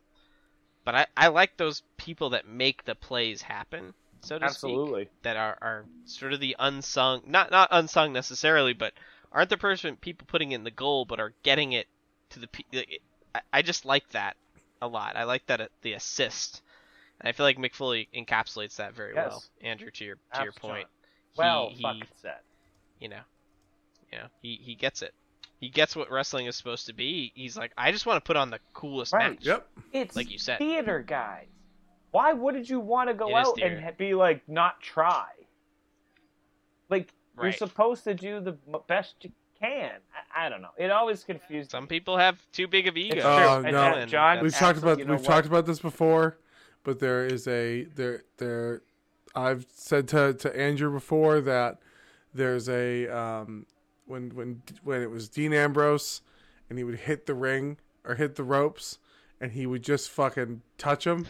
S3: but I I like those people that make the plays happen. So to speak
S1: Absolutely.
S3: that are, are sort of the unsung not not unsung necessarily but aren't the person people putting in the goal but are getting it to the pe- like, I, I just like that a lot i like that uh, the assist and i feel like mcfoley encapsulates that very well
S1: Yes.
S3: andrew to your to your
S1: Absolutely.
S3: point He-
S1: Well,
S3: he,
S1: fucking said.
S3: you know you know he, he gets it he gets what wrestling is supposed to be he's like i just want to put on the coolest
S1: Right.
S3: match
S2: Yep.
S1: It's
S3: like you said
S1: theater guys. Why wouldn't you want to go
S3: It
S1: out
S3: is
S1: and
S3: theater.
S1: ha- be like not try? Like you're
S3: Right.
S1: supposed to do the m- best you can. I, I don't know. It always confused.
S3: some people have too big of egos
S1: It's
S2: Oh,
S1: true.
S2: no.
S1: And, uh, John,
S2: We've talked about
S1: you know
S2: we've
S1: what?
S2: talked about this before, but there is a there there I've said to to Andrew before that there's a um when when when it was Dean Ambrose and he would hit the ring or hit the ropes and he would just fucking touch him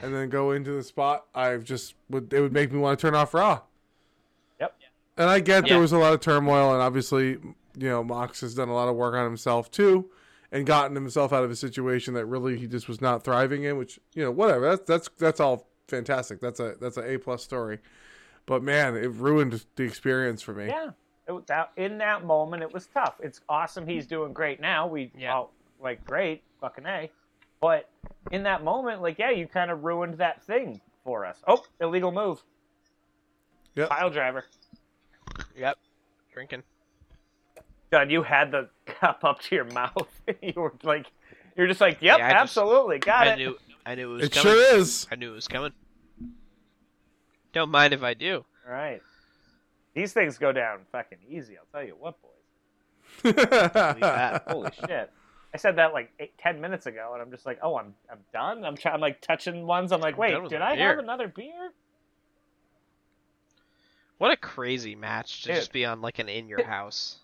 S2: and then go into the spot. I just would it would make me want to turn off Raw.
S1: Yep.
S2: And I get
S3: Yeah.
S2: there was a lot of turmoil, and obviously, you know, Mox has done a lot of work on himself too, and gotten himself out of a situation that really he just was not thriving in. Which you know, whatever. That's that's that's all fantastic. That's a that's a A plus story. But man, it ruined the experience for me.
S1: Yeah. It, was that, in that moment, it was tough. It's awesome. He's doing great now. We
S3: Yeah.
S1: all like great, fucking a. But in that moment, like yeah, you kind of ruined that thing for us. Oh, illegal move.
S2: Yep.
S1: Pile driver.
S3: yep drinking
S1: John, you had the [laughs] cup up to your mouth. [laughs] you were like, you're just like, yep,
S3: Yeah, I just-
S1: absolutely, got
S3: i
S1: it.
S3: knew i knew it was
S2: It
S3: coming
S2: sure is.
S3: I knew it was coming. Don't mind if I do.
S1: All right. These things go down fucking easy. I'll tell you what, boys.
S2: [laughs]
S3: that.
S1: Holy
S3: [laughs]
S1: shit. I said that like eight, ten minutes ago, and I'm just like, oh, I'm I'm done. I'm trying, I'm like touching ones. I'm like,
S3: I'm done
S1: wait,
S3: with
S1: did
S3: my
S1: I have
S3: beer."
S1: another beer?
S3: What a crazy match to
S1: Dude. Oh,
S3: just be on like an in your house.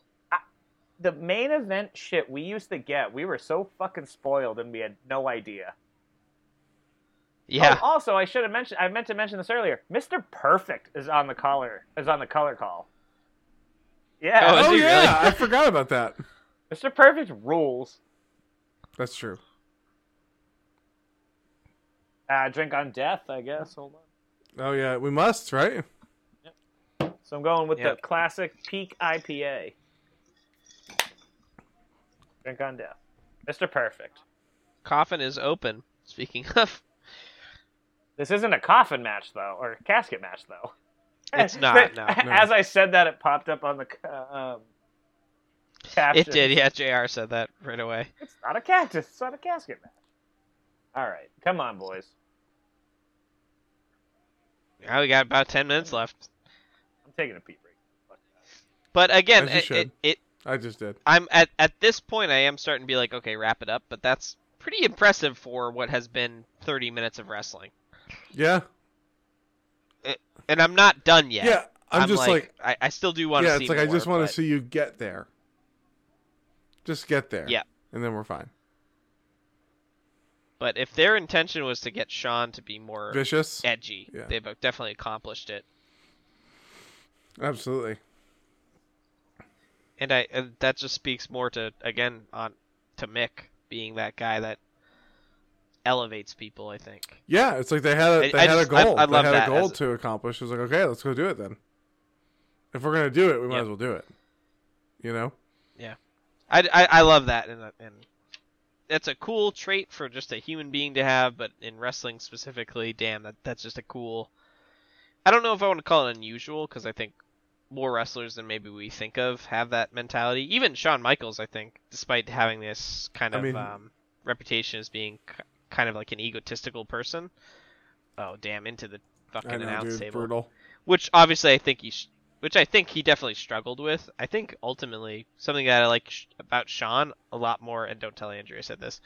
S1: The main event shit we used to get, we were so fucking spoiled, and we had no idea.
S3: Yeah.
S1: Oh, also, I should have mentioned. I meant to mention this earlier. Mister Perfect is on the caller. Is on the color call. Yeah,
S3: Oh, is
S2: oh
S3: he
S2: yeah,
S3: really?
S2: I forgot about that.
S1: Mr. Perfect rules.
S2: That's true.
S1: Uh, drink on death, I guess. Hold on.
S2: Oh yeah, we must right.
S1: So I'm going with
S3: Yep.
S1: the classic peak IPA. Drink on death. Mr. Perfect.
S3: Coffin is open. Speaking of,
S1: This isn't a coffin match though, or a casket match though. [laughs]
S3: It's not, no,
S2: no.
S1: As I said that, it popped up on the uh, um, caption.
S3: it did. Yeah, Jr. said that right away.
S1: It's not a cactus. It's not a casket match. All right, come on, boys.
S3: Now we got about ten minutes left.
S1: I'm taking a pee break.
S3: But again,
S2: As you
S3: it,
S2: should.
S3: it, it
S2: I just did.
S3: I'm at at this point I am starting to be like, okay, wrap it up. But that's pretty impressive for what has been 30 minutes of wrestling.
S2: Yeah,
S3: And I'm not done yet.
S2: yeah. I'm, just like,
S3: I, I still do want to
S2: yeah.
S3: see.
S2: It's like I
S3: more,
S2: just want
S3: but-
S2: to see you get there. Just get there.
S3: Yeah.
S2: and then we're fine.
S3: But if their intention was to get Sean to be more
S2: Vicious.
S3: edgy,
S2: Yeah.
S3: they've definitely accomplished it.
S2: Absolutely.
S3: And I and that just speaks more to again on to Mick being that guy that elevates people. I think.
S2: Yeah, it's like they had
S3: I-
S2: a, they
S3: I
S2: had
S3: just-
S2: a
S3: I-
S2: goal.
S3: I
S2: they
S3: love
S2: had
S3: that
S2: a goal
S3: as a-
S2: to accomplish. It was like, okay, let's go do it then. If we're gonna do it, we might
S3: Yeah.
S2: as well do it. You know?
S3: I, I, I love that and uh, and that's a cool trait for just a human being to have, but in wrestling specifically, damn, that that's just a cool. I don't know if I want to call it unusual because I think more wrestlers than maybe we think of have that mentality. Even Shawn Michaels, I think, despite having this kind
S2: I
S3: of
S2: mean-
S3: um, reputation as being k- kind of like an egotistical person. Oh damn! Into the fucking
S2: I know,
S3: announce
S2: dude.
S3: table
S2: Brutal.
S3: which obviously I think he, sh- which I think he definitely struggled with. I think ultimately something that I like sh- about Sean a lot more, and don't tell Andrew I said this.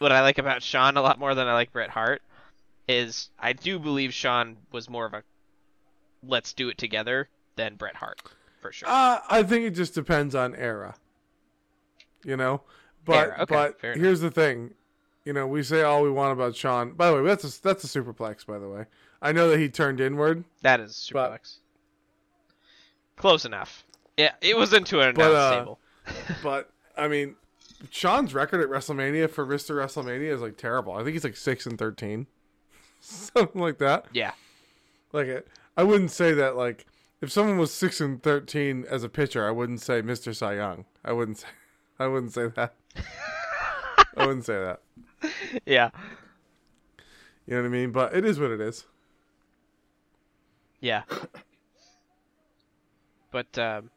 S3: What I like about Sean a lot more than I like Bret Hart is I do believe Sean was more of a let's do it together than Bret Hart for sure.
S2: Uh, I think it just depends on era. You know, but
S3: Era, okay,
S2: but
S3: fair enough.
S2: here's the thing. You know, we say all we want about Sean. By the way, that's a, that's a superplex. By the way, I know that he turned
S3: [laughs]
S2: inward,
S3: that is
S2: but-
S3: superplex. Close enough. Yeah, it was into an
S2: But,
S3: announce
S2: uh,
S3: table.
S2: but I mean, Sean's record at WrestleMania for wrist to WrestleMania is like terrible. I think he's like six and thirteen, [laughs] something like that.
S3: Yeah, [laughs]
S2: Like I- I wouldn't say that like if someone was six and thirteen as a pitcher, I wouldn't say Mr. Cy Young. I wouldn't [laughs] say I wouldn't say
S3: [laughs]
S2: that. I wouldn't say that.
S3: yeah,
S2: You know what I mean? But it is what it is.
S3: Yeah. But um,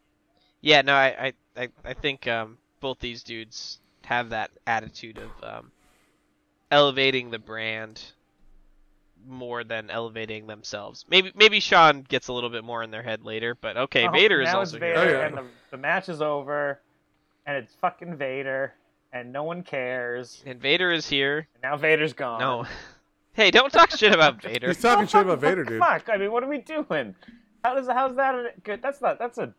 S3: yeah, no, I I, I, I think um, both these dudes have that attitude of um, elevating the brand more than elevating themselves. Maybe maybe Sean gets a little bit more in their head later, but okay,
S1: Oh,
S3: Vader is
S1: now
S3: also
S1: it's
S3: here.
S1: Vader,
S2: Oh, yeah.
S1: and the, the match is over, and it's fucking Vader, and no one cares.
S3: And Vader is here.
S1: And now Vader's gone.
S3: No. hey, don't talk shit about
S2: [laughs]
S3: Vader.
S2: He's talking
S1: Well,
S2: shit about
S1: fuck-
S2: Vader, dude.
S1: Fuck! I mean, what are we doing? How does how's that a, good? That's not. That's a.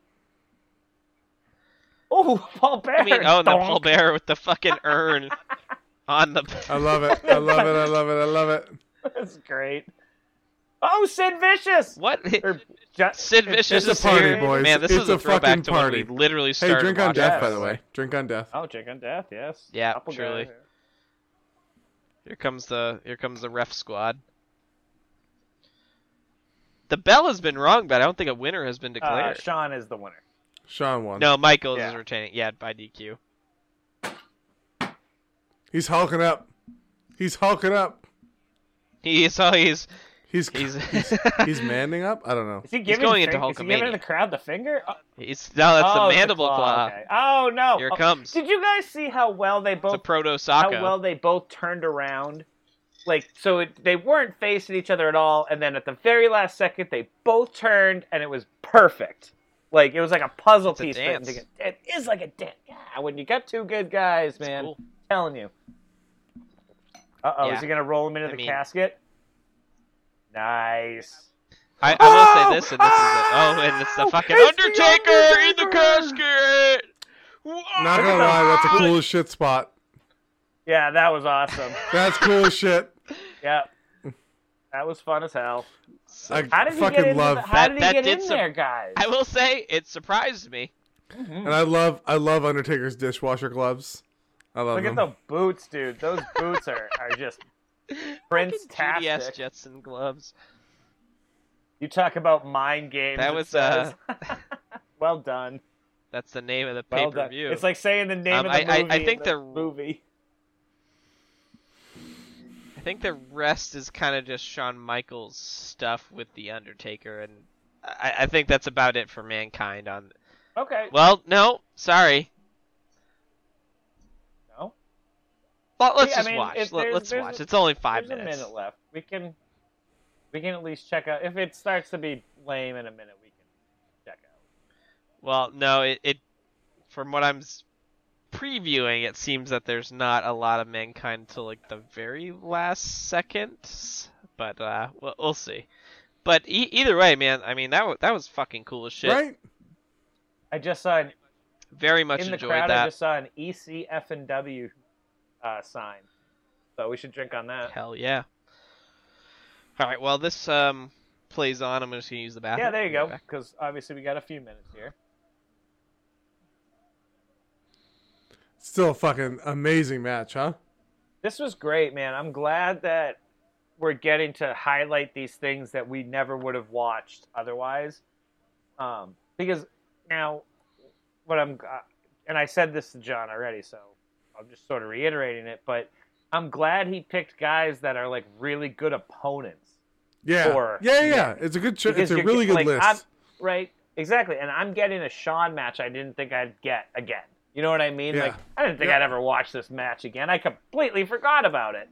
S1: Oh, [laughs] Paul Bear.
S3: I mean, oh, and the Paul Bear with the fucking urn on the [laughs]
S2: I love it. I love it. I love it. I love it.
S1: [laughs] That's great. Oh, Sid Vicious.
S3: what?
S1: Or Ju-
S3: Sid Vicious
S2: a
S3: is
S2: party,
S3: here.
S2: boys.
S3: Man, this
S2: It's
S3: is a,
S2: a
S3: throwback
S2: fucking
S3: to
S2: party.
S3: when we literally
S2: Hey,
S3: started.
S2: drink on
S3: watching
S2: death, by
S3: this.
S2: the way. Drink on death.
S1: Oh, drink on death. Yes.
S3: Yeah,
S1: Couple guys
S3: truly.
S1: here.
S3: Here comes the here comes the ref squad. The bell has been rung, but I don't think a winner has been
S1: Uh,
S3: declared.
S1: Sean is the winner.
S2: Sean won.
S3: no, Michaels is
S1: Yeah.
S3: retaining. Yeah, by DQ.
S2: He's hulking up. He's hulking up.
S3: He so he's
S2: He's
S3: he's
S2: [laughs] he's, he's manning up. I don't know.
S1: Is he giving?
S3: going into
S1: fing- is he giving
S3: Hulkamania.
S1: the crowd the finger? Oh,
S3: [laughs] he's no, that's
S1: oh,
S3: the
S1: it's
S3: mandible claw.
S1: Okay. Oh no!
S3: Here it
S1: Oh,
S3: comes.
S1: Did you guys see how well they
S3: It's a
S1: both
S3: proto
S1: how
S3: Sako.
S1: well they both turned around? Like so, it, they weren't facing each other at all, and then at the very last second, they both turned, and it was perfect. Like it was like a puzzle
S3: It's a
S1: piece. fitting
S3: dance.
S1: together. It is like a dance. Yeah, when you got two good guys, man,
S3: cool.
S1: telling you. Uh oh,
S3: Yeah.
S1: is he gonna roll him into
S3: I
S1: the
S3: mean-
S1: casket? Nice.
S3: I, I will say
S1: Oh!
S3: this, and this is a, oh, and
S1: [laughs]
S3: it's the
S1: Oh!
S3: fucking
S1: It's the
S3: Undertaker, in the
S1: Undertaker!
S3: casket. Whoa!
S2: Not gonna lie, that's a cool as shit spot.
S1: Yeah, that was
S3: [laughs]
S1: awesome.
S2: That's cool as shit.
S1: yeah, that was fun as hell.
S2: I
S1: How did he
S2: fucking
S1: get into
S2: love
S1: the, how
S3: That-
S1: did
S3: that
S1: he get
S3: did
S1: in
S3: some-
S1: there, guys?
S3: I will say it surprised me.
S2: And I love I love Undertaker's dishwasher gloves. I love
S1: Look at
S2: them.
S1: the boots, dude. Those boots are, are
S3: [laughs]
S1: just prince
S3: GDS
S1: tastic.
S3: Jetson gloves.
S1: You talk about mind games.
S3: That
S1: it
S3: was, uh,
S1: says. [laughs] well
S3: [laughs]
S1: done.
S3: That's the name of the pay
S1: Well
S3: per
S1: done.
S3: view.
S1: It's like saying the name
S3: Um,
S1: of the
S3: I- I- I
S1: movie. in
S3: think
S1: the
S3: the-
S1: movie.
S3: I think the rest is kind of just Shawn Michaels stuff with the Undertaker, and I, I think that's about it for mankind. On
S1: Okay.
S3: well, no, sorry.
S1: No?
S3: Well, let's
S1: Yeah, I
S3: just
S1: mean,
S3: watch.
S1: if
S3: Let,
S1: there's-
S3: let's
S1: there's
S3: watch.
S1: a-
S3: it's only five
S1: There's
S3: minutes.
S1: a minute left. We can we can at least check out if it starts to be lame in a minute. We can check out.
S3: Well, no, it, it from what I'm s- previewing, it seems that there's not a lot of mankind till like the very last seconds, but uh, we'll, we'll see. But e- either way, man, I mean that w- that was fucking cool as shit.
S2: Right?
S1: I just saw an,
S3: Very much
S1: in the
S3: enjoyed
S1: crowd.
S3: that.
S1: I just saw an ECF and W uh, sign, so we should drink on that.
S3: Hell yeah. All right, well this um plays on. I'm just gonna use the bathroom.
S1: Yeah, there you
S3: Be right
S1: go.
S3: back.
S1: Because obviously we got a few minutes here.
S2: Still a fucking amazing match, huh?
S1: This was great, man. I'm glad that we're getting to highlight these things that we never would have watched otherwise. Um, because now, what I'm, uh, and I said this to John already, so I'm just sort of reiterating it, but I'm glad he picked guys that are like really good opponents.
S2: Yeah.
S1: Or-
S2: yeah, yeah, It's a good cho-
S1: Because
S2: it's a
S1: you're
S2: really
S1: get- like,
S2: good list.
S1: I'm- right? Exactly. And I'm getting a Shawn match I didn't think I'd get again. You know what I mean?
S2: Yeah.
S1: Like I didn't think
S2: Yeah.
S1: I'd ever watch this match again. I completely forgot about it.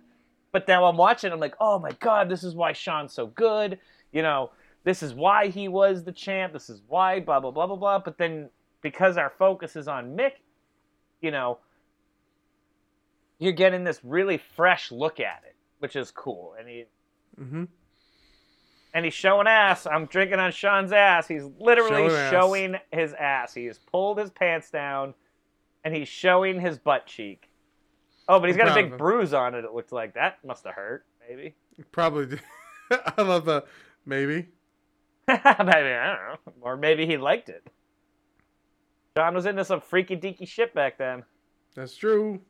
S1: But now I'm watching. I'm like, oh my god, this is why Shawn's so good. You know, this is why he was the champ. This is why blah blah blah blah blah. But then because our focus is on Mick, you know, you're getting this really fresh look at it, which is cool. And he
S2: mm-hmm.
S1: and he's showing ass. I'm drinking on Sean's ass. He's literally
S2: Showing ass.
S1: showing his ass. He has pulled his pants down, and he's showing his butt cheek. Oh, but he's
S2: I'm
S1: got
S2: proud
S1: a
S2: of him.
S1: big bruise on it. It looked like that must have hurt, maybe. [laughs]
S2: Probably do. [laughs] I love the maybe.
S1: maybe I don't know, or maybe he liked it. John was into some freaky deaky shit back then.
S2: That's true.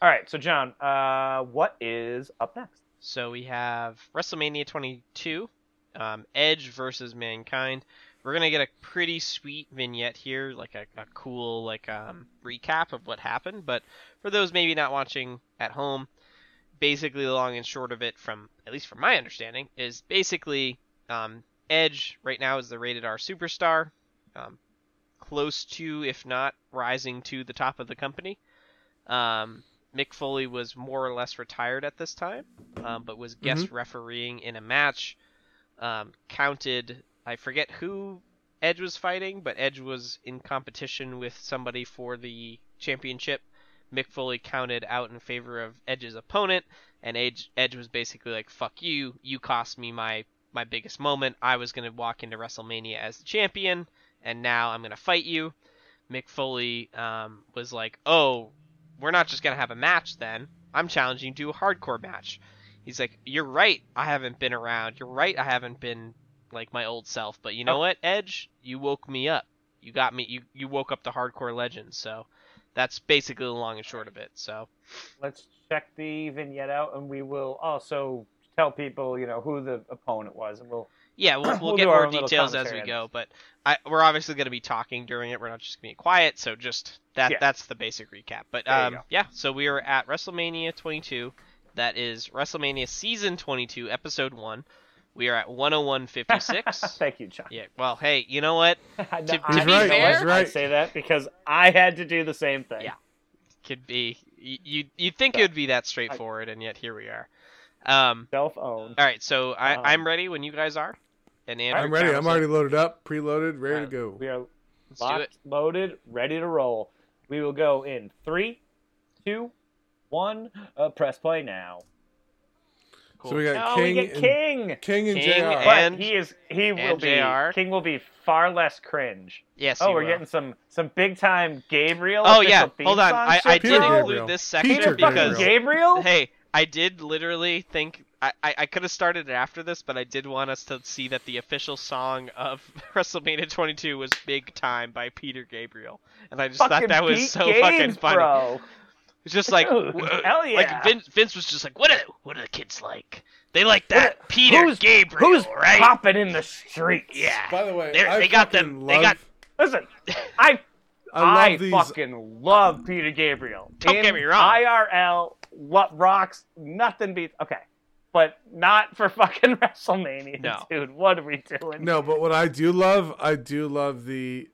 S1: All right, so John, uh, what is up next?
S3: So we have WrestleMania 22, um, Edge versus Mankind. We're gonna get a pretty sweet vignette here, like a, a cool like um, recap of what happened. But for those maybe not watching at home, basically the long and short of it, from at least from my understanding, is basically um, Edge right now is the rated R superstar, um, close to if not rising to the top of the company. Um, Mick Foley was more or less retired at this time, um, but was guest refereeing in a match. Um, counted, I forget who Edge was fighting, but Edge was in competition with somebody for the championship. Mick Foley counted out in favor of Edge's opponent, and Edge, Edge was basically like, "Fuck you! You cost me my my biggest moment. I was gonna walk into WrestleMania as the champion, and now I'm gonna fight you." Mick Foley um, was like, "Oh, we're not just gonna have a match then. I'm challenging you to a hardcore match. He's like, You're right, I haven't been around. You're right, I haven't been like my old self. But you know what, Edge? You woke me up. You got me you, you woke up the hardcore legend, so that's basically the long and short of it. So
S1: Let's check the vignette out, and we will also tell people, you know, who the opponent was, and we'll [clears throat]
S3: yeah, we'll, we'll,
S1: We'll
S3: get
S1: do our
S3: more
S1: own little
S3: details as we
S1: commentary on
S3: go, but I, we're obviously going to be talking during it. We're not just going to be quiet, so just that
S1: Yeah.
S3: that's the basic recap. But
S1: There you
S3: um,
S1: go.
S3: yeah, so we are at WrestleMania 22. That is WrestleMania season 22, episode one. We are at
S1: [laughs]
S3: 101.56.
S1: thank you, John.
S3: yeah. Well, hey, you know what?
S1: [laughs] I-
S3: To-
S1: I-
S3: to be
S1: you know what?
S3: fair- He's
S2: right.
S1: I say that because I had to do the same thing.
S3: Yeah. Could be. You you you'd think it would be that straightforward, and yet here we are. Um.
S1: Self owned.
S3: All right. So I,
S1: Um,
S3: I'm ready when you guys are. And Andrew,
S2: I'm ready. I'm
S3: Thompson,
S2: already loaded up, preloaded, ready to
S3: Alright,
S2: go.
S1: We are
S3: let's do it.
S1: locked, loaded, ready to roll. We will go in three, two, one. Uh, press play now.
S3: Cool.
S2: So we got
S1: Oh,
S2: King,
S1: we get
S2: and,
S1: King.
S2: King and
S3: King
S2: JR.
S1: But
S3: And-
S1: he is he will
S3: and
S1: be
S3: JR.
S1: King will be far less cringe.
S3: Yes.
S1: Oh,
S3: you
S1: we're
S3: will.
S1: getting some some big time Gabriel.
S3: Oh
S1: official
S3: yeah,
S1: theme
S3: hold on.
S1: song
S3: I, I
S1: shit
S3: did
S2: Peter
S1: now?
S2: Gabriel.
S3: include this section
S2: Peter
S1: Peter fucking
S3: because
S2: Gabriel.
S1: Gabriel.
S3: hey, I did literally think I, I, I could have started it after this, but I did want us to see that the official song of [laughs] WrestleMania 22 was "Big Time" by Peter Gabriel, and I just thought that was
S1: Pete
S3: so
S1: Gaines,
S3: fucking funny.
S1: Bro.
S3: It's just like,
S1: Dude,
S3: w- uh,
S1: hell yeah.
S3: like Vince, Vince was just like, what are what are the kids like? They like that Peter
S1: who's-
S3: Gabriel,
S1: Who's
S3: right?
S1: popping in the streets?
S3: Yeah.
S2: By the way,
S3: They're-
S2: I
S3: they got
S2: fucking
S3: them- they got-
S1: Listen,
S3: [laughs]
S1: I
S2: I love
S1: I,
S2: these.
S1: fucking love Peter Gabriel.
S3: Don't
S1: In
S3: get me wrong.
S1: IRL, what rocks? Nothing beats. Okay, but not for [laughs] fucking WrestleMania,
S3: No.
S1: dude. What are we doing?
S2: No, but what I do love, I do love the,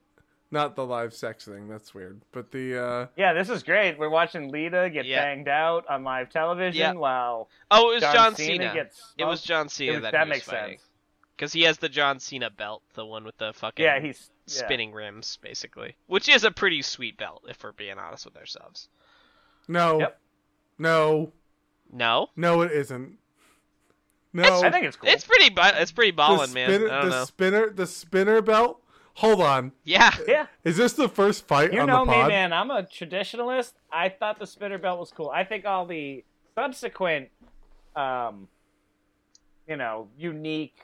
S2: not the live sex thing. That's weird, but the uh,
S1: Yeah, this is great. We're watching Lita get
S3: Yeah.
S1: banged out on live television
S3: Yeah.
S1: while
S3: Oh, it was
S1: John,
S3: John,
S1: Cena, gets.
S3: It was John Cena
S1: It was-
S3: that,
S1: that
S3: he was
S1: makes
S3: fighting.
S1: sense.
S3: Because he has the John Cena belt, the one with the fucking
S1: Yeah, he's yeah.
S3: spinning rims, basically. Which is a pretty sweet belt, if we're being honest with ourselves.
S2: no,
S1: Yep.
S2: no,
S3: No?
S2: no, it isn't. No,
S1: I think it's cool.
S3: It's pretty bu- it's pretty
S2: the
S3: ballin', man.
S2: spinner,
S3: I
S2: the
S3: don't know.
S2: spinner, the spinner belt. Hold on,
S3: Yeah.
S1: yeah.
S2: is this the first fight
S1: You
S2: on
S1: know
S2: the
S1: me,
S2: pod?
S1: man. I'm a traditionalist. I thought the spinner belt was cool. I think all the subsequent, um, you know, unique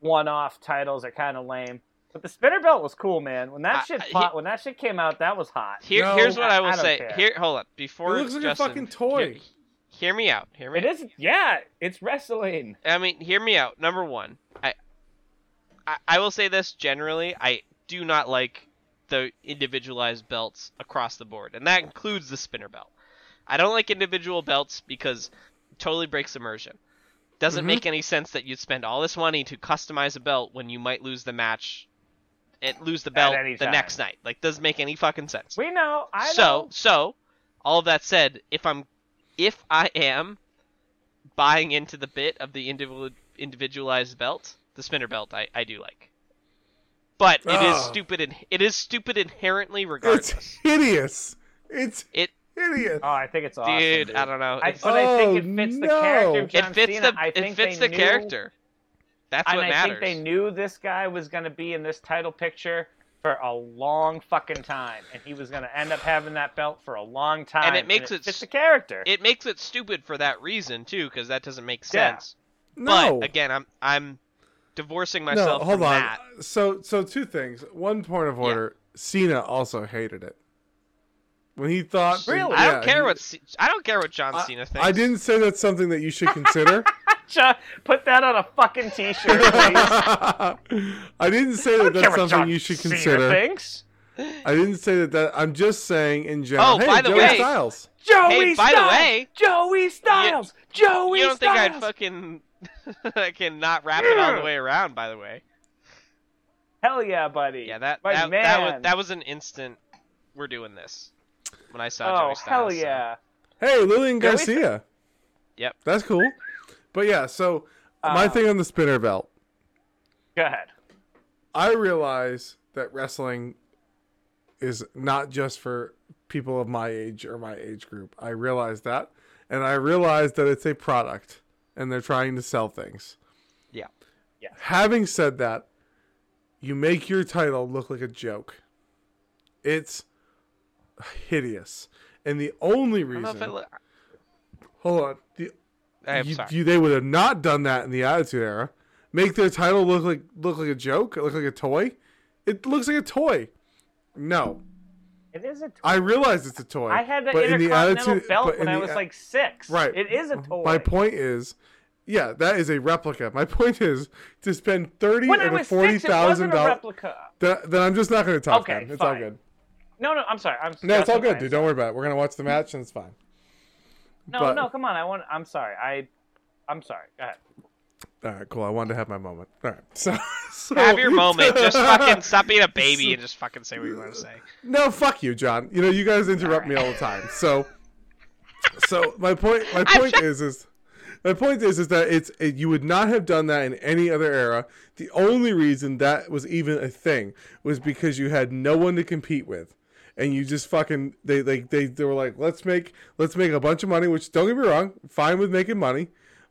S1: one-off titles are kind of lame. But the spinner belt was cool, man. When that
S3: I-
S1: shit
S3: I-
S1: pop, when that shit came out, that was hot.
S3: Here,
S2: No.
S3: here's what I will
S1: I don't
S3: say.
S1: care.
S3: Here hold up. Before
S2: looks like a
S3: Justin,
S2: fucking toy.
S3: Hear, hear me out. Hear me
S1: It is, yeah. It's wrestling.
S3: I mean, hear me out. Number one, I, I, I will say this generally. I do not like the individualized belts across the board, and that includes the spinner belt. I don't like individual belts because it totally breaks immersion. Doesn't
S1: Mm-hmm.
S2: Mhm.
S3: make any sense that you'd spend all this money to customize a belt when you might lose the match, and lose the belt
S1: any
S3: the
S1: time.
S3: next night. Like, doesn't make any fucking sense
S1: We know. I
S3: so
S1: know.
S3: so all of that said if i'm if i am buying into the bit of the individual individualized belt the spinner belt i, I do like but it is
S2: Ugh.
S3: stupid and it is stupid
S2: [laughs]
S3: inherently regardless
S2: Oh. It's hideous. It's
S3: It-
S2: hideous.
S1: Oh,
S3: Uh,
S1: I think it's awesome,
S3: dude,
S1: dude.
S3: i don't know
S1: I,
S3: It's-
S1: but I think
S2: Oh,
S1: it fits the
S2: no.
S1: character. Of
S2: It
S1: John
S3: it fits
S1: Cena.
S3: the
S1: I
S3: it
S1: think
S3: fits
S1: they
S3: the
S1: knew-
S3: character that's
S1: and
S3: what
S1: I think
S3: matters
S1: they knew this guy was going to be in this title picture for a long fucking time, and he was going to end up having that belt for a long time.
S3: it makes it
S1: fits
S3: s-
S1: the character.
S3: it makes it stupid for that reason too because that doesn't make
S1: Yeah.
S3: sense
S2: no.
S3: but again i'm i'm divorcing
S2: no,
S3: myself
S2: hold
S3: from
S2: on.
S3: that
S2: So, so two things. One point of order. Cena also hated it when he thought.
S1: Really?
S3: i
S2: yeah,
S3: don't care
S2: he-
S3: what C- i don't care what john
S2: I-
S3: cena thinks
S2: I didn't say that's something that you should consider. [laughs]
S1: Cha- Put that on a fucking t-shirt, please.
S2: I didn't say
S1: I
S2: that
S1: don't care
S2: that's
S1: what
S2: something
S1: John
S2: you should
S1: Cena
S2: consider.
S1: Thinks.
S2: I didn't say that. that I'm just saying in general.
S3: Oh,
S2: hey,
S3: by the
S2: Joey
S3: way-
S2: Styles.
S1: Joey
S3: Hey, by the
S1: Styles!
S3: way-
S1: Joey Styles! Joey
S3: You don't think
S1: Styles!
S3: I'd fucking [laughs] I can not wrap it all the way around? By the way,
S1: Hell yeah, buddy.
S3: yeah, that
S1: My
S3: that,
S1: man.
S3: that was that was an instant. We're doing this when I saw
S1: Oh,
S3: Joey
S1: hell
S3: Styles.
S1: yeah.
S2: Hey, Lillian
S1: Joey
S2: Garcia.
S3: Yep.
S2: That's cool. But yeah, so my
S1: Uh,
S2: thing on the spinner belt.
S1: Go ahead.
S2: I realize that wrestling is not just for people of my age or my age group. I realize that. And I realize that it's a product and they're trying to sell things.
S3: Yeah.
S1: Yes.
S2: Having said that, you make your title look like a joke. It's hideous. And the only
S3: I don't
S2: reason
S3: know if I. Li-
S2: Hold on. The
S3: I'm
S2: you,
S3: sorry.
S2: you- they would have not done that in the Attitude Era. Make their title look like look like a joke, look like a toy. It looks like a toy. No,
S1: It is a toy.
S2: I realize it's a toy.
S1: I had the
S2: Uh, but in
S1: Intercontinental
S2: Attitude-
S1: belt
S2: but
S1: when
S2: in
S1: I
S2: the
S1: was
S2: A-
S1: like six.
S2: Right.
S1: It is a toy.
S2: My point is, yeah, that is a replica. My [laughs] point is to spend thirty
S1: when I
S2: or
S1: was
S2: forty
S1: six, it
S2: thousand
S1: wasn't a
S2: dollars.
S1: replica.
S2: That, then I'm just not going to talk.
S1: Okay,
S2: man. it's all
S1: fine.
S2: good.
S1: No, no, I'm sorry. I'm
S2: No, it's all
S1: that's
S2: good,
S1: fine.
S2: dude. Don't worry about it. We're going to watch the match and it's fine.
S1: No,
S2: but-
S1: no, come on. I want. I'm sorry. I, I'm sorry. Go ahead.
S2: All right, cool. I wanted to have my moment. All right, so, [laughs] so
S3: Have your moment.
S2: [laughs]
S3: Just fucking stop being a baby and just fucking say what you want to say.
S2: No, fuck you, John. You know you guys interrupt me all the time. So, so my point, my
S3: [laughs] I'm
S2: point
S3: sure-
S2: is, is my point is, is that it's it, you would not have done that in any other era. The only reason that was even a thing was because you had no one to compete with, and you just fucking they like they, they were like let's make let's make a bunch of money. Which don't get me wrong, fine with making money,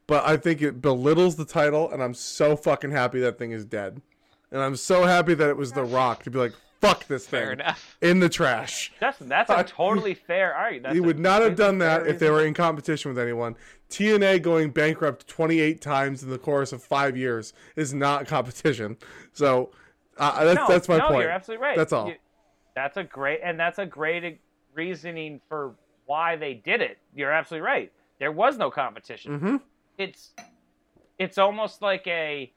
S2: but I think it belittles the title, and I'm so fucking happy that thing is dead. And I'm so happy that it was The Rock to be like, fuck this
S3: Fair
S2: thing
S3: enough.
S2: in the trash.
S1: Justin, that's a totally fair argument. That's
S2: He
S1: a
S2: would not have
S1: completely
S2: done that
S1: fair
S2: if they were in competition with anyone. TNA going bankrupt 28 times in the course of five years is not competition. So uh, that's,
S1: No,
S2: [laughs] that's my
S1: no,
S2: point.
S1: you're absolutely right.
S2: That's all.
S1: You- that's a great, and that's a great reasoning for why they did it. You're absolutely right. There was no competition.
S2: Mhm.
S1: It's, it's almost like a,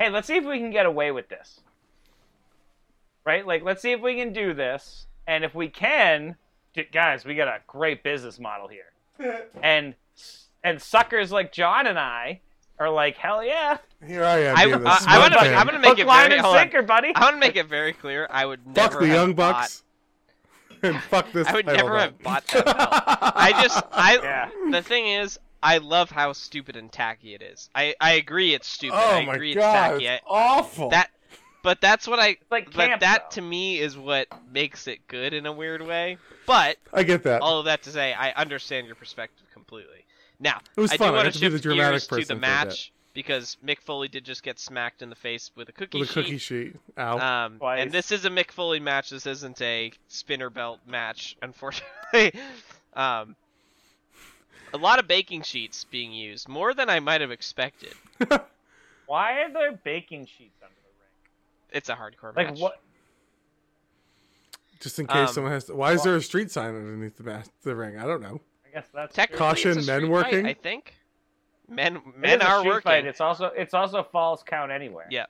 S1: hey, let's see if we can get away with this. Right? Like, let's see if we can do this, and if we can, d- guys, we got a great business model here. and and suckers like John and I are like, hell yeah,
S2: Here I am.
S3: I,
S2: being the
S3: I- I
S2: smart
S3: wanna,
S2: fan.
S3: I'm gonna make
S1: hook,
S3: it
S1: line,
S3: very.
S1: and
S3: hold on.
S1: sinker, buddy.
S3: I want to make it very clear. I would never
S2: fuck the
S3: have
S2: Young
S3: bought-
S2: Bucks. [laughs] and fuck this.
S3: I would
S2: title
S3: never
S2: belt.
S3: have bought that belt. I just,
S2: [laughs]
S3: I.
S1: Yeah.
S3: The thing is, I love how stupid and tacky it is. I, I agree it's stupid. I
S2: Oh my
S3: agree
S2: god,
S3: it's tacky. I-
S2: it's awful.
S3: that, but that's what I.
S1: like
S3: but
S1: camp,
S3: that
S1: though.
S3: to me is what makes it good in a weird way. But
S2: I get that.
S3: all of that to say, I understand your perspective completely. Now,
S2: It was
S3: I
S2: fun. I
S3: do want
S2: got
S3: to
S2: to be the
S3: shift
S2: dramatic
S3: gears to the
S2: person for a
S3: match because Mick Foley did just get smacked in the face with a cookie
S2: With a
S3: sheet.
S2: cookie sheet. Ow.
S3: Um,
S1: Twice.
S3: and this is a Mick Foley match. This isn't a spinner belt match, [laughs] unfortunately. um, a lot of baking sheets being used, more than I might have expected.
S1: Why are there baking sheets under the
S3: It's a
S1: ring?
S3: hardcore
S1: Like
S3: match.
S1: what?
S2: just in case
S3: um,
S2: someone has to. Why is there a street sign underneath the mat, the ring? I don't know.
S1: I guess that's
S3: Technically,
S2: Caution,
S3: it's a
S2: men
S3: street
S2: working?
S3: Fight, I think men
S1: It is
S3: men
S1: a
S3: are
S1: street
S3: working.
S1: Fight. It's also it's also false count anywhere.
S3: Yeah.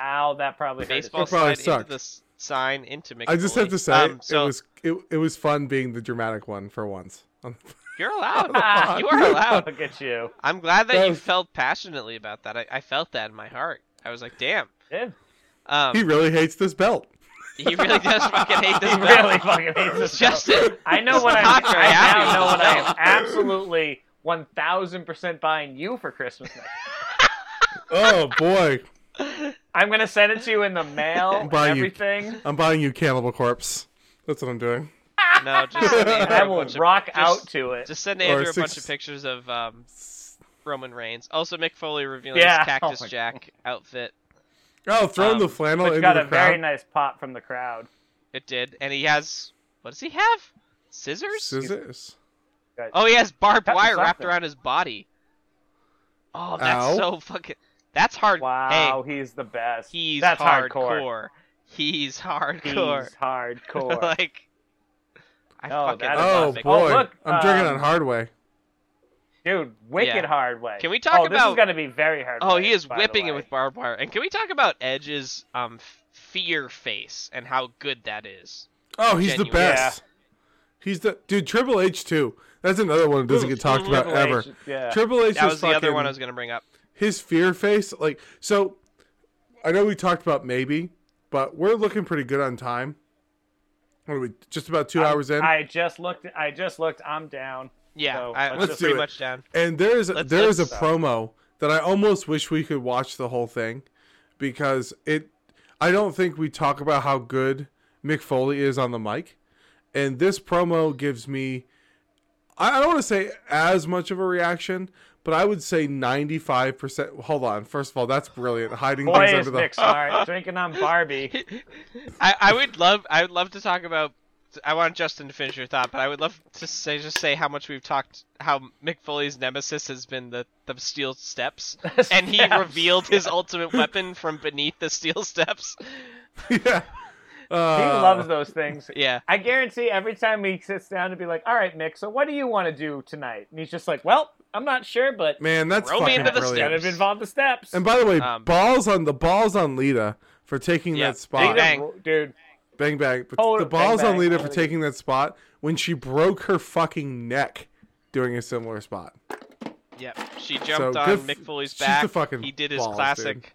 S1: Ow, that probably hurt his
S3: Baseball [laughs]
S2: That probably
S3: slide
S2: sucked.
S3: into the s- sign into Mick.
S2: I just
S3: Foley.
S2: have to say,
S3: um, so
S2: it was it, it was fun being the dramatic one for once. [laughs]
S3: you're allowed.
S1: Ah. [laughs]
S3: you are allowed.
S1: Look at you.
S3: I'm glad that,
S2: That
S3: you
S2: was-
S3: felt passionately about that. I, I felt that in my heart. I was like, damn.
S1: Dude,
S3: Um,
S2: he
S3: he,
S2: really hates this belt.
S3: really does
S2: [laughs]
S3: fucking hate this.
S1: he
S3: belt. [laughs]
S1: really fucking hates this. stuff.
S3: Justin.
S1: I know
S3: [laughs]
S1: what I'm.
S3: Not very
S1: I
S3: happy
S1: now know
S3: with
S1: what I am.
S3: [laughs] that.
S1: Absolutely, one thousand percent buying you for Christmas. Next. year.
S2: Oh boy,
S1: I'm gonna send it to you in the mail. and
S2: Buy you-
S1: everything.
S2: [laughs] I'm buying you Cannibal Corpse. That's what I'm doing.
S3: [laughs]
S2: [laughs]
S3: No, just send Andrew
S1: I
S3: a
S1: will
S3: bunch of,
S1: rock
S3: just-
S1: out to it.
S3: just send
S2: Or
S3: Andrew
S2: six-
S3: a bunch of pictures of um, Roman Reigns. Also, Mick Foley revealing
S1: Yeah.
S3: his
S2: [laughs]
S3: Cactus
S1: Oh my
S3: Jack outfit.
S2: Oh, throwing
S3: Um,
S2: the flannel
S1: Which
S2: into
S1: got
S2: the
S1: a very
S2: crowd.
S1: nice pop from the crowd.
S3: It did, and he has what does he have? Scissors?
S2: Scissors.
S3: Oh, he has barbed
S1: Cutting
S3: wire wrapped
S1: something.
S3: around his body. Oh, that's
S2: Ow.
S3: so fucking. That's hard.
S1: Wow, he's the best.
S3: Hey, he's
S1: That's
S3: hardcore.
S1: hardcore.
S3: He's hardcore.
S1: He's hardcore.
S3: [laughs] like, I
S1: No,
S3: fucking
S1: that is
S2: Oh
S3: love
S1: awesome.
S3: Mick
S2: boy,
S1: Oh, look,
S2: I'm drinking
S1: um,
S2: on hard way.
S1: Dude, wicked
S3: Yeah.
S1: hard way.
S3: Can we talk
S1: oh, this is
S3: about-
S1: going to be very hard.
S3: Oh,
S1: way,
S3: he is
S1: by the
S3: whipping it
S1: way.
S3: with barbed wire. And can we talk about Edge's um f- fear face and how good that is?
S2: Oh, he's the
S3: Genuine.
S2: best. He's the dude. Triple H too. That's another one that doesn't get talked about
S1: Triple
S2: ever.
S1: H, yeah.
S2: Triple H
S3: That
S2: is
S3: was the other
S2: fucking-
S3: one I was gonna bring up.
S2: his fear face like so i know we talked about maybe but we're looking pretty good on time what are we just about two hours in
S1: I just looked. I just looked. I'm down.
S3: Yeah,
S1: So,
S3: I,
S1: let's
S3: was
S2: just
S3: pretty
S2: do it.
S3: much down.
S2: and there is a,
S3: Let's-
S2: there is a
S3: let's-
S2: promo that i almost wish we could watch the whole thing because it i don't think we talk about how good mick foley is on the mic and this promo gives me i I don't want to say as much of a reaction but i would say 95% hold on first of all that's brilliant hiding
S1: Boy,
S2: things
S1: is
S2: under the
S3: [laughs]
S1: Nick smart. drinking on Barbie.
S3: I, I would love I would love to talk about I want Justin to finish your thought, but I would love to say just say how much we've talked how Mick Foley's nemesis has been the, the steel steps. and he
S1: steps,
S3: revealed his ultimate weapon from beneath the steel steps.
S2: yeah. Uh,
S1: He loves those things.
S3: Yeah.
S1: I guarantee every time he sits down to be like, "All right, Mick, so what do you want to do tonight?" and he's just like, "Well, I'm not sure, but
S2: man. That's
S3: Throw me
S2: fucking
S3: into the
S2: brilliant.
S1: gonna
S3: steps.
S1: involve the steps."
S2: And by the way,
S3: Um,
S2: balls on the balls on Lita for taking
S3: Yeah.
S2: that spot.
S3: Bang,
S1: dude.
S2: bang, bang. But
S1: Total
S2: the balls
S1: bang,
S2: on
S1: bang.
S2: Lita for taking that spot when she broke her fucking neck doing a similar spot.
S3: Yep. She jumped
S2: So,
S3: on
S2: good f-
S3: Mick Foley's
S2: she's the
S3: back.
S2: fucking
S3: he did his
S2: boss, dude.
S3: classic.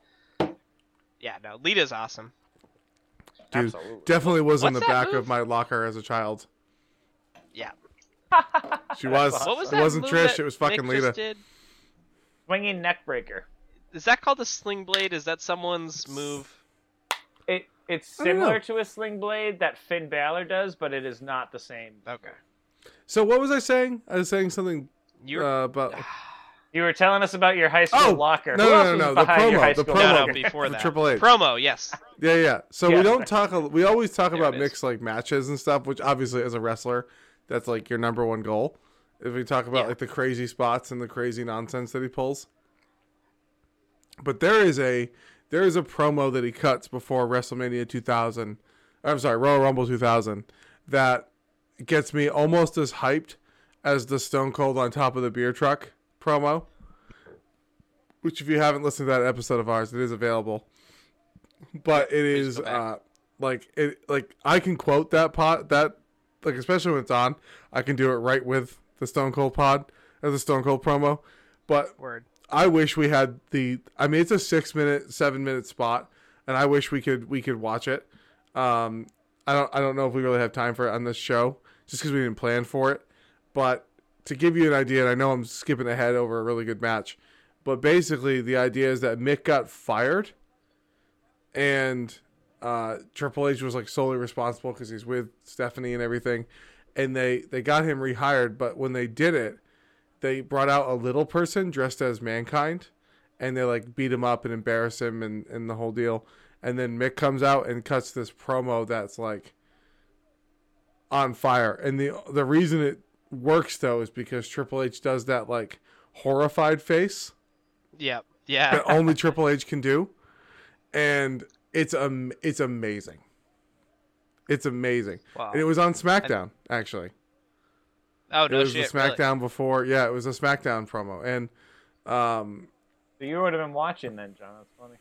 S3: Yeah, no, Lita's awesome.
S2: Dude,
S1: Absolutely.
S2: definitely was in the
S3: What's that
S2: back
S3: move?
S2: of my locker as a child.
S3: Yeah.
S2: She was.
S1: awesome.
S3: What was
S2: it
S3: that?
S2: wasn't
S3: move
S2: Trish.
S3: that
S2: It was fucking
S3: Mick just
S2: Lita.
S3: did?
S1: Swinging neck breaker.
S3: Is that called the sling blade? Is that someone's move?
S1: It it's
S2: I don't know.
S1: similar to a sling blade that Finn Balor does, but it is not the same.
S3: Okay.
S2: So what was I saying? I was saying something
S3: You're
S2: uh, about
S1: You were telling us about your high school
S2: Oh,
S1: locker.
S2: no,
S1: Who
S2: no,
S1: else
S2: no,
S1: was
S2: no, the
S1: behind your
S2: promo,
S1: high
S2: the
S1: school
S2: promo.
S3: no,
S1: locker?
S3: no, before
S2: the
S3: that.
S2: Triple H.
S3: Promo, yes.
S2: Yeah, yeah. So
S1: Yeah.
S2: we don't talk. a- We always talk
S3: There
S2: about
S3: it is.
S2: mixed like matches and stuff, which obviously, as a wrestler, that's like your number one goal. If we talk about
S3: Yeah.
S2: like the crazy spots and the crazy nonsense that he pulls, but there is a there is a promo that he cuts before WrestleMania 2000. I'm sorry, Royal Rumble 2000 that gets me almost as hyped as the Stone Cold on top of the beer truck promo. Which, if you haven't listened to that episode of ours, it is available. But it
S3: Please
S2: is
S3: go back.
S2: uh, like it like I can quote that pot that like especially when it's on, I can do it right with the Stone Cold pod or the Stone Cold promo. But
S3: Word.
S2: I wish we had the. I mean, it's a six minute, seven minute spot, and I wish we could we could watch it. Um, I don't I don't know if we really have time for it on this show, just because we didn't plan for it. But to give you an idea, and I know I'm skipping ahead over a really good match, but basically the idea is that Mick got fired, and uh, Triple H was like solely responsible because he's with Stephanie and everything, and they they got him rehired. But when they did it, they brought out a little person dressed as mankind and they like beat him up and embarrass him and, and the whole deal and then mick comes out and cuts this promo that's like on fire and the the reason it works though is because triple h does that like horrified face
S3: Yep. Yeah. [laughs]
S2: that only triple h can do and it's um it's amazing it's amazing
S3: Wow.
S2: and it was on smackdown actually
S3: Oh
S2: it
S3: no
S2: was
S3: shit.
S2: a
S3: really.
S2: smackdown before yeah it was a smackdown promo and um
S1: [laughs] So you would have been watching then, John. That's funny.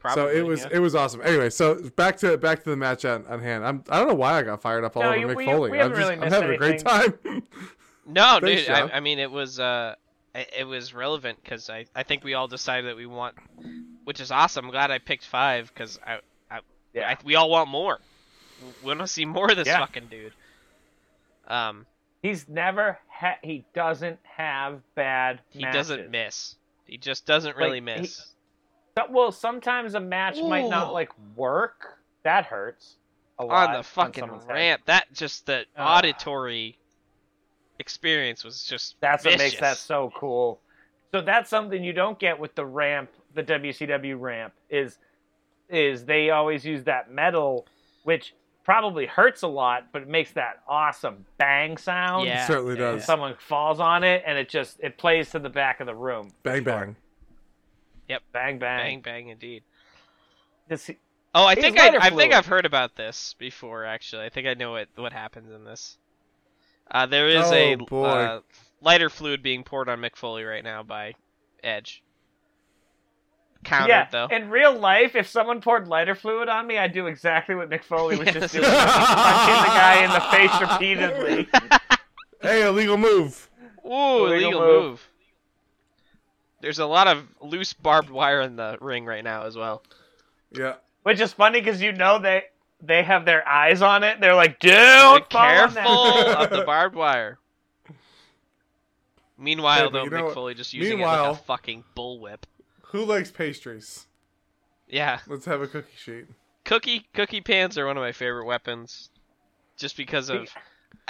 S3: Probably,
S2: so it was
S3: yeah.
S2: it was awesome. Anyway, so back to back to the match on, on hand. I'm I don't know why I got fired up all
S1: No,
S2: over
S1: you-
S2: Mick
S1: we-
S2: Foley.
S1: we
S2: I'm,
S1: haven't
S2: just,
S1: really
S2: I'm
S1: missed
S2: having a great time. [laughs]
S3: No,
S2: Thanks,
S3: dude. I,
S2: John.
S3: I mean, it was uh, it, it was relevant because I, I think we all decided that we want, which is awesome. I'm glad I picked five because I, I,
S1: Yeah.
S3: I we all want more. We want to see more of this
S1: Yeah.
S3: fucking dude. Um,
S1: He's never ha- he doesn't have bad.
S3: he doesn't miss. He just doesn't really
S1: Like, he-
S3: miss.
S1: But, well, sometimes a match might
S3: Ooh.
S1: not like work. That hurts. A lot
S3: on the fucking
S1: someone's head.
S3: ramp. That just the
S1: Ah.
S3: auditory experience was just
S1: That's what makes that
S3: vicious.
S1: so cool. So that's something you don't get with the ramp, the WCW ramp is is they always use that metal which probably hurts a lot but it makes that awesome bang sound.
S3: Yeah.
S2: certainly
S3: yeah.
S2: does.
S1: Someone falls on it and it just it plays to the back of the room.
S2: bang bang.
S1: Bang
S3: Bang
S1: bang.
S3: bang indeed.
S1: This-
S3: Oh, I
S1: His
S3: think I,
S1: lighter
S3: I
S1: flew.
S3: think I've heard about this before. Actually, I think I know what what happens in this. Uh, there is a
S2: Oh, boy.
S3: uh, lighter fluid being poured on McFoley right now by Edge. Countered
S1: yeah.
S3: though.
S1: In real life, if someone poured lighter fluid on me, I'd do exactly what Mick Foley was just doing. punching the guy in the face repeatedly.
S3: [laughs]
S2: Hey, illegal move.
S3: Ooh,
S1: Illegal
S3: illegal move.
S1: move.
S3: There's a lot of loose barbed wire in the ring right now as well.
S2: Yeah.
S1: Which is funny because you know they they have their eyes on it. They're like, "Don't
S3: Be
S1: fall on
S3: careful
S1: that." [laughs]
S3: of the barbed wire.
S2: Hey,
S3: Meanwhile,
S2: but
S3: though,
S2: you know
S3: Mick
S2: what?
S3: Foley just using it
S2: Meanwhile-
S3: like a fucking bullwhip.
S2: Who likes pastries?
S3: Yeah,
S2: Let's have a cookie sheet.
S3: cookie cookie pans are one of my favorite weapons, just because of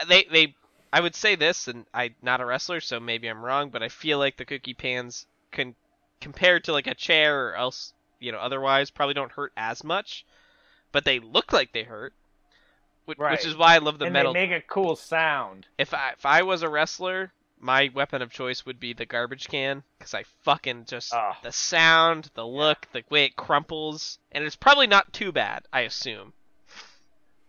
S3: they they. I would say this, and I'm not a wrestler, so maybe I'm wrong, but I feel like the cookie pans can compared to like a chair or else you know otherwise probably don't hurt as much, but they look like they hurt, which,
S1: Right.
S3: which is why I love the
S1: and
S3: metal
S1: they make a cool sound.
S3: If I if I was a wrestler, my weapon of choice would be the garbage can because I fucking just
S1: Ah.
S3: the sound, the look, the way it crumples, and it's probably not too bad. I assume.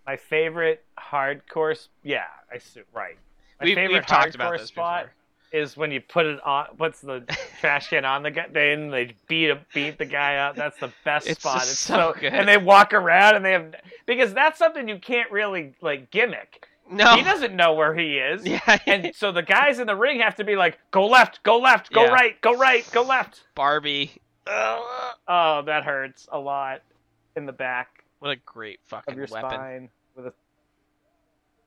S1: My favorite hardcore, s- yeah, I su- right. My
S3: We've-
S1: favorite
S3: we've talked about
S1: hardcore
S3: this
S1: spot
S3: before.
S1: is when you put it on, puts the trash can on the guy, they and they beat a, beat the guy up. That's the best
S3: It's
S1: spot.
S3: just so good.
S1: [laughs] And they walk around and they have because that's something you can't really like gimmick.
S3: [laughs] No.
S1: He doesn't know where he is.
S3: [laughs] Yeah.
S1: [laughs]
S3: [laughs]
S1: And so the guys in the ring have to be like, go left, go left, go
S3: Yeah.
S1: right, go right, go left.
S3: Barbie. Ugh.
S1: Oh, that hurts a lot in the back
S3: [laughs] What a great
S1: of
S3: fucking
S1: your
S3: weapon.
S1: spine with a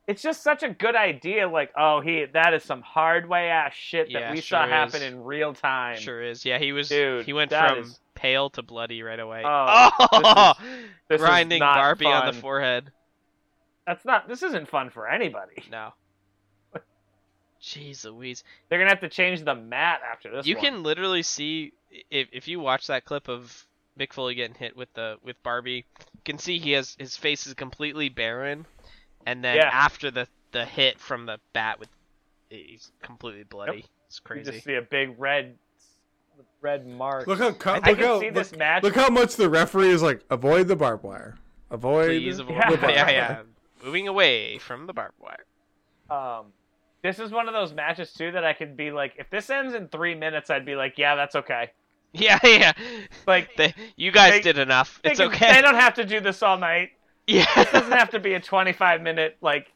S1: It's just such a good idea like, oh, he that is some hard way ass shit that
S3: Yeah,
S1: we
S3: sure
S1: saw happen
S3: is.
S1: in real time.
S3: Sure is. Yeah, he was.
S1: Dude,
S3: he went
S1: that
S3: from
S1: is-
S3: pale to bloody right away. [laughs]
S1: Oh, This is
S3: grinding
S1: not
S3: Barbie on the
S1: fun.
S3: forehead.
S1: That's not this isn't fun for anybody. [laughs]
S3: No. Jeez Louise.
S1: They're gonna have to change the mat after this
S3: you
S1: one.
S3: can literally see if if you watch that clip of Mick Foley getting hit with the with Barbie, can see he has his face is completely barren, and then
S1: Yeah.
S3: after the the hit from the bat with, he's completely bloody. It's
S1: You
S3: crazy.
S1: just see a big red, red mark.
S2: Look how co-
S1: I
S2: look
S1: can
S2: how
S1: see
S2: look,
S1: this match.
S2: look how much the referee is like avoid the barbed wire, avoid.
S3: Please avoid.
S1: Yeah.
S3: Yeah.
S2: the barbed
S3: [laughs] yeah,
S2: wire."
S1: [laughs]
S3: Moving away from the barbed wire. [laughs]
S1: Um, this is one of those matches too that I could be like, if this ends in three minutes, I'd be like, yeah, that's okay.
S3: Yeah, yeah.
S1: Like,
S3: They, you guys
S1: They-
S3: did enough.
S1: they,
S3: It's
S1: can-
S3: okay.
S1: they don't have to do this all night.
S3: [laughs]
S1: [laughs]
S3: yeah.
S1: doesn't have to be a 25 minute like.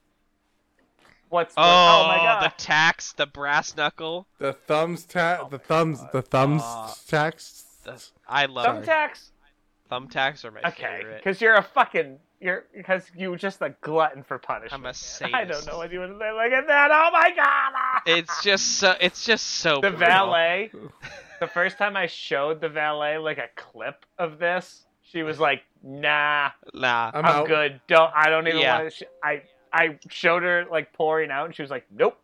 S1: What's
S3: [laughs] Oh,
S1: oh my god.
S3: the tax, the brass knuckle.
S2: The thumbs ta-
S1: Oh
S2: the thumbs the thumbs
S3: Uh,
S2: tax.
S3: The- I love it.
S1: Thumbtacks?
S3: thumbtacks are my
S1: Okay,
S3: favorite.
S1: because you're a fucking you're because you were just a glutton for punishment.
S3: I'm a sadist.
S1: I don't know what you would say. Look at that! Oh my god! Ah!
S3: It's just so. It's just so.
S1: the
S3: brutal. [laughs]
S1: valet. the first time I showed the valet like a clip of this, she was like, "Nah,
S3: Nah.
S2: I'm,
S1: I'm,
S2: out.
S1: good. Don't. I don't even
S3: Yeah.
S1: want to." Sh- I I showed her like pouring out, and she was like, "Nope,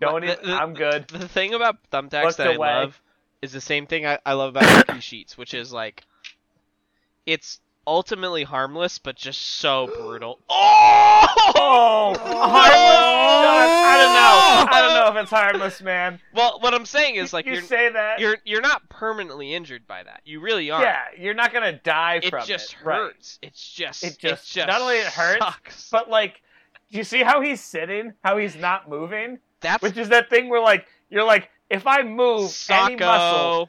S1: don't
S3: But the-
S1: even.
S3: the-
S1: I'm good."
S3: The thing about thumbtacks
S1: Looked
S3: that
S1: away.
S3: I love is the same thing I, I love about cookie [coughs] sheets, which is like, it's ultimately harmless but just so
S1: [gasps]
S3: brutal. [laughs] Oh!
S1: Oh, harmless!
S3: No!
S1: I don't know. I don't know if it's harmless, man.
S3: Well, what I'm saying is like
S1: you
S3: you're
S1: say that.
S3: you're you're not permanently injured by that. You really aren't.
S1: yeah, you're not gonna die
S3: It
S1: from
S3: just
S1: it, right.
S3: hurts. It's just
S1: It just- not only it hurts,
S3: sucks.
S1: But like, do you see how he's sitting? How he's not moving?
S3: that's
S1: Which is that thing where like you're like, if I move any muscle,
S3: Socko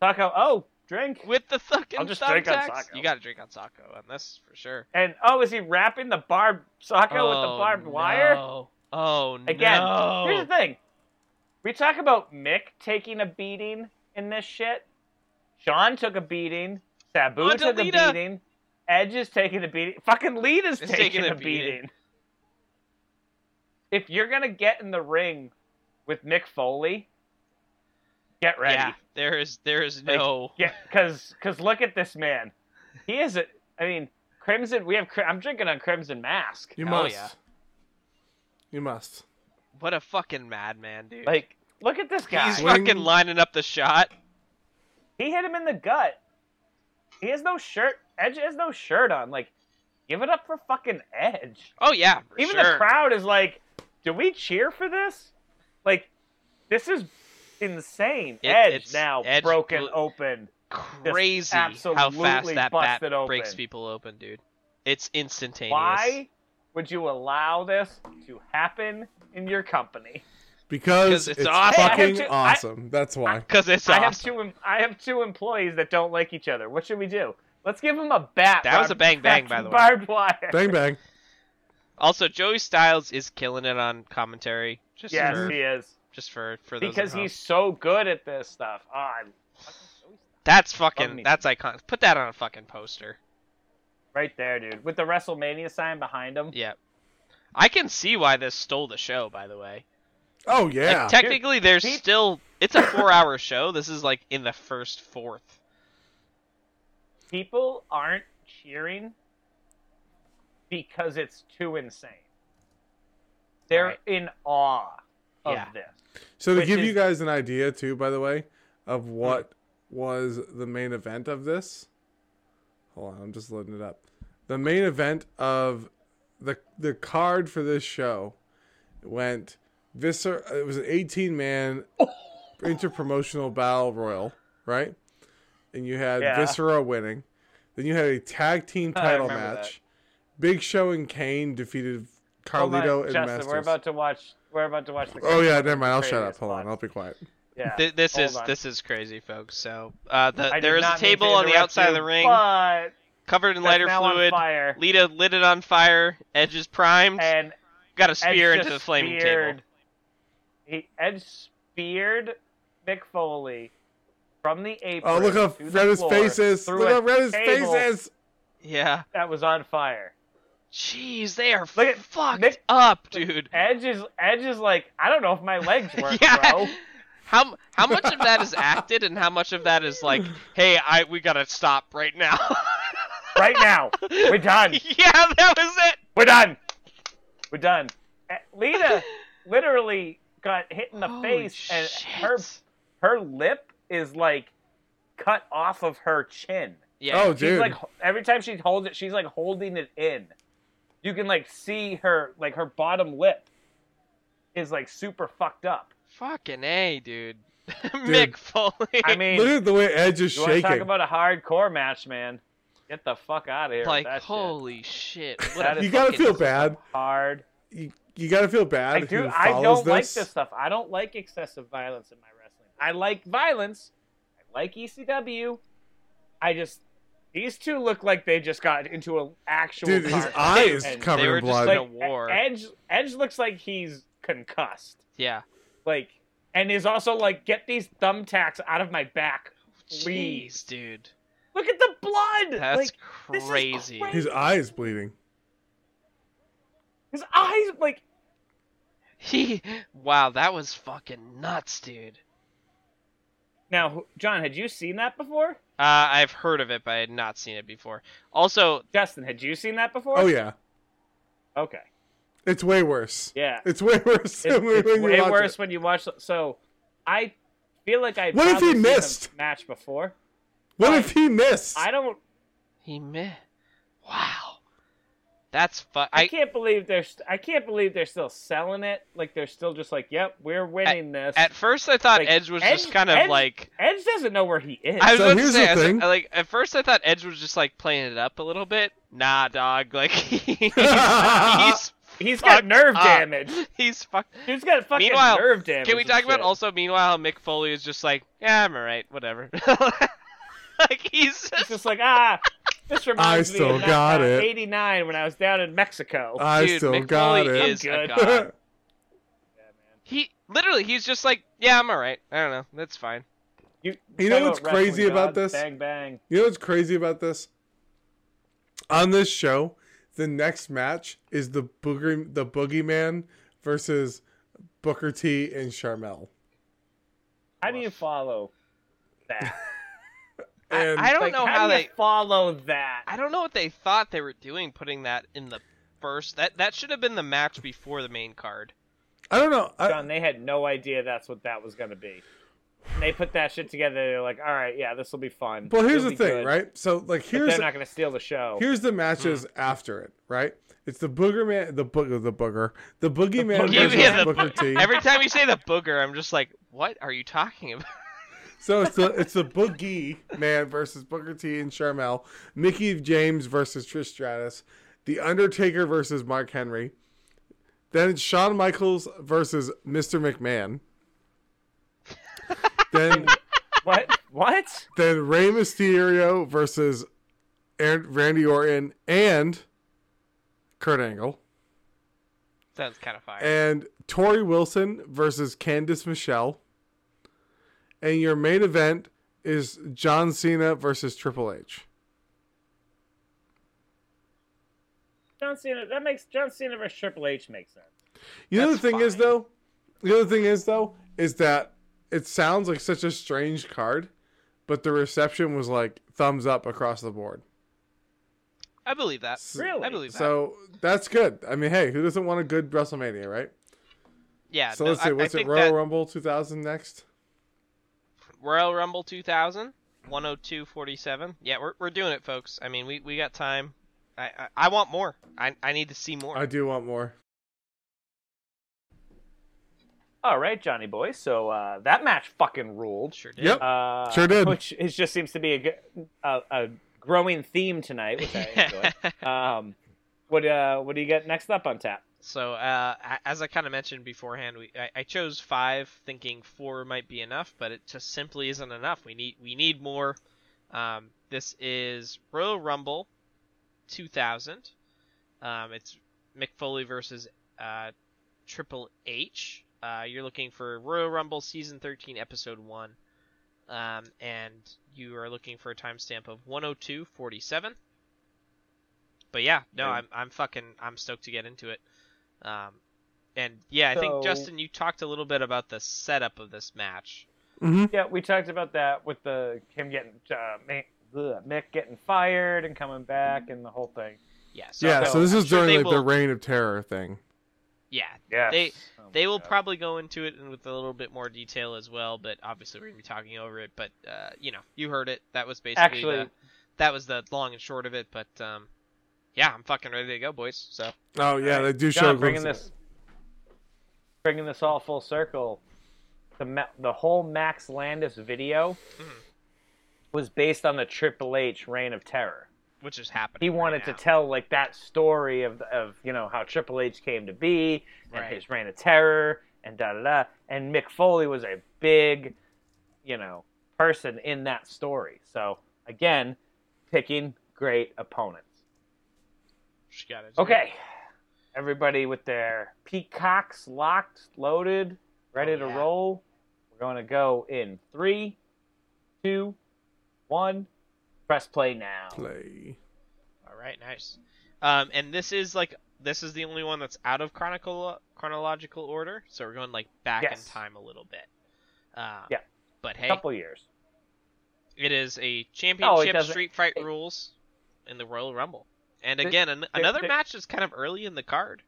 S1: Taco, oh, drink.
S3: with the fucking
S1: I'll just drink on
S3: thumbtacks.
S1: Socko.
S3: You gotta drink on Socko on this for sure.
S1: And oh, is he wrapping the barb Socko with the
S3: Oh,
S1: barbed wire?
S3: no. Oh no.
S1: Again, Here's the thing. We talk about Mick taking a beating in this shit. Sean took a beating. Sabu took a
S3: Adelita.
S1: beating. Edge is taking a beating. Fucking Lita's
S3: It's
S1: taking, a beating. If you're gonna get in the ring with Mick Foley, get ready.
S3: Yeah, there is there is
S1: Like,
S3: no
S1: Yeah, because because look at this man. He is a. I mean, Crimson. We have. Cri- I'm drinking on Crimson Mask.
S2: You
S3: Hell
S2: must.
S3: yeah.
S2: You must.
S3: what a fucking madman, dude.
S1: Like, look at this guy.
S3: he's
S2: Swing.
S3: fucking lining up the shot.
S1: He hit him in the gut. He has no shirt. Edge has no shirt on. Like, give it up for fucking Edge.
S3: Oh yeah, for
S1: Even
S3: sure.
S1: the crowd is like, do we cheer for this? Like, this is insane.
S3: It-
S1: Edge
S3: it's-
S1: now
S3: Edge
S1: broken
S3: bl-
S1: open.
S3: Crazy how
S1: absolutely
S3: fast that bat
S1: busted open.
S3: breaks people open, dude. It's instantaneous.
S1: Why would you allow this to happen in your company?
S2: Because
S3: Because
S2: it's,
S3: it's awesome.
S1: Hey, I have
S2: fucking
S1: to- I-
S2: awesome. That's why.
S3: Because it's
S1: I have
S3: awesome.
S1: two. em- I have two employees that don't like each other. What should we do? Let's give them a bat.
S3: That was
S1: barbed-
S3: a bang bang, by the way.
S1: Barbed wire.
S2: bang bang.
S3: Also, Joey Styles is killing it on commentary. Just
S1: Yes,
S3: for,
S1: he is.
S3: just for for those. at
S1: because
S3: home.
S1: he's so good at this stuff. Oh, I'm
S3: that's
S1: Love me.
S3: fucking that's iconic. Put that on a fucking poster.
S1: right there, dude, with the WrestleMania sign behind him.
S3: Yeah. I can see why this stole the show, by the way.
S2: Oh yeah.
S3: Like technically there's
S1: Pete-
S3: still it's a four hour show. This is like in the first fourth.
S1: People aren't cheering because it's too insane. They're
S3: Right.
S1: in awe of
S3: Yeah.
S1: this.
S2: so to
S1: which
S2: give
S1: is- Hmm.
S2: you guys an idea too, by the way, of what was the main event of this. Hold on, I'm just loading it up. The main event of the the card for this show went Viscer. It was an
S1: [laughs]
S2: 18 man interpromotional battle royal, right? And you had
S1: Yeah.
S2: Viscera winning. Then you had a tag team
S1: I
S2: title
S1: remember that.
S2: match. Big Show and Kane defeated
S1: Hold on,
S2: Carlito and
S1: Oh Justin,
S2: Masters.
S1: we're about to watch. We're about to watch the.
S2: Oh yeah, never mind. I'll shut
S1: Previous
S2: up. Hold on.
S1: spot.
S2: I'll be quiet.
S1: Yeah.
S3: Th- this
S1: Hold
S3: is
S1: on.
S3: this is crazy, folks. So uh, the,
S1: I did
S3: there is a
S1: not mean to
S3: table on the
S1: interrupt
S3: outside
S1: you,
S3: of the ring
S1: but
S3: covered in
S1: that's
S3: lighter
S1: now on
S3: fluid.
S1: fire,
S3: Lita lit it on fire. Edge is primed.
S1: and
S3: Got a spear
S1: Edge
S3: into
S1: just
S3: the flaming
S1: speared-
S3: table.
S1: He Edge speared Mick Foley from the apron.
S2: Oh look how
S1: to the
S2: red his
S1: floor
S2: face is.
S1: through
S2: Look
S1: a
S2: how red his face
S1: table
S2: is.
S3: Yeah.
S1: That was on fire.
S3: Jeez, they are
S1: Look at-
S3: fucked
S1: Nick-
S3: up, dude. [laughs]
S1: Edge is Edge is like I don't know if my legs work, bro.
S3: How how much of that is acted and how much of that is like, hey, I we gotta stop right now. [laughs]
S1: Right now, we're done.
S3: yeah, that was it.
S1: We're done. We're done. Eh, Lita literally got hit in the face, and her her lip is like cut off of her chin.
S3: Yeah.
S2: Oh,
S1: she's
S2: dude.
S1: like every time she holds it, she's like holding it in. You can like see her like her bottom lip is like super fucked up.
S3: Fucking A, dude. [laughs] Mick Foley.
S1: I mean,
S2: Look at the way Edge is
S1: you want to talk
S2: shaking.
S1: about a hardcore match, man? Get the fuck out of here. with
S3: [laughs] like,
S1: that shit.
S3: holy shit. What
S1: That
S3: a
S1: is
S2: you gotta
S3: fucking-
S2: feel bad.
S1: hard.
S2: You, you gotta feel bad.
S1: I
S2: if
S1: do.
S2: Who
S1: I don't
S2: follows this.
S1: like this stuff. I don't like excessive violence in my wrestling. I like violence. I like ECW. I just these two look like they just got into an actual.
S2: Dude, his
S1: car
S2: eye
S1: crash.
S2: is
S1: And,
S2: covered
S3: They were
S2: in
S3: just
S2: blood.
S3: like-
S1: Like, E-,
S3: a war.
S1: Edge. Edge looks like he's concussed.
S3: Yeah.
S1: Like, and is also like, get these thumbtacks out of my back. Please.
S3: Oh, Jeez, dude.
S1: Look at the blood.
S3: That's
S1: like this is
S3: crazy.
S1: crazy.
S2: His eye is bleeding.
S1: his eyes. Like
S3: [laughs] He. Wow, that was fucking nuts, dude.
S1: now, who- John, had you seen that before?
S3: Uh, I've heard of it, but I had not seen it before. Also,
S1: Justin, had you seen that before?
S2: Oh yeah,
S1: Okay.
S2: it's way worse.
S1: Yeah.
S2: It's way worse.
S1: It's,
S2: than [laughs] when
S1: it's
S2: you
S1: way
S2: watch
S1: worse
S2: It.
S1: when you watch. So, I feel like I.
S2: What if he
S1: probably seen the
S2: missed?
S1: match before?
S2: What if he missed?
S1: I don't.
S3: he meh. Wow. That's fu-
S1: I,
S3: I
S1: can't believe they're. st- I can't believe they're still selling it. Like they're still just like, yep, we're winning this.
S3: At first, I thought
S1: Like,
S3: Edge was just
S1: Edge-
S3: kind of
S1: Edge-
S3: like.
S1: Edge doesn't know where he is.
S3: [laughs] I was
S2: So
S3: about to
S2: here's
S3: say,
S2: the
S3: I was-
S2: thing.
S3: I, like at first I thought Edge was just like playing it up a little bit. Nah, dog.
S2: [laughs]
S3: Like [laughs] he's, he's
S1: He's got
S3: fucked
S1: nerve
S3: up.
S1: damage.
S3: He's fucked.
S1: Dude's got fucking
S3: Uh, Meanwhile,
S1: nerve damage.
S3: Can we
S1: and
S3: talk about
S1: shit.
S3: also? Meanwhile, Mick Foley is just like, yeah, I'm alright, whatever. [laughs] like he's
S1: He's
S3: just,
S1: just like
S3: [laughs]
S1: ah. This reminds me
S2: still
S1: of
S2: got it. Uh,
S1: '89 when I was down in Mexico.
S2: [laughs] I
S3: dude,
S2: still
S3: Mick
S2: got
S3: Foley
S2: it.
S3: is a
S1: I'm good.
S3: god.
S1: Yeah, man.
S3: He literally, he's just like, yeah, I'm alright. I don't know, that's fine.
S1: You,
S2: You know
S1: talk
S2: what's
S1: about wrestling
S2: crazy
S1: gods,
S2: about this?
S1: Bang bang.
S2: You know what's crazy about this? On this show, the next match is the booger, the boogeyman versus Booker T and Charmel.
S1: How do you follow that?
S3: I,
S2: And
S3: I don't
S1: Like,
S3: know
S1: how,
S3: how
S1: do
S3: they.
S1: you follow that.
S3: I don't know what they thought they were doing putting that in the first. That that should have been the match before the main card.
S2: I don't know. I,
S1: John, they had no idea that's what that was going to be. And they put that shit together. They're like, all right, yeah, this will be fun.
S2: well,
S1: It'll
S2: here's the
S1: be
S2: thing,
S1: good,
S2: right? So like,
S1: But
S2: here's
S1: they're not going to steal the show.
S2: here's the matches after it, right? It's the booger man, the booger, the booger, the boogeyman
S1: boogeyman.
S2: versus
S1: Yeah,
S3: the
S2: Booker T.
S3: Every time you say the booger, I'm just like, what are you talking about? [laughs]
S2: So it's the it's the boogie man versus Booker T and Charmel, Mickey James versus Trish Stratus, The Undertaker versus Mark Henry. Then it's Shawn Michaels versus Mr. McMahon. then
S1: What? [laughs] What?
S2: then Rey Mysterio versus Aaron, Randy Orton and Kurt Angle.
S3: Sounds kind of fire.
S2: and Tori Wilson versus Candice Michelle. And your main event is John Cena versus Triple H.
S1: John Cena. That makes John Cena versus Triple H make sense.
S2: You know the
S3: That's
S2: thing is
S3: fine.
S2: though, the other thing is though, is that it sounds like such a strange card, but the reception was like thumbs up across the board.
S3: I believe that.
S1: Really?
S3: I believe that.
S2: So that's good. I mean, hey, who doesn't want a good WrestleMania, right?
S3: yeah.
S2: So
S3: no,
S2: let's see,
S3: I- I
S2: what's it?
S3: think
S2: Royal
S3: that
S2: Rumble 2000 next.
S3: Royal Rumble 2000, 102.47. Yeah, we're we're doing it, folks. I mean, we we got time. I I, I want more. I I need to see more.
S2: I do want more.
S1: All right, Johnny boy. So uh, that match fucking ruled.
S3: sure did.
S2: Yep,
S1: Uh,
S2: Sure did.
S1: Which is, just seems to be a, g- a, a growing theme tonight, which I
S3: [laughs]
S1: enjoy. um, what uh, what do you got next up on tap?
S3: So, uh, a- as I kind of mentioned beforehand, we I, I chose five, thinking four might be enough, but it just simply isn't enough. We need we need more. Um, this is Royal Rumble 2000. Um, it's Mick Foley versus uh, Triple H. Uh, you're looking for Royal Rumble season 13, episode one, um, and you are looking for a timestamp of 102:47. But yeah, no,
S1: Yeah.
S3: I'm I'm fucking I'm stoked to get into it. Um, and yeah, I think
S1: So-
S3: Justin, you talked a little bit about the setup of this match.
S2: hmm
S1: Yeah, we talked about that with the him getting uh, Ma- ugh, Mick getting fired and coming back and the whole thing.
S3: Yeah. So,
S2: yeah. So this
S3: I'm
S2: is
S3: sure
S2: during
S3: they
S2: like the
S3: will-
S2: reign of terror thing.
S3: yeah
S1: Yeah,
S3: They- They
S1: Oh
S3: will probably go into it and with a little bit more detail as well, but obviously we're gonna be talking over it. But uh, you know, you heard it. That was basically
S1: actually.
S3: the, that was the long and short of it. But um, yeah, I'm fucking ready to go, boys. So
S2: Oh yeah, they do show
S1: John, bringing
S2: glimpses.
S1: this, bringing this all full circle. The ma- the whole Max Landis video was based on the Triple H Reign of Terror.
S3: which is happening.
S1: He
S3: right
S1: wanted to
S3: now.
S1: tell like that story of of you know how Triple H came to be and
S3: Right.
S1: his Reign of Terror and da da da. And Mick Foley was a big, you know, person in that story. So again, picking great opponents.
S3: She got it.
S1: Okay. Everybody with their peacocks locked, loaded, ready
S3: Oh,
S1: to
S3: yeah.
S1: roll. We're going to go in three, two, one. Press play now.
S2: Play.
S3: All right, nice. Um, and this is like this is the only one that's out of chronicle chronological order, so we're going like back
S1: Yes.
S3: in time a little bit. Uh,
S1: Yeah.
S3: But
S1: A
S3: hey,
S1: couple years.
S3: it is a championship
S1: Oh, doesn't-
S3: street fight
S1: it-
S3: rules in the Royal Rumble, and
S1: They-
S3: again an, another
S1: they-
S3: match that's kind of early in the card,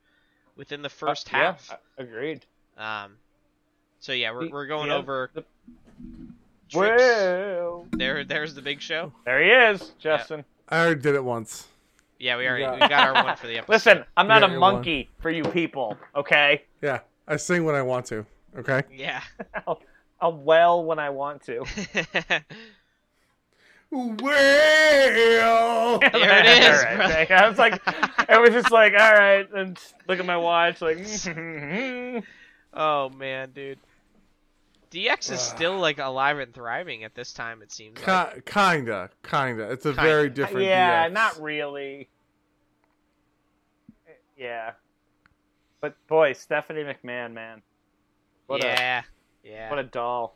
S3: within the first
S1: Uh, yeah,
S3: half.
S1: uh, agreed.
S3: Um, so yeah, we're,
S1: The-
S3: we're going
S1: the oth-
S3: over.
S1: the-
S3: Trips.
S1: Well,
S3: There, there's the big show.
S1: there he is, Justin.
S2: I already did it once.
S3: Yeah, we already
S2: Yeah.
S3: we got our
S1: [laughs]
S3: one for the episode.
S1: Listen, I'm not
S2: Yeah,
S1: a
S2: you're one.
S1: monkey for you people, okay?
S2: Yeah, I sing when I want to. Okay.
S3: Yeah. [laughs]
S1: I'll well when I want to. [laughs]
S2: Well,
S3: There it is,
S1: All
S3: brother.
S1: right. I was like, I was just like, all right, and look at my watch,
S3: [laughs]
S1: like, [laughs] yeah,
S3: oh man, dude. DX is still like alive and thriving at this time. It seems.
S2: [laughs]
S3: Like.
S2: Ki- kinda, kinda. It's a
S3: Kinda.
S2: very different. DX.
S1: not really. Yeah, but boy, Stephanie McMahon, man, what
S3: yeah.
S1: a
S3: Yeah.
S1: what a doll.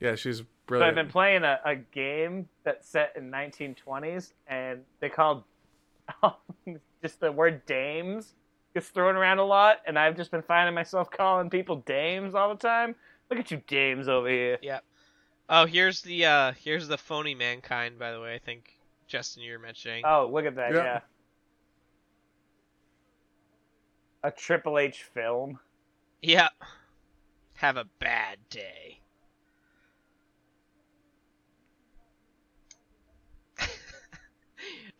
S2: Yeah, she's
S1: So I've been
S2: brilliant.
S1: playing a, a game that's set in 1920s, and they called [laughs] oh, just the word dames gets thrown around a lot, and I've just been finding myself [laughs] calling people dames all the time. Look at you dames over here.
S3: Oh, here's the uh here's the phony mankind. By the way, I think Justin you were mentioning.
S1: Oh, look at that,
S2: Yeah.
S1: yeah. A Triple H film.
S3: Yep. Have a bad day. [laughs]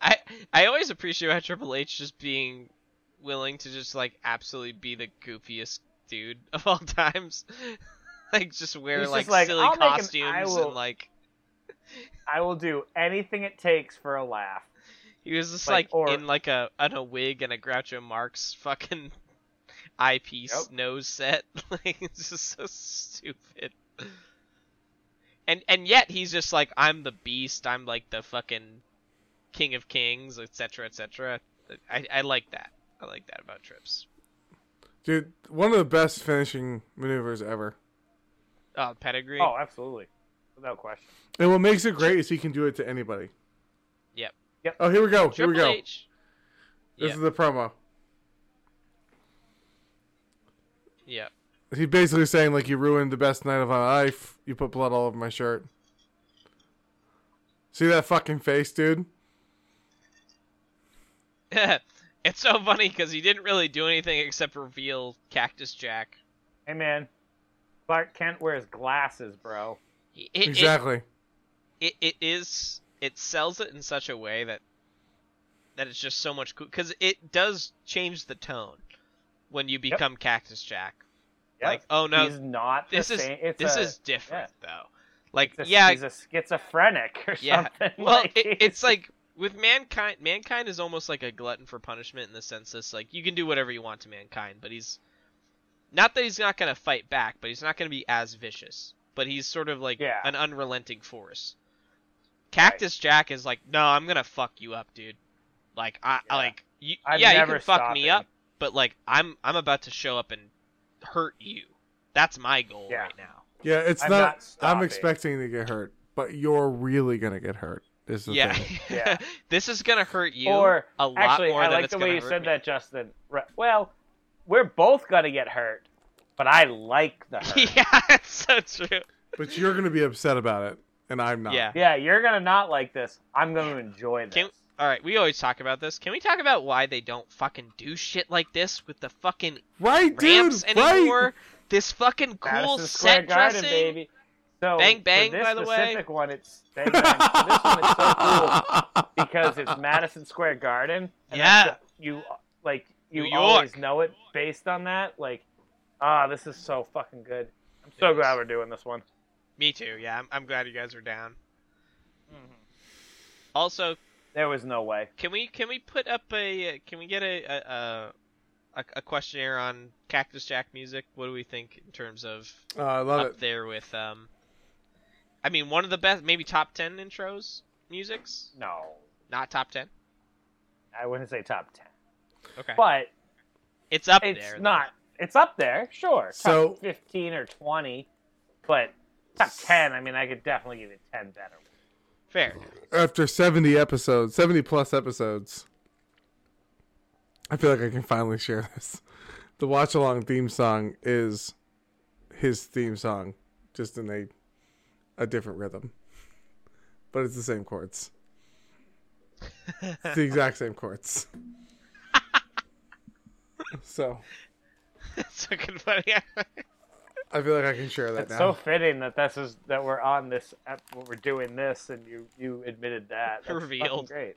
S3: I I always appreciate how Triple H just being willing to just like absolutely be the goofiest dude of all [laughs] times. like just wear
S1: He's just
S3: like,
S1: like,
S3: silly
S1: "I'll make an- I
S3: costumes
S1: will-
S3: and like
S1: I will do anything it takes for a laugh.
S3: he was just like,
S1: Like, or-
S3: in like a on a wig and a Groucho Marx fucking [laughs] eyepiece
S1: Yep.
S3: nose set. [laughs] like it's just so stupid. And and yet he's just like I'm the beast. I'm like the fucking king of kings, etc., etc. I I like that. I like that about trips.
S2: Dude, one of the best finishing maneuvers ever.
S3: Oh, pedigree.
S1: Oh, absolutely. Without question.
S2: And what makes it great is he can do it to anybody.
S3: Yep.
S1: Yep.
S2: Oh, here we go.
S3: Triple
S2: here we go.
S3: H.
S2: This
S3: Yep.
S2: is the promo.
S3: Yep.
S2: He's basically saying like, "You ruined the best night of my life. You put blood all over my shirt." See that fucking face, dude?
S3: [laughs] it's so funny because he didn't really do anything except reveal Cactus Jack.
S1: Hey, man. Clark Kent wears glasses, bro.
S3: It- it- it-
S2: exactly.
S3: it, it is it sells it in such a way that that it's just so much cool because it does change the tone when you become Cactus Jack.
S1: Yep.
S3: Like, oh no,
S1: he's not the
S3: this is
S1: same. It's
S3: this
S1: a,
S3: is different though. Like,
S1: it's a-
S3: yeah,
S1: he's a schizophrenic or
S3: yeah.
S1: something. [laughs]
S3: Well,
S1: like,
S3: it,
S1: he's-
S3: it's like with mankind. Mankind is almost like a glutton for punishment in the sense that it's like you can do whatever you want to mankind, but he's not that he's not gonna fight back, but he's not gonna be as vicious. But he's sort of like
S1: Yeah.
S3: an unrelenting force. Cactus Jack is like, no, I'm gonna fuck you up, dude. Like I
S1: Yeah.
S3: like you,
S1: I'm
S3: yeah, you
S1: never
S3: can fuck me
S1: stopping.
S3: up, but like I'm I'm about to show up and hurt you. That's my goal
S1: Yeah.
S3: right now.
S2: Yeah, it's
S1: I'm
S2: not.
S1: not
S2: I'm
S1: stopping.
S2: expecting to get hurt, but you're really gonna get hurt. Is the
S3: Yeah. [laughs]
S2: thing.
S1: Yeah.
S3: this is gonna hurt you
S1: Or,
S3: a lot
S1: Actually,
S3: more
S1: I
S3: than
S1: like
S3: it's
S1: the
S3: gonna
S1: way you
S3: hurt
S1: said
S3: me.
S1: that, Justin. Right. Well, we're both gonna get hurt, but I like the
S3: [laughs]
S1: hurt.
S3: yeah, it's so true.
S2: But you're gonna be upset about it, and I'm not.
S3: Yeah.
S1: yeah, you're gonna not like this. I'm gonna enjoy this.
S3: Can all right, we always talk about this. Can we talk about why they don't fucking do shit like this with the fucking
S2: Right, dude.
S3: ramps
S2: Right.
S3: anymore? This fucking cool
S1: Madison Square
S3: set
S1: Garden,
S3: dressing.
S1: baby. So
S3: Bang
S1: for
S3: Bang,
S1: this
S3: by the way.
S1: specific one, it's bang bang. For this one, it's so
S3: [laughs]
S1: cool
S2: [laughs]
S1: because it's Madison Square Garden. and that's
S3: Yeah.
S1: the- you like you
S3: New York.
S1: always know it based on that. Like, ah, this is so fucking good. I'm so
S3: Yes.
S1: glad we're doing this one.
S3: Me too. Yeah, I'm, I'm glad you guys are down.
S1: Mm-hmm.
S3: Also,
S1: There was no way.
S3: can we can we put up a uh, can we get a a, a- a a questionnaire on Cactus Jack music? What do we think in terms of
S2: Uh, I love
S3: up
S2: it.
S3: there with um? I mean, one of the best, maybe top ten intros musics.
S1: No,
S3: Not top ten.
S1: I wouldn't say top ten,
S3: Okay,
S1: but
S3: it's up
S1: it's
S3: there. though.
S1: not. It's up there, sure.
S2: So-
S1: top fifteen or twenty, but top ten. I mean, I could definitely give it ten better.
S3: fair. [laughs]
S2: After 70 episodes, 70 plus episodes, I feel like I can finally share this. [laughs] The watch along theme song is his theme song, just in a a different rhythm, but it's the same chords. it's the exact same chords. so
S3: That's fucking funny.
S2: I feel like I can share that
S1: It's
S2: now.
S1: so fitting that this is that we're on this ep- we're doing this and you you admitted that That's fucking
S3: Revealed.
S1: great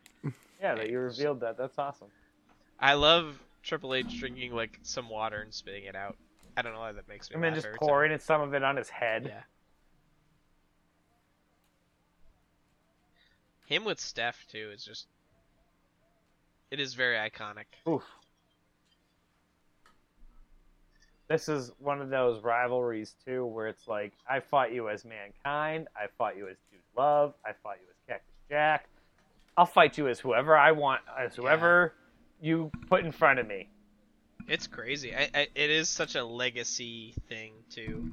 S1: yeah that you revealed that that's awesome
S3: I love Triple H drinking like some water and spitting it out. I don't know why that makes me.
S1: and then
S3: laugh
S1: just
S3: every time.
S1: pouring it some of it on his head
S3: Yeah. Him with Steph too is just it is very iconic.
S1: Oof. This is one of those rivalries too, where it's like I fought you as mankind, I fought you as Dude Love, I fought you as Cactus Jack. I'll fight you as whoever I want, as whoever you put in front of me.
S3: It's crazy. I, I, it is such a legacy thing too.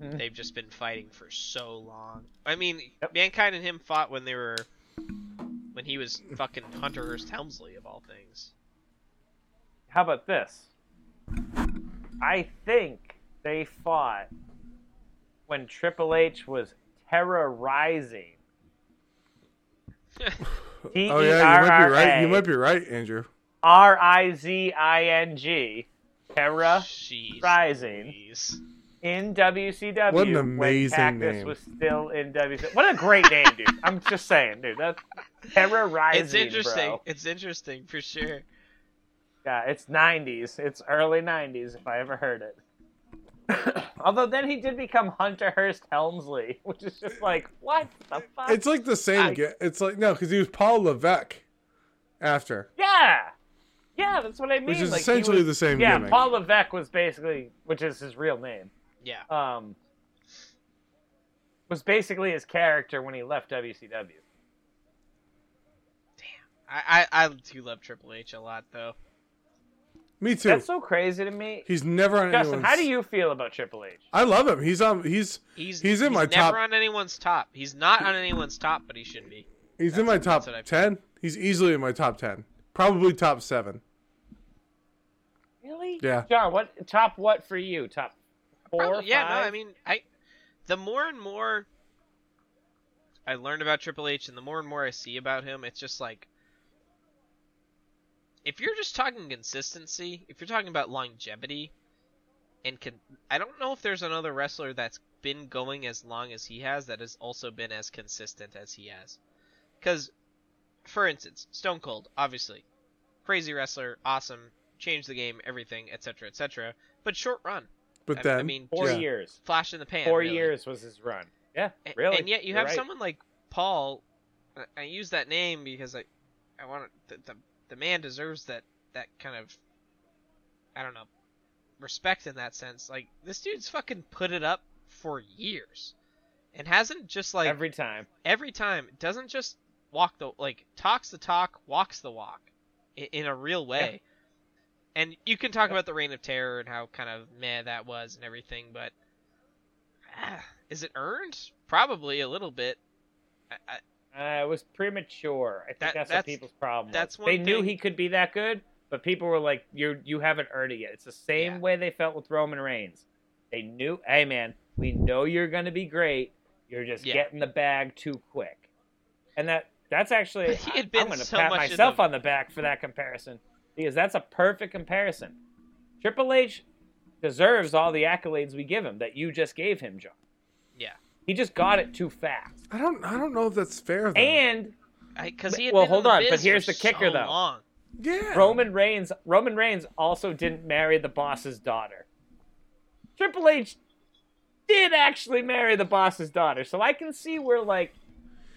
S3: They've just been fighting for so long. I mean,
S1: Mm-hmm. Yep.
S3: mankind and him fought when they were when he was fucking Hunter Hearst Helmsley of all things.
S1: How about this? I think they fought when Triple H was
S3: [laughs]
S1: terrorizing. E
S2: oh yeah, you might be right. You might be right, Andrew.
S1: R I Z I N G, Terra
S3: Jeez.
S1: Rising
S3: Louise.
S1: in WCW.
S2: What an
S1: when
S2: amazing
S1: Cactus
S2: name.
S1: was still in WCW. What a great name, dude. I'm just saying, dude. That's Terra Rising.
S3: [laughs] It's interesting.
S1: bro.
S3: It's interesting for sure.
S1: Yeah, it's 90s. It's early 90s if I ever heard it. [coughs] Although then he did become Hunter Hearst Helmsley, [laughs] which is just like, what the fuck?
S2: It's like the same.
S3: I-
S2: ga- it's like no, because he was Paul Levesque after.
S1: yeah! Yeah, that's what I mean.
S2: Which is
S1: Like, he
S2: essentially
S1: was-
S2: the same
S1: Yeah,
S2: gimmick.
S1: Paul Levesque was basically, which is his real name.
S3: Yeah.
S1: um, was basically his character when he left WCW.
S3: I, I I do love Triple H a lot though.
S2: Me too.
S1: That's so crazy to me.
S2: he's never on
S1: Justin,
S2: anyone's.
S1: how do you feel about Triple H?
S2: I love him. He's on. He's
S3: He's
S2: He's in my
S3: never
S2: top-
S3: on anyone's top. He's not on anyone's top, but he should be.
S2: he's in my top
S3: what I-
S2: ten. He's easily in my top ten. Probably top seven.
S1: Really?
S2: Yeah.
S1: John, what top what for you? Top four?
S3: Probably- Oh, yeah, no,
S1: five?
S3: I mean, I the more and more I learn about Triple H and the more and more I see about him, it's just like if you're just talking consistency, if you're talking about longevity and can I don't know if there's another wrestler that's been going as long as he has that has also been as consistent as he has. Cuz for instance, Stone Cold, obviously. Crazy wrestler, awesome, changed the game, everything, etc., etc., but short run.
S2: But
S3: I-
S2: then,
S3: I mean,
S1: four
S2: yeah.
S1: years.
S3: flash in the pan.
S1: Four
S3: really.
S1: years was his run. Yeah,
S3: A-
S1: really.
S3: And yet you
S1: You're
S3: have
S1: right.
S3: someone like Paul. I- I use that name because I, I want the, the the man deserves that that kind of, I don't know, respect in that sense. Like this dude's fucking put it up for years, and hasn't just like
S1: every time.
S3: every time doesn't just walk the like talks the talk walks the walk in, in a real way and you can talk about the reign of terror and how kind of meh that was and everything but ah, is it earned probably a little bit I, I,
S1: Uh, it was premature. I think that's,
S3: That- that's-
S1: what people's problem. was.
S3: that's one
S1: they knew
S3: thing-
S1: he could be that good, but people were like, "You you haven't earned it yet." It's the same
S3: Yeah.
S1: way they felt with Roman Reigns. They knew, "Hey man, we know you're going to be great. You're just
S3: Yeah.
S1: getting the bag too quick," and that that's actually
S3: But he had
S1: I-
S3: been
S1: I'm going to
S3: so
S1: pat
S3: much in
S1: myself
S3: the-
S1: on the back for that comparison because that's a perfect comparison. Triple H deserves all the accolades we give him that you just gave him, John.
S3: yeah
S1: He just got it too fast.
S2: I don't. I don't know if that's
S3: Mm.
S2: fair. Though.
S1: And
S3: Because he had
S1: Well,
S3: been in
S1: hold
S3: the
S1: on,
S3: biz
S1: but here's
S3: for
S1: the kicker,
S3: so
S1: though.
S3: long.
S2: yeah,
S1: Roman Reigns Roman Reigns also didn't marry the boss's daughter. Triple H did actually marry the boss's daughter, so I can see where like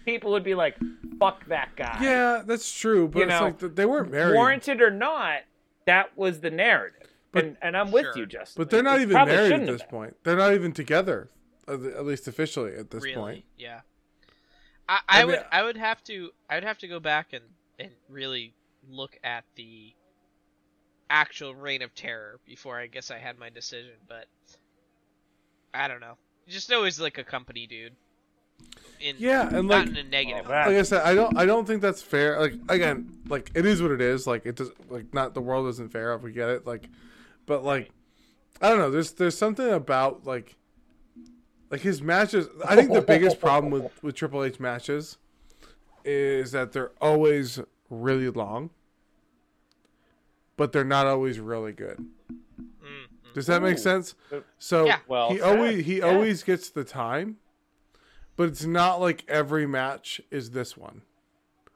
S1: people would be like, "Fuck that guy."
S2: Yeah, that's true. But
S1: You
S2: it's
S1: know,
S2: like th- they weren't married.
S1: warranted or not, that was the narrative.
S2: But-
S1: and, and I'm with
S3: Sure.
S1: you, Justin.
S2: but they're not
S1: It
S2: even
S1: probably
S2: married at
S1: shouldn't have
S2: this
S1: been.
S2: point. They're not even together, at the- at least officially at this
S3: really,
S2: point.
S3: Yeah. I, I,
S2: I mean-
S3: would I would have to I would have to go back and, and really look at the actual reign of terror before I guess I had my decision, but I don't know. Just know he's like a company dude. In,
S2: Yeah, and
S3: not
S2: like
S3: in a negative.
S1: Oh, that-
S2: like I said, I don't I don't think that's fair. Like again, like it is what it is. Like it does like not the world isn't fair if we get it. Like but like I don't know, there's there's something about like like his matches I think the biggest problem with, with Triple H matches is that they're always really long. But they're not always really good.
S3: Mm,
S2: Does that make
S1: Ooh.
S2: sense? So
S3: Yeah.
S1: Well
S2: he
S1: said.
S2: always he
S1: Yeah.
S2: always gets the time, but it's not like every match is this one,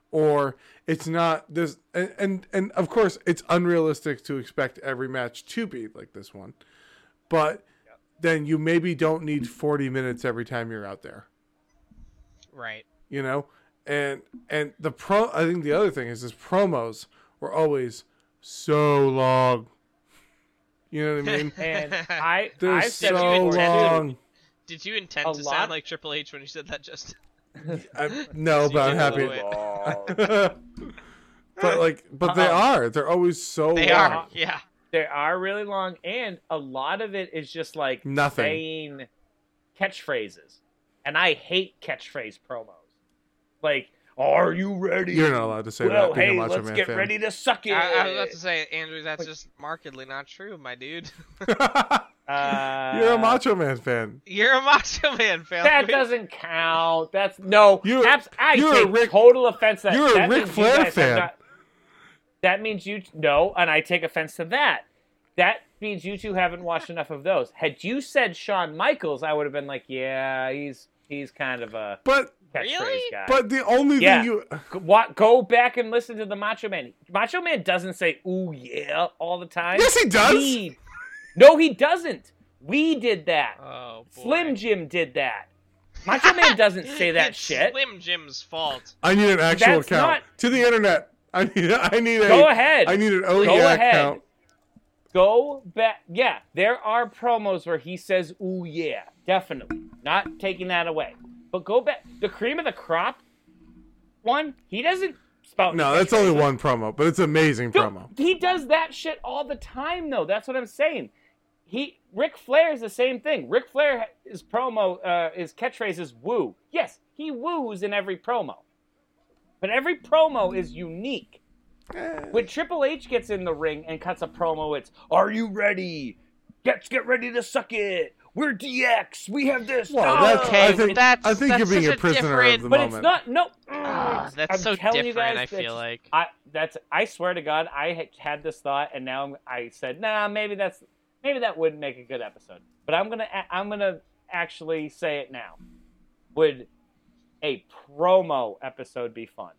S2: or it's not this. And and, and of course, it's unrealistic to expect every match to be like this one, but then you maybe don't need forty minutes every time you're out there
S3: right.
S2: you know and and the pro i think the other thing is his promos were always so long you know what
S1: [laughs]
S2: i mean
S3: [laughs]
S1: And I,
S2: [laughs] they're
S1: I said
S2: so uh,
S1: before, too,
S2: long
S3: Did you intend
S1: A
S3: to
S1: lot-
S3: sound like Triple H when you said that just
S2: I, no
S3: You
S2: but i'm
S3: did
S2: happy
S3: it.
S2: but like but they
S1: Uh-oh.
S2: are they're always so
S3: They
S2: long
S3: are.
S1: [laughs]
S3: Yeah.
S1: they are really long, and a lot of it is just like
S2: Nothing.
S1: saying catchphrases, and I hate catchphrase promos. Like, are you ready?
S2: you're not allowed to say
S1: well,
S2: that being
S1: hey,
S2: a macho
S1: let's
S2: man
S1: get
S2: fan.
S1: ready to suck it.
S3: I, I was about to say, Andrew, that's
S1: Like-
S3: just markedly not true, my dude. [laughs]
S1: Uh,
S2: [laughs] you're a macho man fan
S3: You're a Macho Man fan. [laughs]
S1: That
S2: [laughs]
S1: doesn't count. That's no.
S2: You're-
S1: abs- I
S2: you're a
S1: take
S2: Rick-
S1: total offense. to That
S2: you're a
S1: that
S2: Ric
S1: means you
S2: Flair
S1: guys have
S2: fan.
S1: not- that means you no, and I take offense to that. That means you two haven't watched enough of those. Had you said Shawn Michaels, I would have been like, yeah, he's he's kind of a
S2: but
S1: catchphrase
S3: Really?
S1: guy.
S2: but the only
S1: Yeah.
S2: thing you
S1: Go- wa- go back and listen to the Macho Man. Macho Man doesn't say "ooh yeah" all the time.
S2: Yes, he does.
S1: We- no, he doesn't. We did that.
S3: Oh, boy.
S1: Slim Jim did that. Macho Man doesn't
S3: [laughs]
S1: say that
S3: It's
S1: shit.
S3: Slim Jim's fault.
S2: i need an actual
S1: That's
S2: account
S1: not-
S2: to the internet i [laughs] need i need a
S1: Go ahead.
S2: i need an oh
S1: Go
S2: yeah
S1: ahead.
S2: account
S1: Go back. Yeah, there are promos where he says "ooh yeah," definitely. Not taking that away. But go back. The cream of the crop one. He doesn't spout.
S2: No, that's only one promo, but it's amazing
S1: Dude,
S2: promo.
S1: He does that shit all the time, though. That's what I'm saying. He Ric Flair is the same thing. Ric Flair is promo. Uh, his catchphrase is "woo." Yes, he woos in every promo, but every promo is unique. When Triple H gets in the ring and cuts a promo, it's "Are you ready? Let's get ready to suck it. We're DX. We have this."
S2: Well,
S1: Ah!"
S2: that's,
S3: Okay,
S2: I think,
S3: that's-
S2: I think
S3: that's
S2: you're being
S3: such
S2: a
S3: a
S2: prisoner
S3: different-
S2: of the
S1: but
S2: moment.
S1: it's not. No,
S3: Ah, that's
S1: I'm
S3: so
S1: telling you guys,
S3: different, I
S1: that's-
S3: feel like.
S1: I that's I swear to God, I had- had this thought, and now I'm, I said, nah, maybe that's maybe that wouldn't make a good episode. But I'm gonna a- I'm gonna actually say it now. Would a promo episode be fun?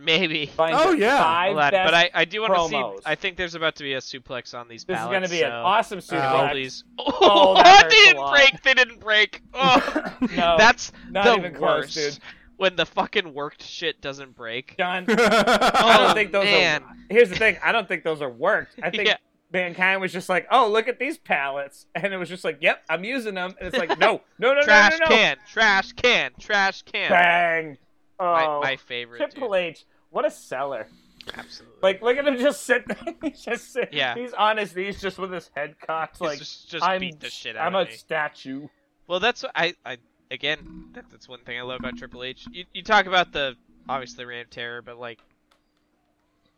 S3: Maybe.
S1: Find
S2: Oh,
S1: the
S2: yeah.
S1: five
S3: Hold on,
S1: best-
S3: But I, I do want to
S1: promos.
S3: see. I think there's about to be a suplex on these
S1: this is
S3: pallets.
S1: gonna be
S3: so
S1: an awesome super.
S2: Ow.
S1: [laughs]
S3: Please. Oh,
S1: that
S3: [laughs]
S1: hurts a
S3: they didn't
S1: lot.
S3: break. They
S1: [laughs]
S3: didn't break. Oh,
S1: no,
S3: [laughs] that's
S1: not
S3: the
S1: even
S3: worst.
S1: close, dude.
S3: When the fucking worked shit doesn't break. [laughs]
S1: John.
S2: [laughs]
S1: I
S2: oh,
S1: don't think those
S3: man.
S1: are. Here's the thing. I don't think those are worked.
S3: [laughs]
S1: I think
S3: Yeah.
S1: mankind was just like, oh, look at these pallets, and it was just like, yep, I'm using them, and it's like, no, no, no,
S3: trash
S1: no, no, no,
S3: can. Trash can. Trash can.
S1: bang. Oh,
S3: My, my favorite. dude.
S1: Triple H, what a seller!
S3: Absolutely.
S1: Like, look at him just sit. [laughs] he's just sit.
S3: Yeah.
S1: He's on his knees, just with his head cocked,
S3: He's
S1: like
S3: just, just
S1: I'm.
S3: beat the shit out
S1: I'm
S3: of
S1: a
S3: me.
S1: statue.
S3: Well, that's what I, I again. That, that's one thing I love about Triple H. You, you talk about the obviously the Reign of Terror, but like,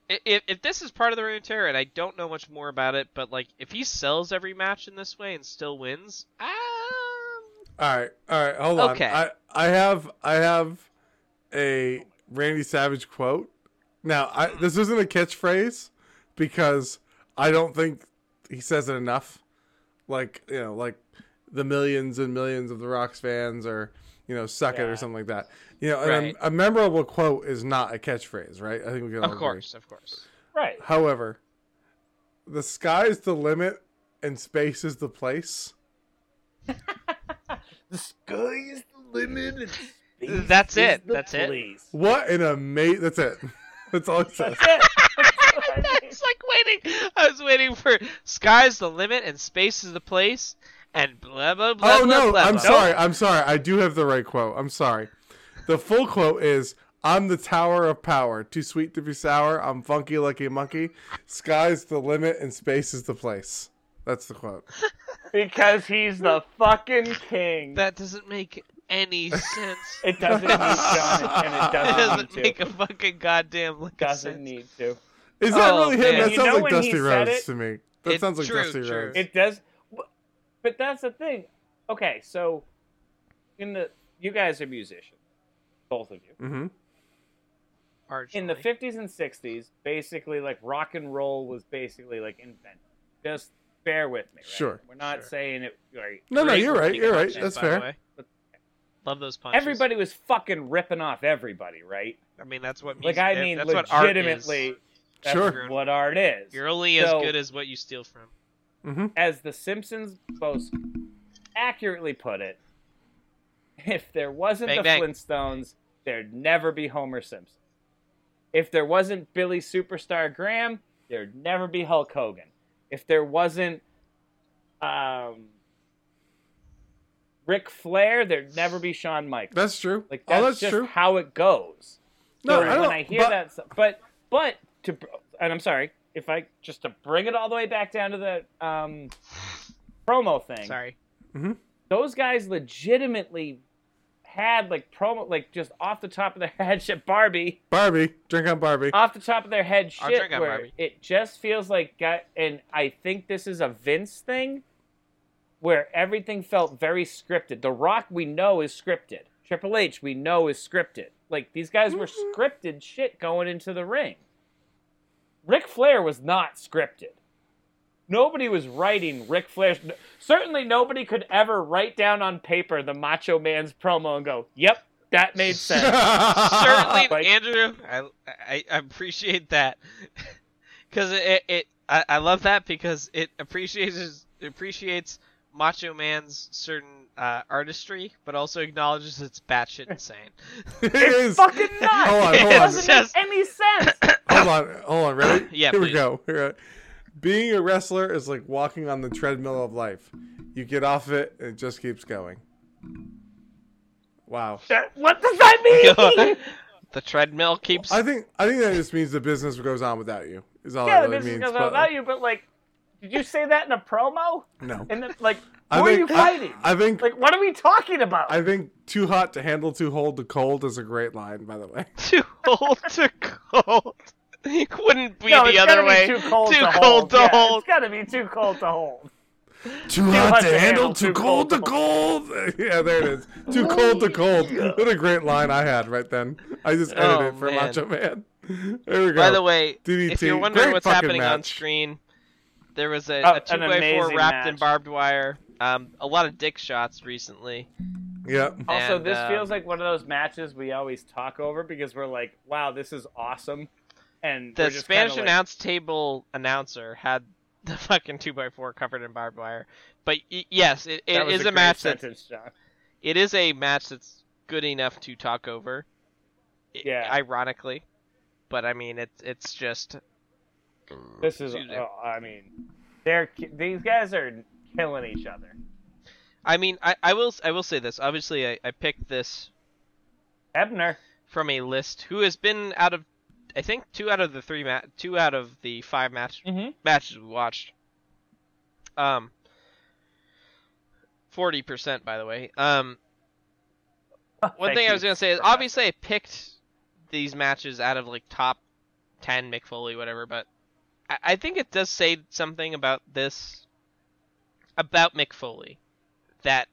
S3: i- if if this is part of the Reign of Terror, and I don't know much more about it, but like, if he sells every match in this way and still wins, um,
S2: all right, all right, hold on.
S3: Okay.
S2: I, I have, I have a Randy Savage quote. Now, I, this isn't a catchphrase because I don't think he says it enough. Like you know, like the millions and millions of the Rocks fans or you know suck it
S1: Yeah.
S2: or something like that. You know, and
S3: Right.
S2: a, a memorable quote is not a catchphrase, right? I think we can all
S3: Of
S2: agree.
S3: course, of course. [laughs]
S1: Right.
S2: However, the sky's the limit and space is the place.
S1: The sky is the limit. and space
S3: That's
S1: is
S3: it.
S1: the
S3: That's it. [laughs]
S1: place.
S2: What an amazing! That's it. [laughs] That's all it says.
S1: That's it. That's what I
S3: [laughs]
S1: mean.
S3: it's like waiting. I was waiting for sky's the limit and space is the place and blah blah blah.
S2: oh
S3: blah,
S2: no!
S3: blah,
S2: I'm
S3: blah.
S2: sorry. I'm sorry. I do have the right quote. I'm sorry. The full quote is: "I'm the tower of power, too sweet to be sour. I'm funky like a monkey. Sky's the limit and space is the place." That's the quote.
S1: because he's the fucking king.
S3: That doesn't make any
S1: [laughs]
S3: [laughs] sense.
S1: It doesn't need John, and it
S3: [laughs]
S1: doesn't,
S3: It doesn't
S1: need
S3: make
S1: to.
S3: a fucking goddamn lick of
S1: Doesn't
S3: sense.
S1: need to.
S2: Is that
S3: Oh,
S2: really him?
S3: man.
S2: That
S1: You
S2: sounds
S1: know
S2: like
S1: when he
S2: Dusty
S1: said
S2: Rhodes
S1: it-
S2: to me. That
S3: It-
S2: sounds like
S3: true,
S2: Dusty
S3: true.
S2: Rhodes.
S1: It does, but that's the thing. Okay, so in the you guys are musicians, both of you.
S2: mm-hmm.
S1: in the
S3: Marginally.
S1: 50s and 60s basically like rock and roll was basically like invented just bear with me right?
S2: Sure.
S1: we're not
S3: Sure.
S1: saying it like,
S2: No, no,
S3: Great
S2: you're right.
S3: fucking
S2: You're right.
S3: punches,
S2: That's
S3: by the
S2: fair.
S3: way. Love those punches.
S1: everybody was fucking ripping off everybody right
S3: I mean, that's what.
S1: like
S3: Music,
S1: i mean
S3: that's what art is.
S1: legitimately that's
S2: Sure.
S1: what art is
S3: You're only as
S1: So-
S3: good as what you steal from.
S2: Mm-hmm.
S1: as the simpsons most accurately put it if there wasn't
S3: Bang,
S1: the
S3: bang.
S1: flintstones there'd never be homer simpson if there wasn't billy superstar graham there'd never be hulk hogan if there wasn't um Ric Flair, there'd never be Shawn Michaels.
S2: That's true.
S1: Like that's,
S2: oh, that's
S1: just
S2: true.
S1: how it goes.
S2: No,
S1: So
S2: I don't,
S1: when I hear
S2: but,
S1: that, so- but but to and I'm sorry if I just to bring it all the way back down to the um, promo thing.
S3: Sorry.
S1: Those guys legitimately had like promo like just off the top of their [laughs] head shit Barbie
S2: Barbie, drink on
S1: [laughs]
S2: Barbie.
S1: off the top of their head
S3: I'll
S1: shit
S3: drink on
S1: where
S3: Barbie.
S1: it just feels like got and I think this is a Vince thing where everything felt very scripted. The Rock we know is scripted. Triple H we know is scripted. Like these guys were scripted shit going into the ring. Ric Flair was not scripted. Nobody was writing Ric Flair's. Certainly, nobody could ever write down on paper the Macho Man's promo and go, "Yep, that made sense."
S3: [laughs] [laughs] Certainly,
S1: Like-
S3: Andrew. I, I I appreciate that [laughs] because it, it I, I love that because it appreciates appreciates Macho Man's certain uh, artistry, but also acknowledges it's batshit insane.
S2: [laughs]
S3: [laughs]
S2: it is.
S1: Fucking not.
S2: Hold on, hold
S1: it
S2: on.
S1: doesn't
S3: Just-
S1: make any sense.
S2: hold on, hold on, ready?
S3: [coughs] Yeah,
S2: Here we
S3: please.
S2: go. Here we go. Being a wrestler is like walking on the treadmill of life. You get off it, and it just keeps going. Wow.
S1: That- what does that
S3: [laughs]
S1: mean?
S3: the treadmill keeps.
S2: I think I think that just means the business goes on without you. Is all
S1: yeah,
S2: that
S1: the
S2: really
S1: business
S2: means.
S1: goes
S2: but,
S1: on without you, but like, did you say that in a promo?
S2: No.
S1: And then, like,
S2: [laughs] I
S1: who are you
S2: think-
S1: fighting?
S2: I think
S1: like, what are we talking about?
S2: I think too hot to handle, too hold to cold is a great line, by the way.
S3: too old to cold. It wouldn't be
S1: no,
S3: the
S1: it's
S3: other
S1: gotta
S3: way.
S1: be too cold to
S3: cold
S1: hold.
S3: to
S1: Yeah,
S3: hold.
S1: It's gotta be too cold to hold.
S2: Too, hot, to handle, too cold to cold. [laughs] yeah, there it is. Too cold to cold. What a great line I had right then. I just edited
S3: Oh,
S2: it for
S3: man.
S2: Macho Man. [laughs] There we go.
S3: By the way,
S2: DDT,
S3: if you're wondering
S2: great
S3: what's
S2: fucking
S3: happening on
S2: match.
S3: screen, there was a,
S1: Oh,
S3: a
S1: an
S3: two by four
S1: amazing
S3: wrapped in
S1: match.
S3: barbed wire. Um, a lot of dick shots recently.
S2: yeah,
S1: Also,
S3: And,
S1: this
S3: um,
S1: feels like one of those matches we always talk over because we're like, wow, this is awesome. And
S3: The
S1: we're just
S3: Spanish
S1: kinda like,
S3: announce table announcer had [laughs] the fucking two by four covered in barbed wire. But y- yes, it,
S1: that
S3: it
S1: was
S3: is
S1: a,
S3: a,
S1: great
S3: match that's
S1: sentence, John.
S3: it is a match that's good enough to talk over. i-
S1: Yeah.
S3: Ironically, but I mean it's it's just
S1: This is,
S3: Excuse me.
S1: oh, I mean, they're ki- these guys are killing each other.
S3: I mean I, I will I will say this obviously I, I picked this
S1: Ebner,
S3: from a list who has been out of I think two out of the three ma- two out of the five match
S1: Mhm.
S3: matches we watched. Um, forty percent, by the way. Um, one
S1: Thank
S3: thing I
S1: you
S3: was gonna say is
S1: for that.
S3: obviously I picked these matches out of like top ten McFoley whatever, but I, I think it does say something about this about McFoley that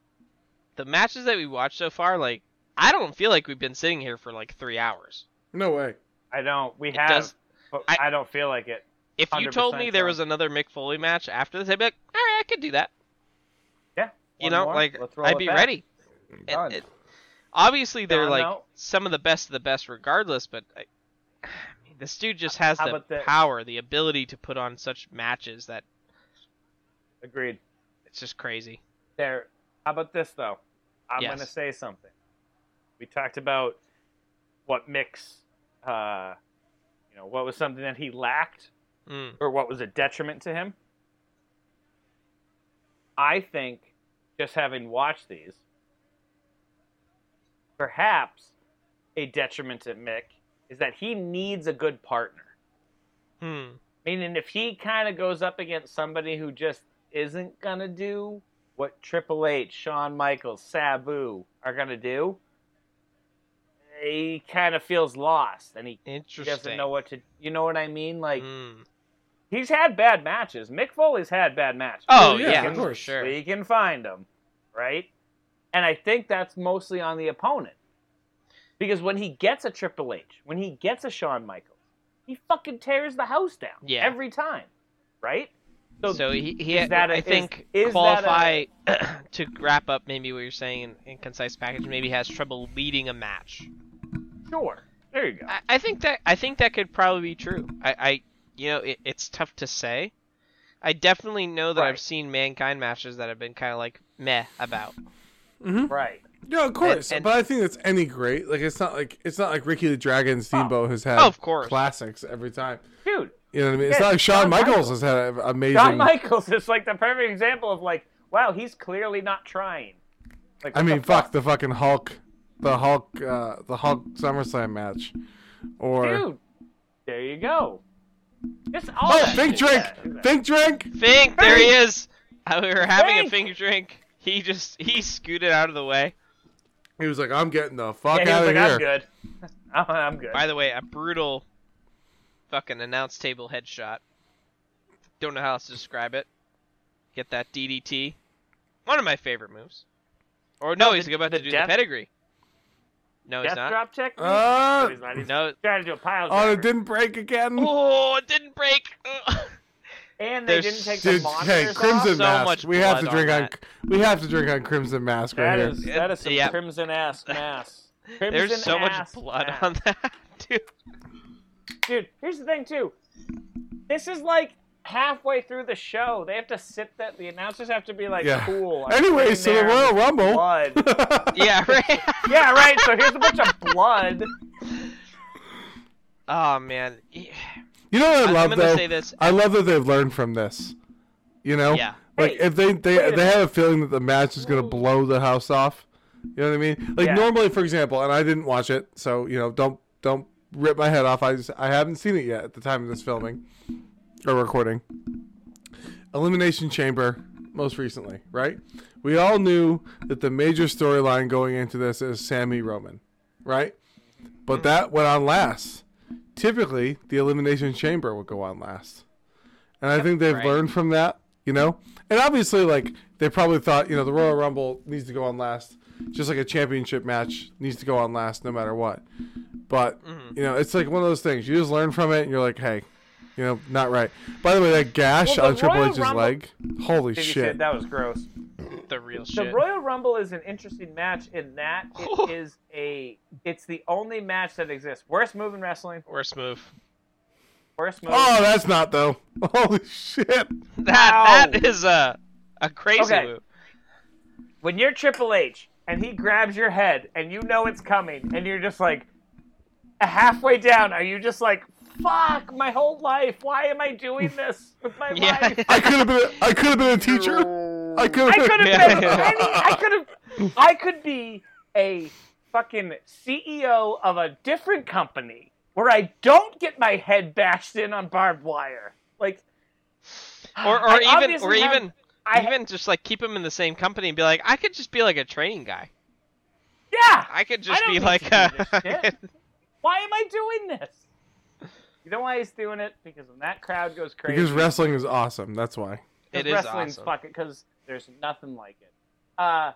S3: the matches that we watched so far, like I don't feel like we've been sitting here for like three hours.
S2: no way.
S1: I don't. We
S3: It
S1: have,
S3: does-
S1: but
S3: I-
S1: I, don't feel like it.
S3: If you told
S1: 100%
S3: me there
S1: so.
S3: was another Mick Foley match after this, I'd be like, all right, I could do that.
S1: Yeah.
S3: you
S1: One
S3: know,
S1: more?
S3: like
S1: Let's roll
S3: I'd
S1: it
S3: be
S1: back.
S3: ready. It-
S1: Done.
S3: it- obviously, they're
S1: Done
S3: like
S1: out.
S3: some of the best of the best, regardless. But I, [sighs] I mean, this dude just has
S1: How
S3: the
S1: about the-
S3: power, the ability to put on such matches that
S1: Agreed.
S3: it's just crazy.
S1: There. How about this though? I'm
S3: Yes.
S1: gonna say something. We talked about what mix, uh, you know, what was something that he lacked,
S3: Mm.
S1: or what was a detriment to him. I think, just having watched these, perhaps a detriment to Mick is that he needs a good partner.
S3: Hmm.
S1: Meaning, if he kind of goes up against somebody who just isn't going to do what Triple H, Shawn Michaels, Sabu are going to do, he kind of feels lost and he
S3: Interesting.
S1: doesn't know what to You know what I mean? Like,
S3: Mm.
S1: he's had bad matches. Mick Foley's had bad matches.
S3: Oh,
S2: yeah,
S3: yeah,
S2: of
S3: for
S2: course.
S3: sure.
S1: We can find them, right? And I think that's mostly on the opponent. Because when he gets a Triple H, when he gets a Shawn Michaels, he fucking tears the house down
S3: Yeah.
S1: every time, right?
S3: So, he, he
S1: is that a-
S3: I
S1: is-
S3: think
S1: is that a-
S3: qualify [coughs] to wrap up maybe what you're saying in, in concise package. Maybe has trouble leading a match.
S1: sure, there you go.
S3: I, I think that I think that could probably be true. I, I you know it, it's tough to say. I definitely know that I've
S1: Right.
S3: seen mankind matches that have been kind of like meh about.
S1: right,
S2: Yeah, of course.
S3: and-
S2: but I think that's any great. Like it's not like it's not like Ricky the Dragon Steamboat has had
S3: Oh, of course.
S2: classics every time.
S1: dude.
S2: You know what I mean? It's
S1: Yeah,
S2: not like Shawn
S1: Shawn
S2: Michaels has had a- amazing.
S1: Shawn Michaels is like the perfect example of like, wow, he's clearly not trying. Like,
S2: I
S1: what
S2: mean, fuck the fucking Hulk, the Hulk, uh, the Hulk SummerSlam match, or
S1: dude. There you go. Just all
S2: oh,
S1: that
S2: think
S1: shit.
S2: drink,
S1: Yeah, exactly.
S2: think drink.
S3: Fink, there he is. Uh, we were having a
S1: Fink!
S3: finger drink. He just he scooted out of the way.
S2: He was like, I'm getting the fuck
S1: Yeah, he
S2: out
S1: was
S2: of
S1: like, I'm
S2: here.
S1: good. [laughs] I'm, I'm good.
S3: By the way, a brutal fucking announce table headshot. Don't know how else to describe it. Get that DDT. One of my favorite moves. Or no, he's
S1: the-
S3: about
S1: the
S3: to do
S1: death-
S3: the pedigree. No, he's
S1: Death
S3: not.
S1: drop check.
S2: Uh,
S1: he's not. He's
S3: No.
S1: trying to do a pile
S2: oh,
S1: driver.
S2: it didn't break again.
S3: Oh, it
S1: [laughs]
S3: didn't break. Ugh.
S1: and they
S3: there's-
S1: didn't take
S2: Dude,
S1: the monitors
S2: hey, Crimson
S1: off.
S3: So
S2: Mask.
S3: much
S2: we have
S3: blood
S2: to drink
S3: on
S2: on, we have to drink on Crimson Mask right
S1: That
S2: here.
S1: is that is some
S3: Yeah.
S1: crimson ass
S3: [laughs]
S1: mass. Crimson
S3: There's so much
S1: ass
S3: blood
S1: mass.
S3: on that, [laughs] dude.
S1: Dude, here's the thing too. This is like halfway through the show. They have to sit that the announcers have to be like
S2: Yeah.
S1: cool. I'm sitting
S2: Anyway, so the
S1: there
S2: Royal
S1: with
S2: Rumble.
S1: Blood.
S2: [laughs]
S3: [laughs] Yeah, right.
S1: yeah, right. So here's a bunch of blood. [laughs]
S3: oh man.
S2: You know what I
S3: I'm
S2: love
S3: gonna
S2: though?
S3: say this-
S2: I love that they've learned from this. You know?
S3: Yeah.
S2: Like
S1: Hey,
S2: if they
S1: wait
S2: they
S1: a
S2: they have a feeling that the match is gonna blow the house off. You know what I mean? Like
S1: Yeah.
S2: normally, for example, and I didn't watch it, so you know, don't don't rip my head off. I just, I haven't seen it yet at the time of this filming or recording. Elimination Chamber, most recently, right? We all knew that the major storyline going into this is Sammy Roman, right? But that went on last. Typically, the Elimination Chamber would go on last. And I think they've
S3: Right.
S2: learned from that, you know? And obviously, like, they probably thought, you know, the Royal Rumble needs to go on last, just like a championship match needs to go on last no matter what. But,
S1: Mm-hmm.
S2: you know, it's like one of those things. You just learn from it and you're like, hey, you know, not right. By the way, that gash
S1: Well, the
S2: on Triple
S1: Royal
S2: H's
S1: Rumble-
S2: leg, holy
S1: Did you
S2: shit.
S1: say that was gross?
S3: The real
S1: The
S3: shit. Oh.
S1: Royal Rumble is an interesting match in that
S3: [laughs]
S1: it is a it's the only match that exists. Worst move in wrestling,
S3: Worst move.
S1: worst move.
S2: Oh, that's not though. [laughs] Holy shit!
S3: That
S1: Ow.
S3: that is a a crazy
S1: Okay.
S3: move.
S1: when you're Triple H and he grabs your head and you know it's coming and you're just like halfway down, are you just like, fuck my whole life? Why am I doing this with my
S3: [laughs] Yeah.
S1: life?
S2: I could have been. A, I could have been a teacher. I could.
S1: I could have
S3: [laughs] Yeah.
S1: been any. I could have. I could be a fucking CEO of a different company where I don't get my head bashed in on barbed wire. Like,
S3: Or or
S1: I
S3: even or
S1: obviously have-
S3: even
S1: I
S3: even just like keep him in the same company and be like, I could just be like a training guy.
S1: yeah.
S3: I could just
S1: don't
S3: be
S1: need
S3: like
S1: to do
S3: a.
S1: this shit. Why am I doing this? You know why he's doing it? Because when that crowd goes crazy,
S2: [laughs] Because wrestling is awesome. That's why. [laughs]
S3: it is
S1: wrestling's
S3: awesome.
S1: fucking because there's nothing like it. Uh,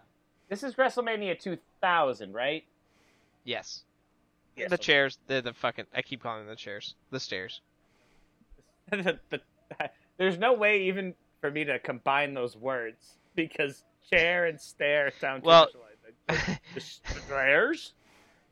S1: this is WrestleMania 2000, right?
S3: [laughs] Yes.
S1: Yes.
S3: The chairs. The the fucking. I keep calling them the chairs. The stairs. [laughs]
S1: [laughs] The- the- there's no way even for me to combine those words because chair and stare sound
S3: Well-
S1: commercialized. The- The stairs?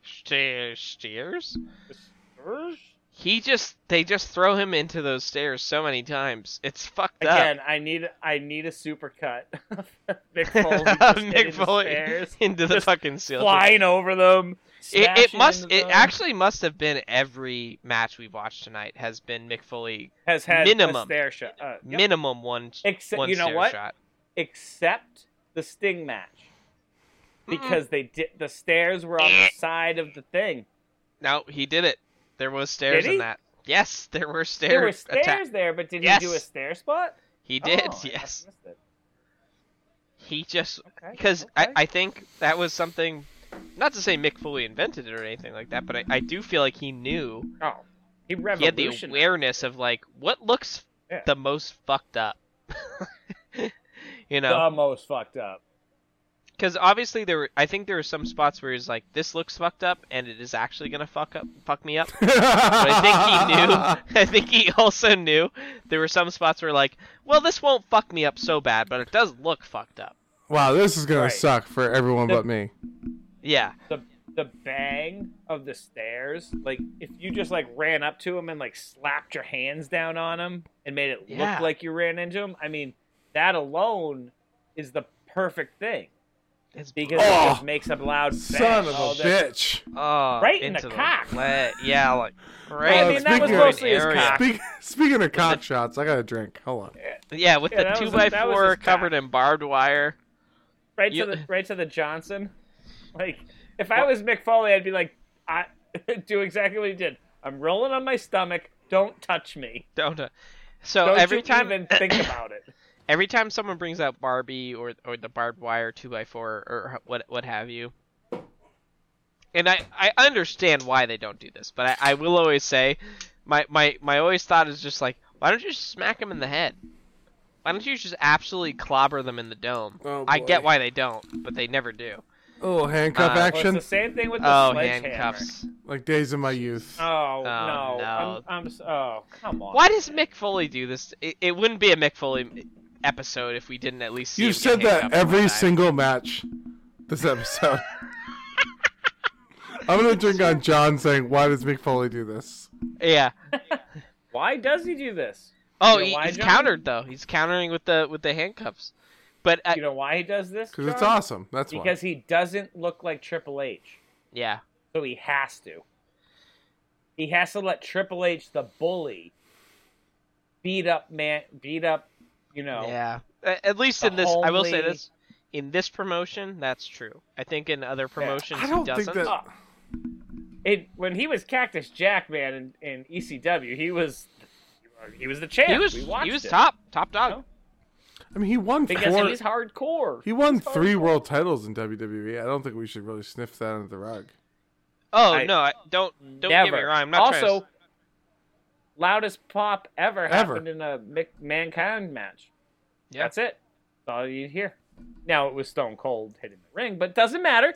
S3: Stairs, stairs.
S1: The stairs?
S3: He just they just throw him into those stairs so many times. It's fucked up. [laughs]
S1: Again, I need I need a supercut. [laughs] Nick
S3: [laughs]
S1: Foley just
S3: Of
S1: hitting
S3: Nick
S1: the
S3: Foley
S1: stairs,
S3: [laughs] into the
S1: Just
S3: fucking ceiling.
S1: flying over them.
S3: It, it
S1: smashing
S3: must.
S1: into
S3: It
S1: them.
S3: actually must have been every match we've watched tonight has been Mick Foley
S1: has had a
S3: minimum.
S1: stair shot. Uh, yep.
S3: minimum one
S1: Except
S3: one
S1: you know
S3: stair
S1: what?
S3: shot.
S1: Except the Sting match
S3: Mm-mm.
S1: because they did the stairs were on the side of the thing.
S3: No, he did it. There was stairs
S1: he?
S3: in that. Yes, there were stairs.
S1: There were stairs
S3: atta-
S1: there, but did
S3: Yes.
S1: he do a stair spot?
S3: He did.
S1: Oh, I must
S3: yes,
S1: have missed
S3: he just
S1: it. Okay,
S3: because
S1: okay.
S3: I, I think that was something. Not to say Mick Foley invented it or anything like that, but I, I do feel like he knew
S1: oh, he
S3: he had the
S1: revolutionized.
S3: awareness of like what looks
S1: Yeah.
S3: the most fucked up. [laughs] you know,
S1: the most fucked up.
S3: because obviously there were i think there were some spots where he's like this looks fucked up and it is actually gonna fuck up fuck me up but i think
S1: [laughs]
S3: he knew i think he also knew there were some spots where like well this won't fuck me up so bad but it does look fucked up
S2: Wow, this is gonna
S1: Right.
S2: suck for everyone
S1: The-
S2: but me.
S3: yeah
S1: The the bang of the stairs, like if you just like ran up to him and like slapped your hands down on him and made it
S3: Yeah.
S1: look like you ran into him. I mean, that alone is the perfect thing
S3: it's
S1: because
S2: Oh,
S1: it just makes a loud bang.
S2: Son of
S1: all
S2: a
S1: day.
S2: bitch.
S3: oh,
S1: Right in the
S3: into
S1: cock.
S3: le- yeah like
S1: [laughs] I
S3: right
S2: Oh,
S1: mean, that was
S2: speaking of-
S1: mostly his
S3: area.
S1: cock.
S2: Speak, speaking of
S3: [laughs]
S2: cock shots, I got a drink. Hold on.
S3: yeah with
S1: Yeah, that
S3: the
S1: was-
S3: 2 by
S1: that was
S3: 4
S1: his cock.
S3: covered in barbed wire
S1: Right
S3: You-
S1: to the right to the Johnson. Like if I was Mick Foley, I'd be like, I [laughs] do exactly what he did. I'm rolling on my stomach. Don't touch me.
S3: don't uh, so
S1: Don't
S3: every
S1: you
S3: time [laughs]
S1: even
S3: [coughs]
S1: think about it.
S3: every time someone brings up Barbie or or the barbed wire two by four or h- what what have you, and I I understand why they don't do this, but I, I will always say, my my my always thought is just like, why don't you just smack them in the head? Why don't you just absolutely clobber them in the dome?
S2: Oh,
S3: I get
S2: boy.
S3: why they don't, but they never do.
S2: A little Oh, handcuff
S3: Uh, well,
S1: Well, it's
S2: action,
S1: the same thing with the
S3: Oh,
S1: sledgehammer.
S3: handcuffs!
S2: like days of my youth.
S1: Oh, no,
S3: no.
S1: I'm, I'm s- oh come on.
S3: Why does Mick Foley do this? It, it wouldn't be a Mick Foley episode if we didn't at least see
S2: You've
S3: him get
S2: said that
S3: handcuffed one
S2: every
S3: time.
S2: single match
S1: [laughs]
S2: this episode. I'm gonna drink on John saying, "Why does Mick Foley do this?"
S3: yeah.
S1: Why does he do this?
S3: Oh,
S1: You know
S3: he-
S1: why,
S3: he's
S1: John?
S3: countered though. He's countering with the with the handcuffs. But uh,
S1: You know why he does this?
S2: Because it's
S1: John?
S2: awesome. That's why.
S1: Because he doesn't look like Triple H,
S3: yeah,
S1: so he has to. He has to let Triple H, the bully, beat up man, beat up, you know.
S3: yeah. A- At least
S1: The
S3: in this, I will say
S1: only-
S3: this: in this promotion, that's true. I think in other promotions,
S2: I don't
S3: he doesn't.
S2: think that.
S1: Oh. It when he was Cactus Jack man in, in ECW, he was he was the champ.
S3: he was
S1: we watched
S3: he was
S1: it.
S3: top top dog.
S1: No.
S2: I mean, he won
S1: because
S2: four.
S1: he's hardcore.
S2: He won
S1: hard
S2: three
S1: work.
S2: world titles in WWE. I don't think we should really sniff that under the rug.
S3: Oh
S1: I-
S3: no! I, don't don't
S1: Never.
S3: get me wrong. I'm not
S1: also,
S3: trying to-
S1: loudest pop ever,
S2: Ever.
S1: happened in a Mick- mankind match.
S3: Yeah.
S1: That's it. That's all you hear. Now it was Stone Cold hitting the ring, but doesn't matter.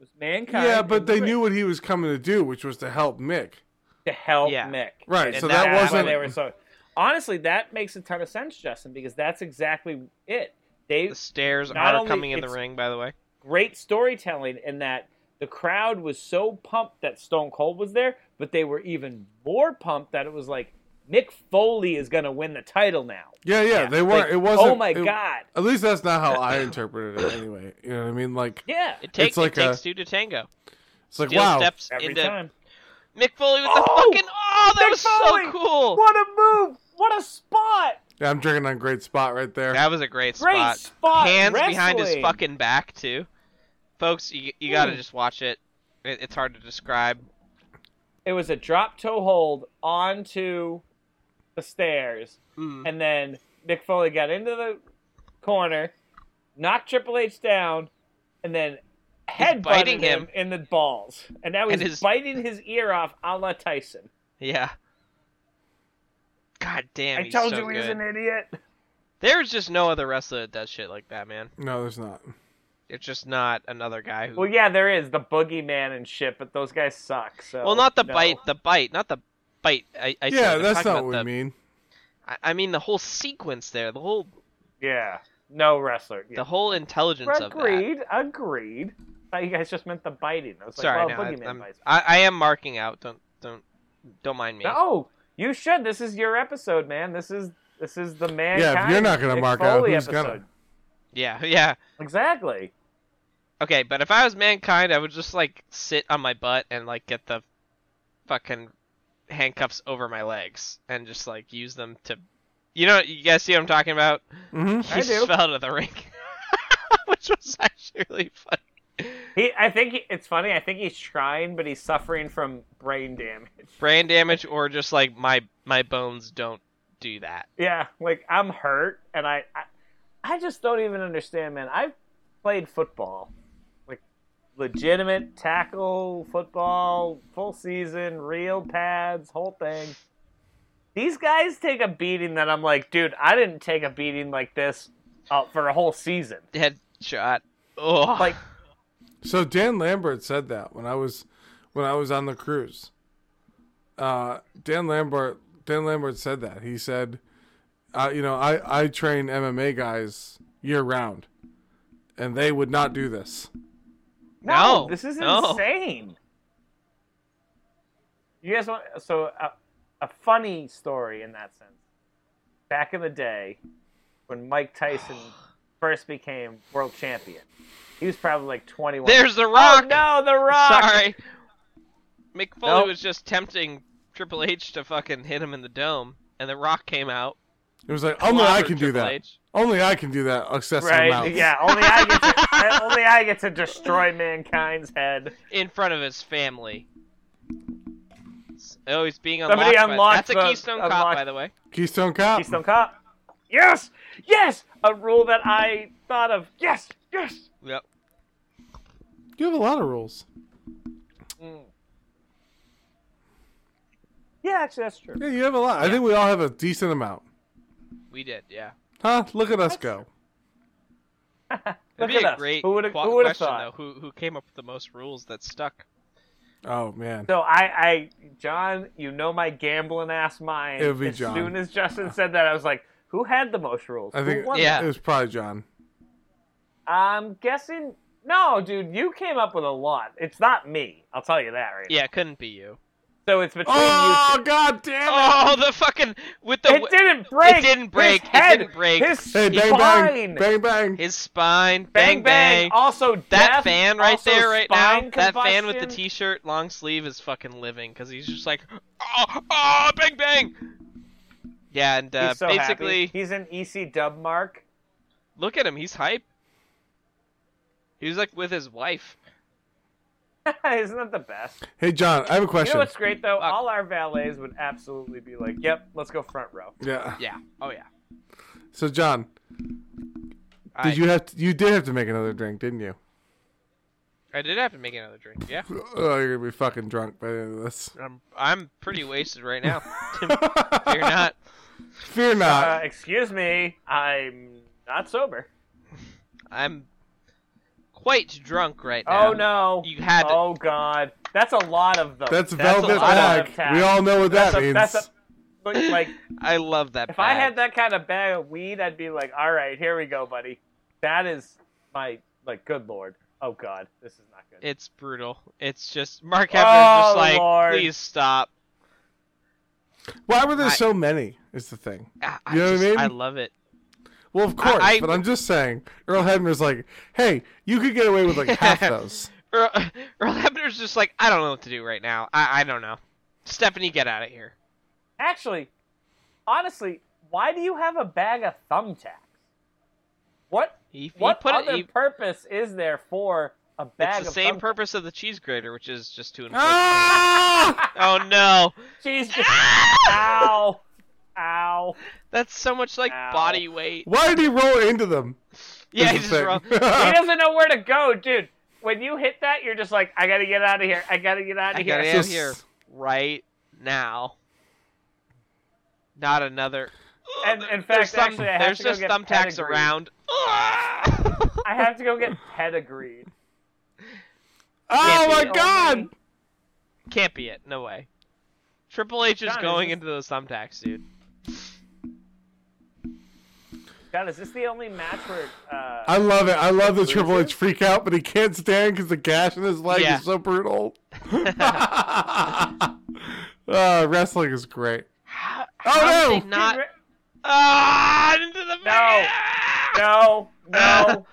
S1: It was mankind.
S2: yeah,
S1: in
S2: but
S1: the
S2: they
S1: ring
S2: knew what he was coming to do, which was to help Mick.
S1: to help
S3: Yeah.
S1: Mick.
S2: Right,
S1: And
S2: so
S3: that
S1: that's why
S3: wasn't-
S1: they were so. Honestly, that makes a ton of sense, Justin, because that's exactly it. They
S3: the stairs
S1: not
S3: are
S1: only
S3: coming in the
S1: it's-
S3: ring. By the way,
S1: great storytelling in that the crowd was so pumped that Stone Cold was there, but they were even more pumped that it was like Mick Foley is going to win the title now.
S2: Yeah, yeah, they weren't.
S1: Like,
S2: it wasn't.
S1: Oh my
S2: it-
S1: god!
S2: At least that's not how I interpreted it. Anyway, you know what I mean? Like,
S1: Yeah,
S3: it takes
S2: like
S3: it takes
S2: a-
S3: two to tango.
S2: it's like
S3: Steel
S2: wow.
S3: steps
S1: every
S3: into
S1: time.
S3: Mick Foley with the
S1: Oh!
S3: fucking oh that
S1: Mick
S3: was so
S1: Foley!
S3: cool.
S1: What a move! What a spot!
S2: Yeah, I'm drinking on a great spot right there.
S3: That was a great spot.
S1: Great spot,
S3: Hands behind his
S1: wrestling.
S3: fucking back too. Folks, you, you gotta
S1: Hmm.
S3: just watch it. it. It's hard to describe.
S1: It was a drop toe hold onto the stairs, and then Mick Foley got into the corner, knocked Triple H down, and then headbutted
S3: biting
S1: him.
S3: him.
S1: in the balls. And now he's
S3: And his-
S1: biting his ear off, a la Tyson.
S3: Yeah. God damn.
S1: I
S3: he's
S1: told
S3: so
S1: you he was
S3: good.
S1: an idiot.
S3: There's just no other wrestler that does shit like that, man.
S2: No, there's not.
S3: It's just not another guy who.
S1: Well, yeah, there is the boogeyman and shit, but those guys suck. So
S3: Well, not the
S1: no.
S3: bite. The bite. Not the bite. I. I
S2: yeah,
S3: I'm
S2: that's
S3: talking
S2: not
S3: about
S2: what we
S3: the,
S2: mean.
S3: I, I mean the whole sequence there. The whole.
S1: Yeah. No wrestler. Yeah.
S3: The whole intelligence of that.
S1: agreed. Agreed. Thought you guys just meant the biting. I was
S3: Sorry,
S1: like,
S3: no,
S1: well,
S3: I,
S1: boogeyman
S3: I'm-
S1: bites.
S3: I, I am marking out. Don't don't don't mind me.
S1: No, you should. This is your episode, man. This is this is the man.
S2: Yeah, if you're not gonna mark out, who's gonna?
S3: Yeah, [laughs] yeah.
S1: Exactly.
S3: Okay, but if I was mankind, I would just like sit on my butt and like get the fucking handcuffs over my legs and just like use them to, you know, you guys see what I'm talking about?
S2: hmm
S1: I
S3: he just
S1: do.
S3: fell out of the ring, [laughs] which was actually really funny.
S1: He, I think he, it's funny. I think he's trying, but he's suffering from brain damage. [laughs]
S3: Brain damage, or just like my my bones don't do that.
S1: Yeah, like I'm hurt, and I, I, I just don't even understand, man. I've played football, like legitimate tackle football, full season, real pads, whole thing. These guys take a beating that I'm like, dude, I didn't take a beating like this uh, for a whole season.
S3: Headshot. Oh,
S1: Like,
S2: So Dan Lambert said that when I was when I was on the cruise. Uh, Dan Lambert Dan Lambert said that he said, uh, you know, I I train MMA guys year round, and they would not do this.
S1: no,
S3: No,
S1: this is
S3: no.
S1: insane. You guys want so a, a funny story in that sense. Back in the day, when Mike
S3: [sighs]
S1: Tyson first became world champion, he was probably like 21.
S3: there's the rock.
S1: Oh, no, the Rock.
S3: Sorry. McFoley
S1: Nope.
S3: was just tempting Triple H to fucking hit him in the dome, and The Rock came out.
S2: It was like only Oh, I
S3: clobbered
S2: can do
S3: Triple
S2: that.
S3: H.
S2: Only I can do that. Accessible
S1: Right?
S2: amount.
S1: Yeah. Only I get to, [laughs] only I get to destroy mankind's head.
S3: In front of his family. Oh, he's being unlocked.
S1: Somebody
S3: by-
S1: unlocked
S3: That's
S1: the-
S3: a Keystone Cop,
S1: unlocked-
S3: by the way.
S2: Keystone Cop.
S1: Keystone Cop. Yes, yes. A rule that I thought of. Yes, yes.
S3: Yep.
S2: You have a lot of rules.
S1: Yeah, actually, that's true.
S2: Yeah, you have a lot. I think we all have a decent amount.
S3: We did, yeah.
S2: Huh? Look at us go.
S1: Look
S3: It'd be
S1: at
S3: a
S1: us.
S3: great
S1: Who would've-
S3: qu-
S1: who would've
S3: question,
S1: thought?
S3: though. Who, who came up with the most rules that stuck?
S2: Oh man.
S1: So I, I, John, you know my gambling ass mind.
S2: It'll be
S1: as
S2: John.
S1: soon as Justin said that, I was like, "Who had the most rules?"
S2: I think
S1: Who won
S3: Yeah.
S2: it was probably John.
S1: that? I'm guessing. No, dude, you came up with a lot. It's not me. I'll tell you that right. now.
S3: Yeah, it couldn't be you.
S1: So it's between
S2: Oh god damn it!
S3: Oh, the fucking with the
S1: you. Two. It didn't break.
S3: It didn't break.
S1: His
S3: It
S1: head,
S3: didn't break.
S1: His
S2: Hey, bang
S1: spine.
S2: bang, bang bang.
S3: his spine,
S1: Bang, bang. Also,
S3: That
S1: death,
S3: fan right
S1: also
S3: there, right now.
S1: spine
S3: That fan with the
S1: combustion.
S3: t-shirt, long sleeve, is fucking living because he's just like, oh, oh, bang, bang. Yeah, and uh,
S1: He's so
S3: basically,
S1: happy. he's an EC dub mark. [laughs]
S3: look at him. He's hype. He was like with his wife.
S1: Isn't that the best?
S2: Hey John, I have a
S1: You
S2: question.
S1: know what's great though?
S3: Fuck.
S1: All our valets would absolutely be like, "Yep, let's go front row."
S2: yeah.
S3: Yeah. Oh yeah.
S2: So John,
S3: I,
S2: did you have to, you did have to make another drink, didn't you?
S3: I did have to make another drink. Yeah.
S2: Oh, you're gonna be fucking drunk by the end of this.
S3: [laughs] I'm I'm pretty wasted
S1: [laughs]
S3: right now. [laughs] You're not.
S2: Fear
S1: Uh,
S2: not.
S1: excuse me, I'm not sober.
S3: I'm quite drunk right now.
S1: Oh no!
S3: You had to-
S1: Oh god, that's a lot of them.
S2: that's,
S3: that's a
S2: velvet
S3: lot
S1: of
S2: bag.
S1: tab.
S2: We all know what
S1: That's
S2: that
S1: a-
S2: means.
S1: that's a- Look, like
S3: [laughs] I love that.
S1: if I had that kind of bag of weed, I'd be like, "All right, here we go, buddy." That is my like, good lord. Oh god, this is not good.
S3: It's brutal. It's just Mark Hebner's just
S1: Oh,
S3: like,
S1: Lord.
S3: please stop.
S2: Why were there
S3: I-
S2: so many? Is the thing.
S3: I, I
S2: You know what I
S3: just,
S2: mean?
S3: I love it.
S2: Well, of course,
S3: I-
S2: but I'm just saying. Earl Hebner's like, hey, you could get away with like
S3: [laughs]
S2: half those.
S3: Earl, Earl Hebner's just like, I don't know what to do right now. I, I don't know. Stephanie, get out of here.
S1: Actually, honestly, why do you have a bag of thumbtacks? What
S3: He, he
S1: what
S3: put
S1: other
S3: it. He,
S1: purpose is there for a bag
S3: it's the
S1: of
S3: same
S1: thumbtacks?
S3: purpose of the cheese grater, which is just to inflict.
S2: ah!
S3: [laughs] oh no, [laughs]
S1: Jeez. Ow. Ow.
S3: that's so much like
S1: Ow.
S3: body weight.
S2: Why did he roll into them?
S3: Yeah,
S2: Is
S3: he's
S2: the [laughs]
S3: just wrong.
S2: thing.
S1: He doesn't know where to go, dude. When you hit that, you're just like, I gotta get out of here. I gotta get out
S3: I
S1: of
S3: got
S1: here.
S3: out here right now. Not another.
S1: And in fact,
S3: There's some.
S1: actually, I have
S3: there's
S1: to go
S3: just
S1: get
S3: thumbtacks
S1: pedigreed.
S3: around. [laughs]
S1: I have to go get pedigreed.
S2: Oh
S3: Can't be
S2: my
S3: the
S2: god!
S1: only-
S3: Can't be it. No way. Triple H is
S1: John, is
S3: going
S1: this-
S3: into those thumbtacks, dude.
S1: God, is this the only match where? Uh,
S2: I love it. I love the Triple
S1: Bruises?
S2: H freak out, but he can't stand because the gash in his leg
S3: Yeah.
S2: is so
S3: [laughs]
S2: brutal. [laughs] uh, wrestling is great. Oh,
S3: How,
S1: Oh,
S2: no!
S3: how did they not? Ah, into the no.
S1: no,
S3: [laughs]
S1: no.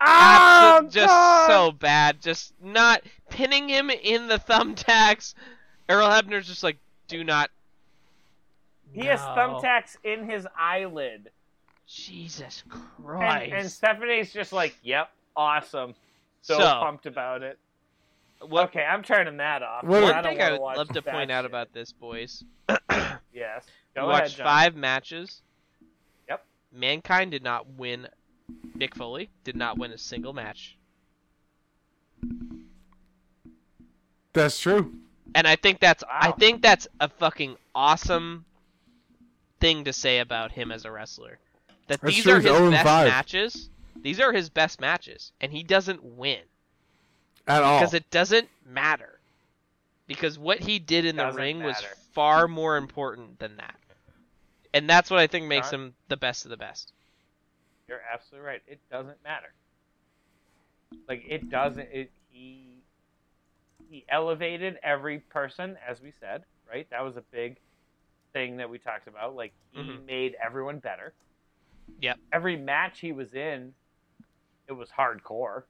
S3: Absol-
S1: oh,
S3: just
S1: God!
S3: so bad. Just not pinning him in the thumbtacks. Errol Hebner's just like, do not.
S1: He has
S3: No.
S1: thumbtacks in his eyelid,
S3: Jesus
S1: and,
S3: Christ.
S1: and Stephanie's just like, "Yep, awesome." So, pumped about it.
S3: what,
S1: okay, I'm turning that off.
S2: What-
S1: I
S3: one
S1: don't
S3: thing
S1: wanna
S3: I would
S1: watch
S3: love to
S1: that
S3: point out
S1: shit.
S3: about this, boys.
S1: yes,
S3: We
S1: go ahead,
S3: watched
S1: John.
S3: five matches.
S1: Yep.
S3: Mankind did not win. Mick Foley did not win a single match.
S2: That's true.
S3: and I think that's I
S1: Wow.
S3: think that's a fucking awesome thing to say about him as a wrestler. That
S2: That's
S3: these
S2: true,
S3: are
S2: he's
S3: his
S2: 0 and
S3: best
S2: 5.
S3: matches. These are his best matches, and he doesn't win
S2: At all.
S3: because it doesn't matter. Because what he did in the
S1: Doesn't
S3: ring was
S1: matter.
S3: far more important than that, and that's what I think makes
S1: John?
S3: him the best of the best.
S1: You're absolutely right. It doesn't matter. Like it doesn't. It, he he elevated every person, as we said, right? That was a big thing that we talked about. Like he
S3: Mhm.
S1: made everyone better.
S3: Yep.
S1: Every match he was in, it was hardcore.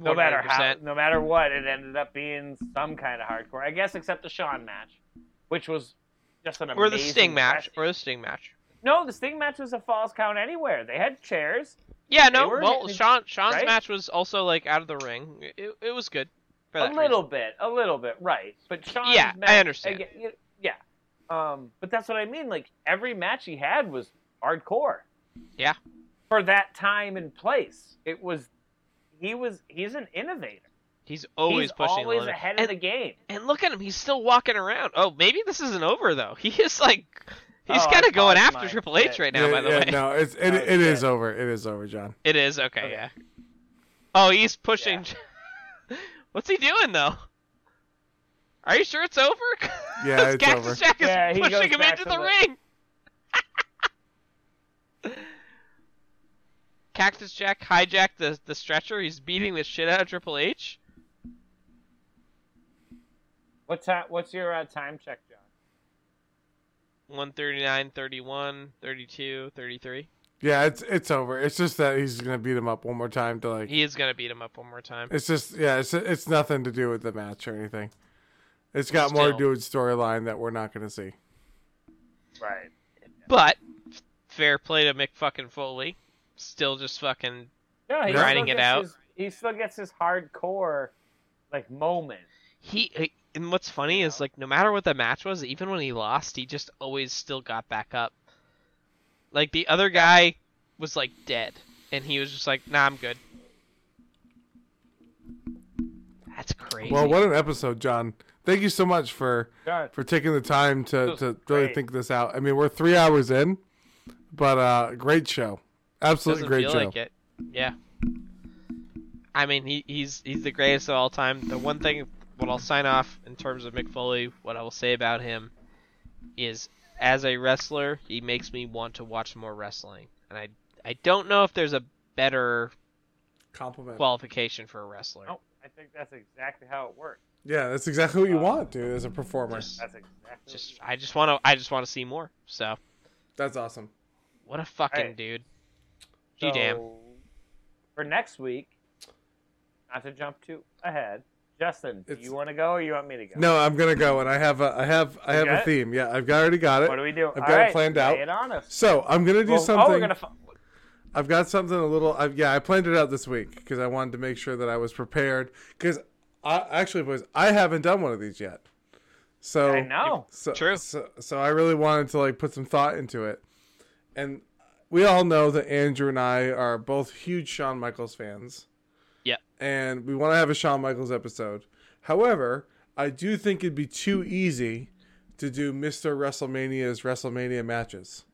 S1: No matter how,
S3: 100%.
S1: no matter what, it ended up being some kind of hardcore. I guess except the Shawn match, which was just an
S3: or the
S1: amazing
S3: Sting match,
S1: wrestling-
S3: or the Sting match.
S1: No, the Sting match was a false count anywhere. They had chairs.
S3: Yeah,
S1: They
S3: no.
S1: were-
S3: Well, Sean Sean's
S1: right?
S3: match was also like out of the ring. It, it was good. For
S1: a
S3: that reason.
S1: little bit, a little bit, right? But Sean's
S3: Yeah, I
S1: match,
S3: understand.
S1: again, y- yeah, um, but that's what I mean. Like every match he had was hardcore.
S3: Yeah.
S1: For that time and place, it was. He was. He's an innovator.
S3: He's always
S1: he's
S3: pushing
S1: always
S3: the limit.
S1: ahead
S3: and,
S1: of the game.
S3: and look at him, he's still walking around. Oh, maybe this isn't over though. [laughs] He is like he's
S1: Oh,
S3: kind
S1: I
S3: of going
S1: paused
S3: after
S1: mine.
S3: Triple H
S1: Yeah.
S3: right now
S2: Yeah,
S3: by the
S2: yeah,
S3: way.
S2: No, it's, it,
S1: That was
S2: it is
S1: good.
S2: over. It is over, John.
S3: [laughs] It is okay,
S1: Okay.
S3: yeah. Oh, he's pushing [laughs] What's he doing though? Are you sure it's over? [laughs]
S2: Yeah,
S3: 'Cause
S2: it's
S3: Cactus
S2: over.
S3: Jack is
S1: Yeah, he goes
S3: pushing him
S1: back
S3: into
S1: to
S3: the,
S1: the-
S3: ring. [laughs] Cactus Jack hijacked the, the stretcher. He's beating the shit out of Triple H.
S1: What time? What's your uh, time check, John?
S3: 139, 31, 32, 33.
S2: Yeah, it's it's over. It's just that he's gonna beat him up one more time to like.
S3: He is gonna beat him up one more time.
S2: It's just yeah. It's it's nothing to do with the match or anything. It's got more to
S3: Still.
S2: do with storyline that we're not gonna see.
S1: Right.
S3: But f- fair play to Mick fucking Foley. Still just fucking
S1: No, he
S3: Grinding
S1: still
S3: it
S1: gets
S3: out.
S1: his- he still gets his hardcore, like moment.
S3: he, he- and what's funny is like no matter what the match was, even when he lost, he just always still got back up. Like the other guy was like dead and he was just like, "Nah, I'm good." That's crazy.
S2: Well, what an episode, John. Thank you so much for
S1: John,
S2: for taking the time to
S1: This was
S2: to really
S1: great.
S2: think this out. I mean, we're three hours in, but uh, great show. Absolutely
S3: doesn't
S2: great
S3: feel
S2: show.
S3: like it. Yeah. I mean, he, he's he's the greatest of all time. The one thing what I'll sign off in terms of Mick Foley, what I will say about him is as a wrestler, he makes me want to watch more wrestling. And I I don't know if there's a better
S2: Compliment.
S3: qualification for a wrestler.
S1: no, I think that's exactly how it works.
S2: yeah, that's exactly what you
S1: Uh,
S2: want, dude. As a performer,
S3: Just,
S1: That's exactly.
S3: just
S1: what
S3: I just want to I just want to see more. So,
S2: that's awesome.
S3: what a fucking
S1: Alright.
S3: dude.
S1: you,
S3: Gee damn.
S1: So, For next week, not to jump too ahead, Justin, do
S2: It's-
S1: you want to go or you want me to go?
S2: No, I'm gonna go, and I have a I have I
S1: You
S2: have a
S1: got it?
S2: theme. Yeah, I've got, already got it.
S1: What do we do?
S2: I've got it planned out.
S1: Lay it on us.
S2: So I'm gonna do
S1: Well,
S2: something.
S1: Oh, we're gonna. fi-
S2: I've got something a little. I've, yeah, I planned it out this week because I wanted to make sure that I was prepared. Because I actually was. I haven't done one of these yet. So
S1: I know.
S2: So,
S3: True.
S2: So, so I really wanted to like put some thought into it, and we all know that Andrew and I are both huge Shawn Michaels fans.
S3: Yeah.
S2: And we want to have a Shawn Michaels episode. However, I do think it'd be too easy to do Mr. WrestleMania's WrestleMania matches.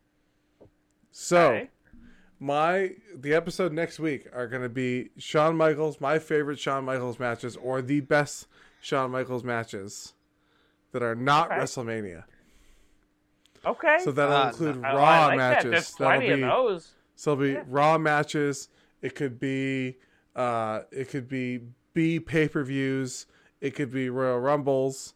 S2: So
S1: Okay.
S2: my the episode next week are going to be Shawn Michaels, my favorite Shawn Michaels matches, or the best Shawn Michaels matches that are not
S1: Okay.
S2: WrestleMania.
S1: Okay. Oh,
S2: So that'll
S3: Uh,
S2: include
S1: I- I
S2: raw
S1: like that. There's
S2: matches. That'll
S1: plenty
S2: be-
S1: of those.
S2: So it'll be raw matches. It could be uh it could be B pay per views. It could be Royal Rumbles,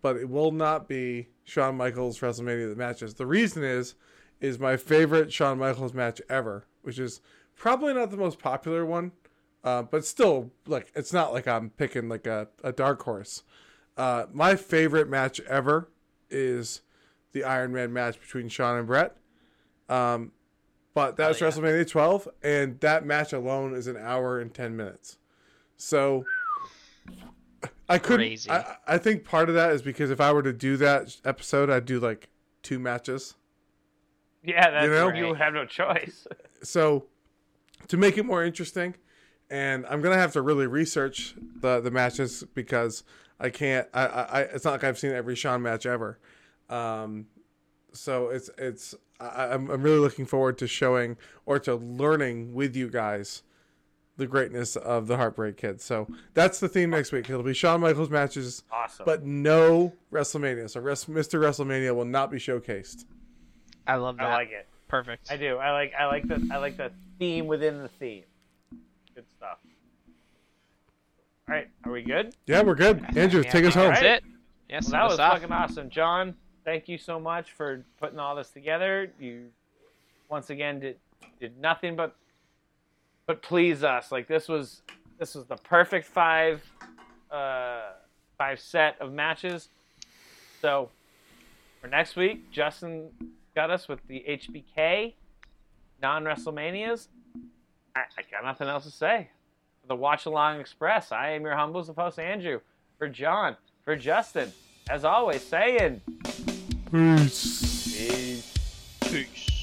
S2: but it will not be Shawn Michaels WrestleMania the matches. The reason is is my favorite Shawn Michaels match ever, which is probably not the most popular one, uh, but still like it's not like I'm picking like a, a dark horse. Uh, my favorite match ever is the Iron Man match between Shawn and Brett. Um, but that was
S3: yeah.
S2: WrestleMania 12, and that match alone is an hour and 10 minutes. So I couldn't.
S3: Crazy.
S2: I, I think part of that is because if I were to do that episode, I'd do like two matches.
S1: Yeah, that's
S2: You know?
S1: you have no choice. [laughs]
S2: So to make it more interesting, and I'm gonna have to really research the the matches because I can't. I, I, I it's not like I've seen every Shawn match ever. Um, so it's it's I, I'm I'm really looking forward to showing or to learning with you guys the greatness of the Heartbreak Kid. So that's the theme next week. It'll be Shawn Michaels matches,
S1: Awesome.
S2: but no WrestleMania. So rest, Mr. WrestleMania will not be showcased.
S3: I love that.
S1: I like it.
S3: Perfect.
S1: I do. I like. I like the. I like the theme within the theme. Good stuff. All right. Are we good?
S2: Yeah, we're good. Andrew,
S3: Yeah,
S2: take us home.
S3: That's
S1: Right.
S3: it. Yes,
S1: Well, that was
S3: off.
S1: fucking awesome, John. Thank you so much for putting all this together. You, once again, did did nothing but but please us. Like this was this was the perfect five uh, five set of matches. So for next week, Justin got us with the HBK non WrestleManias. I, I got nothing else to say. For the Watch Along Express, I am your humble host, Andrew. For John, for Justin, as always, saying.
S2: Peace.
S3: Peace.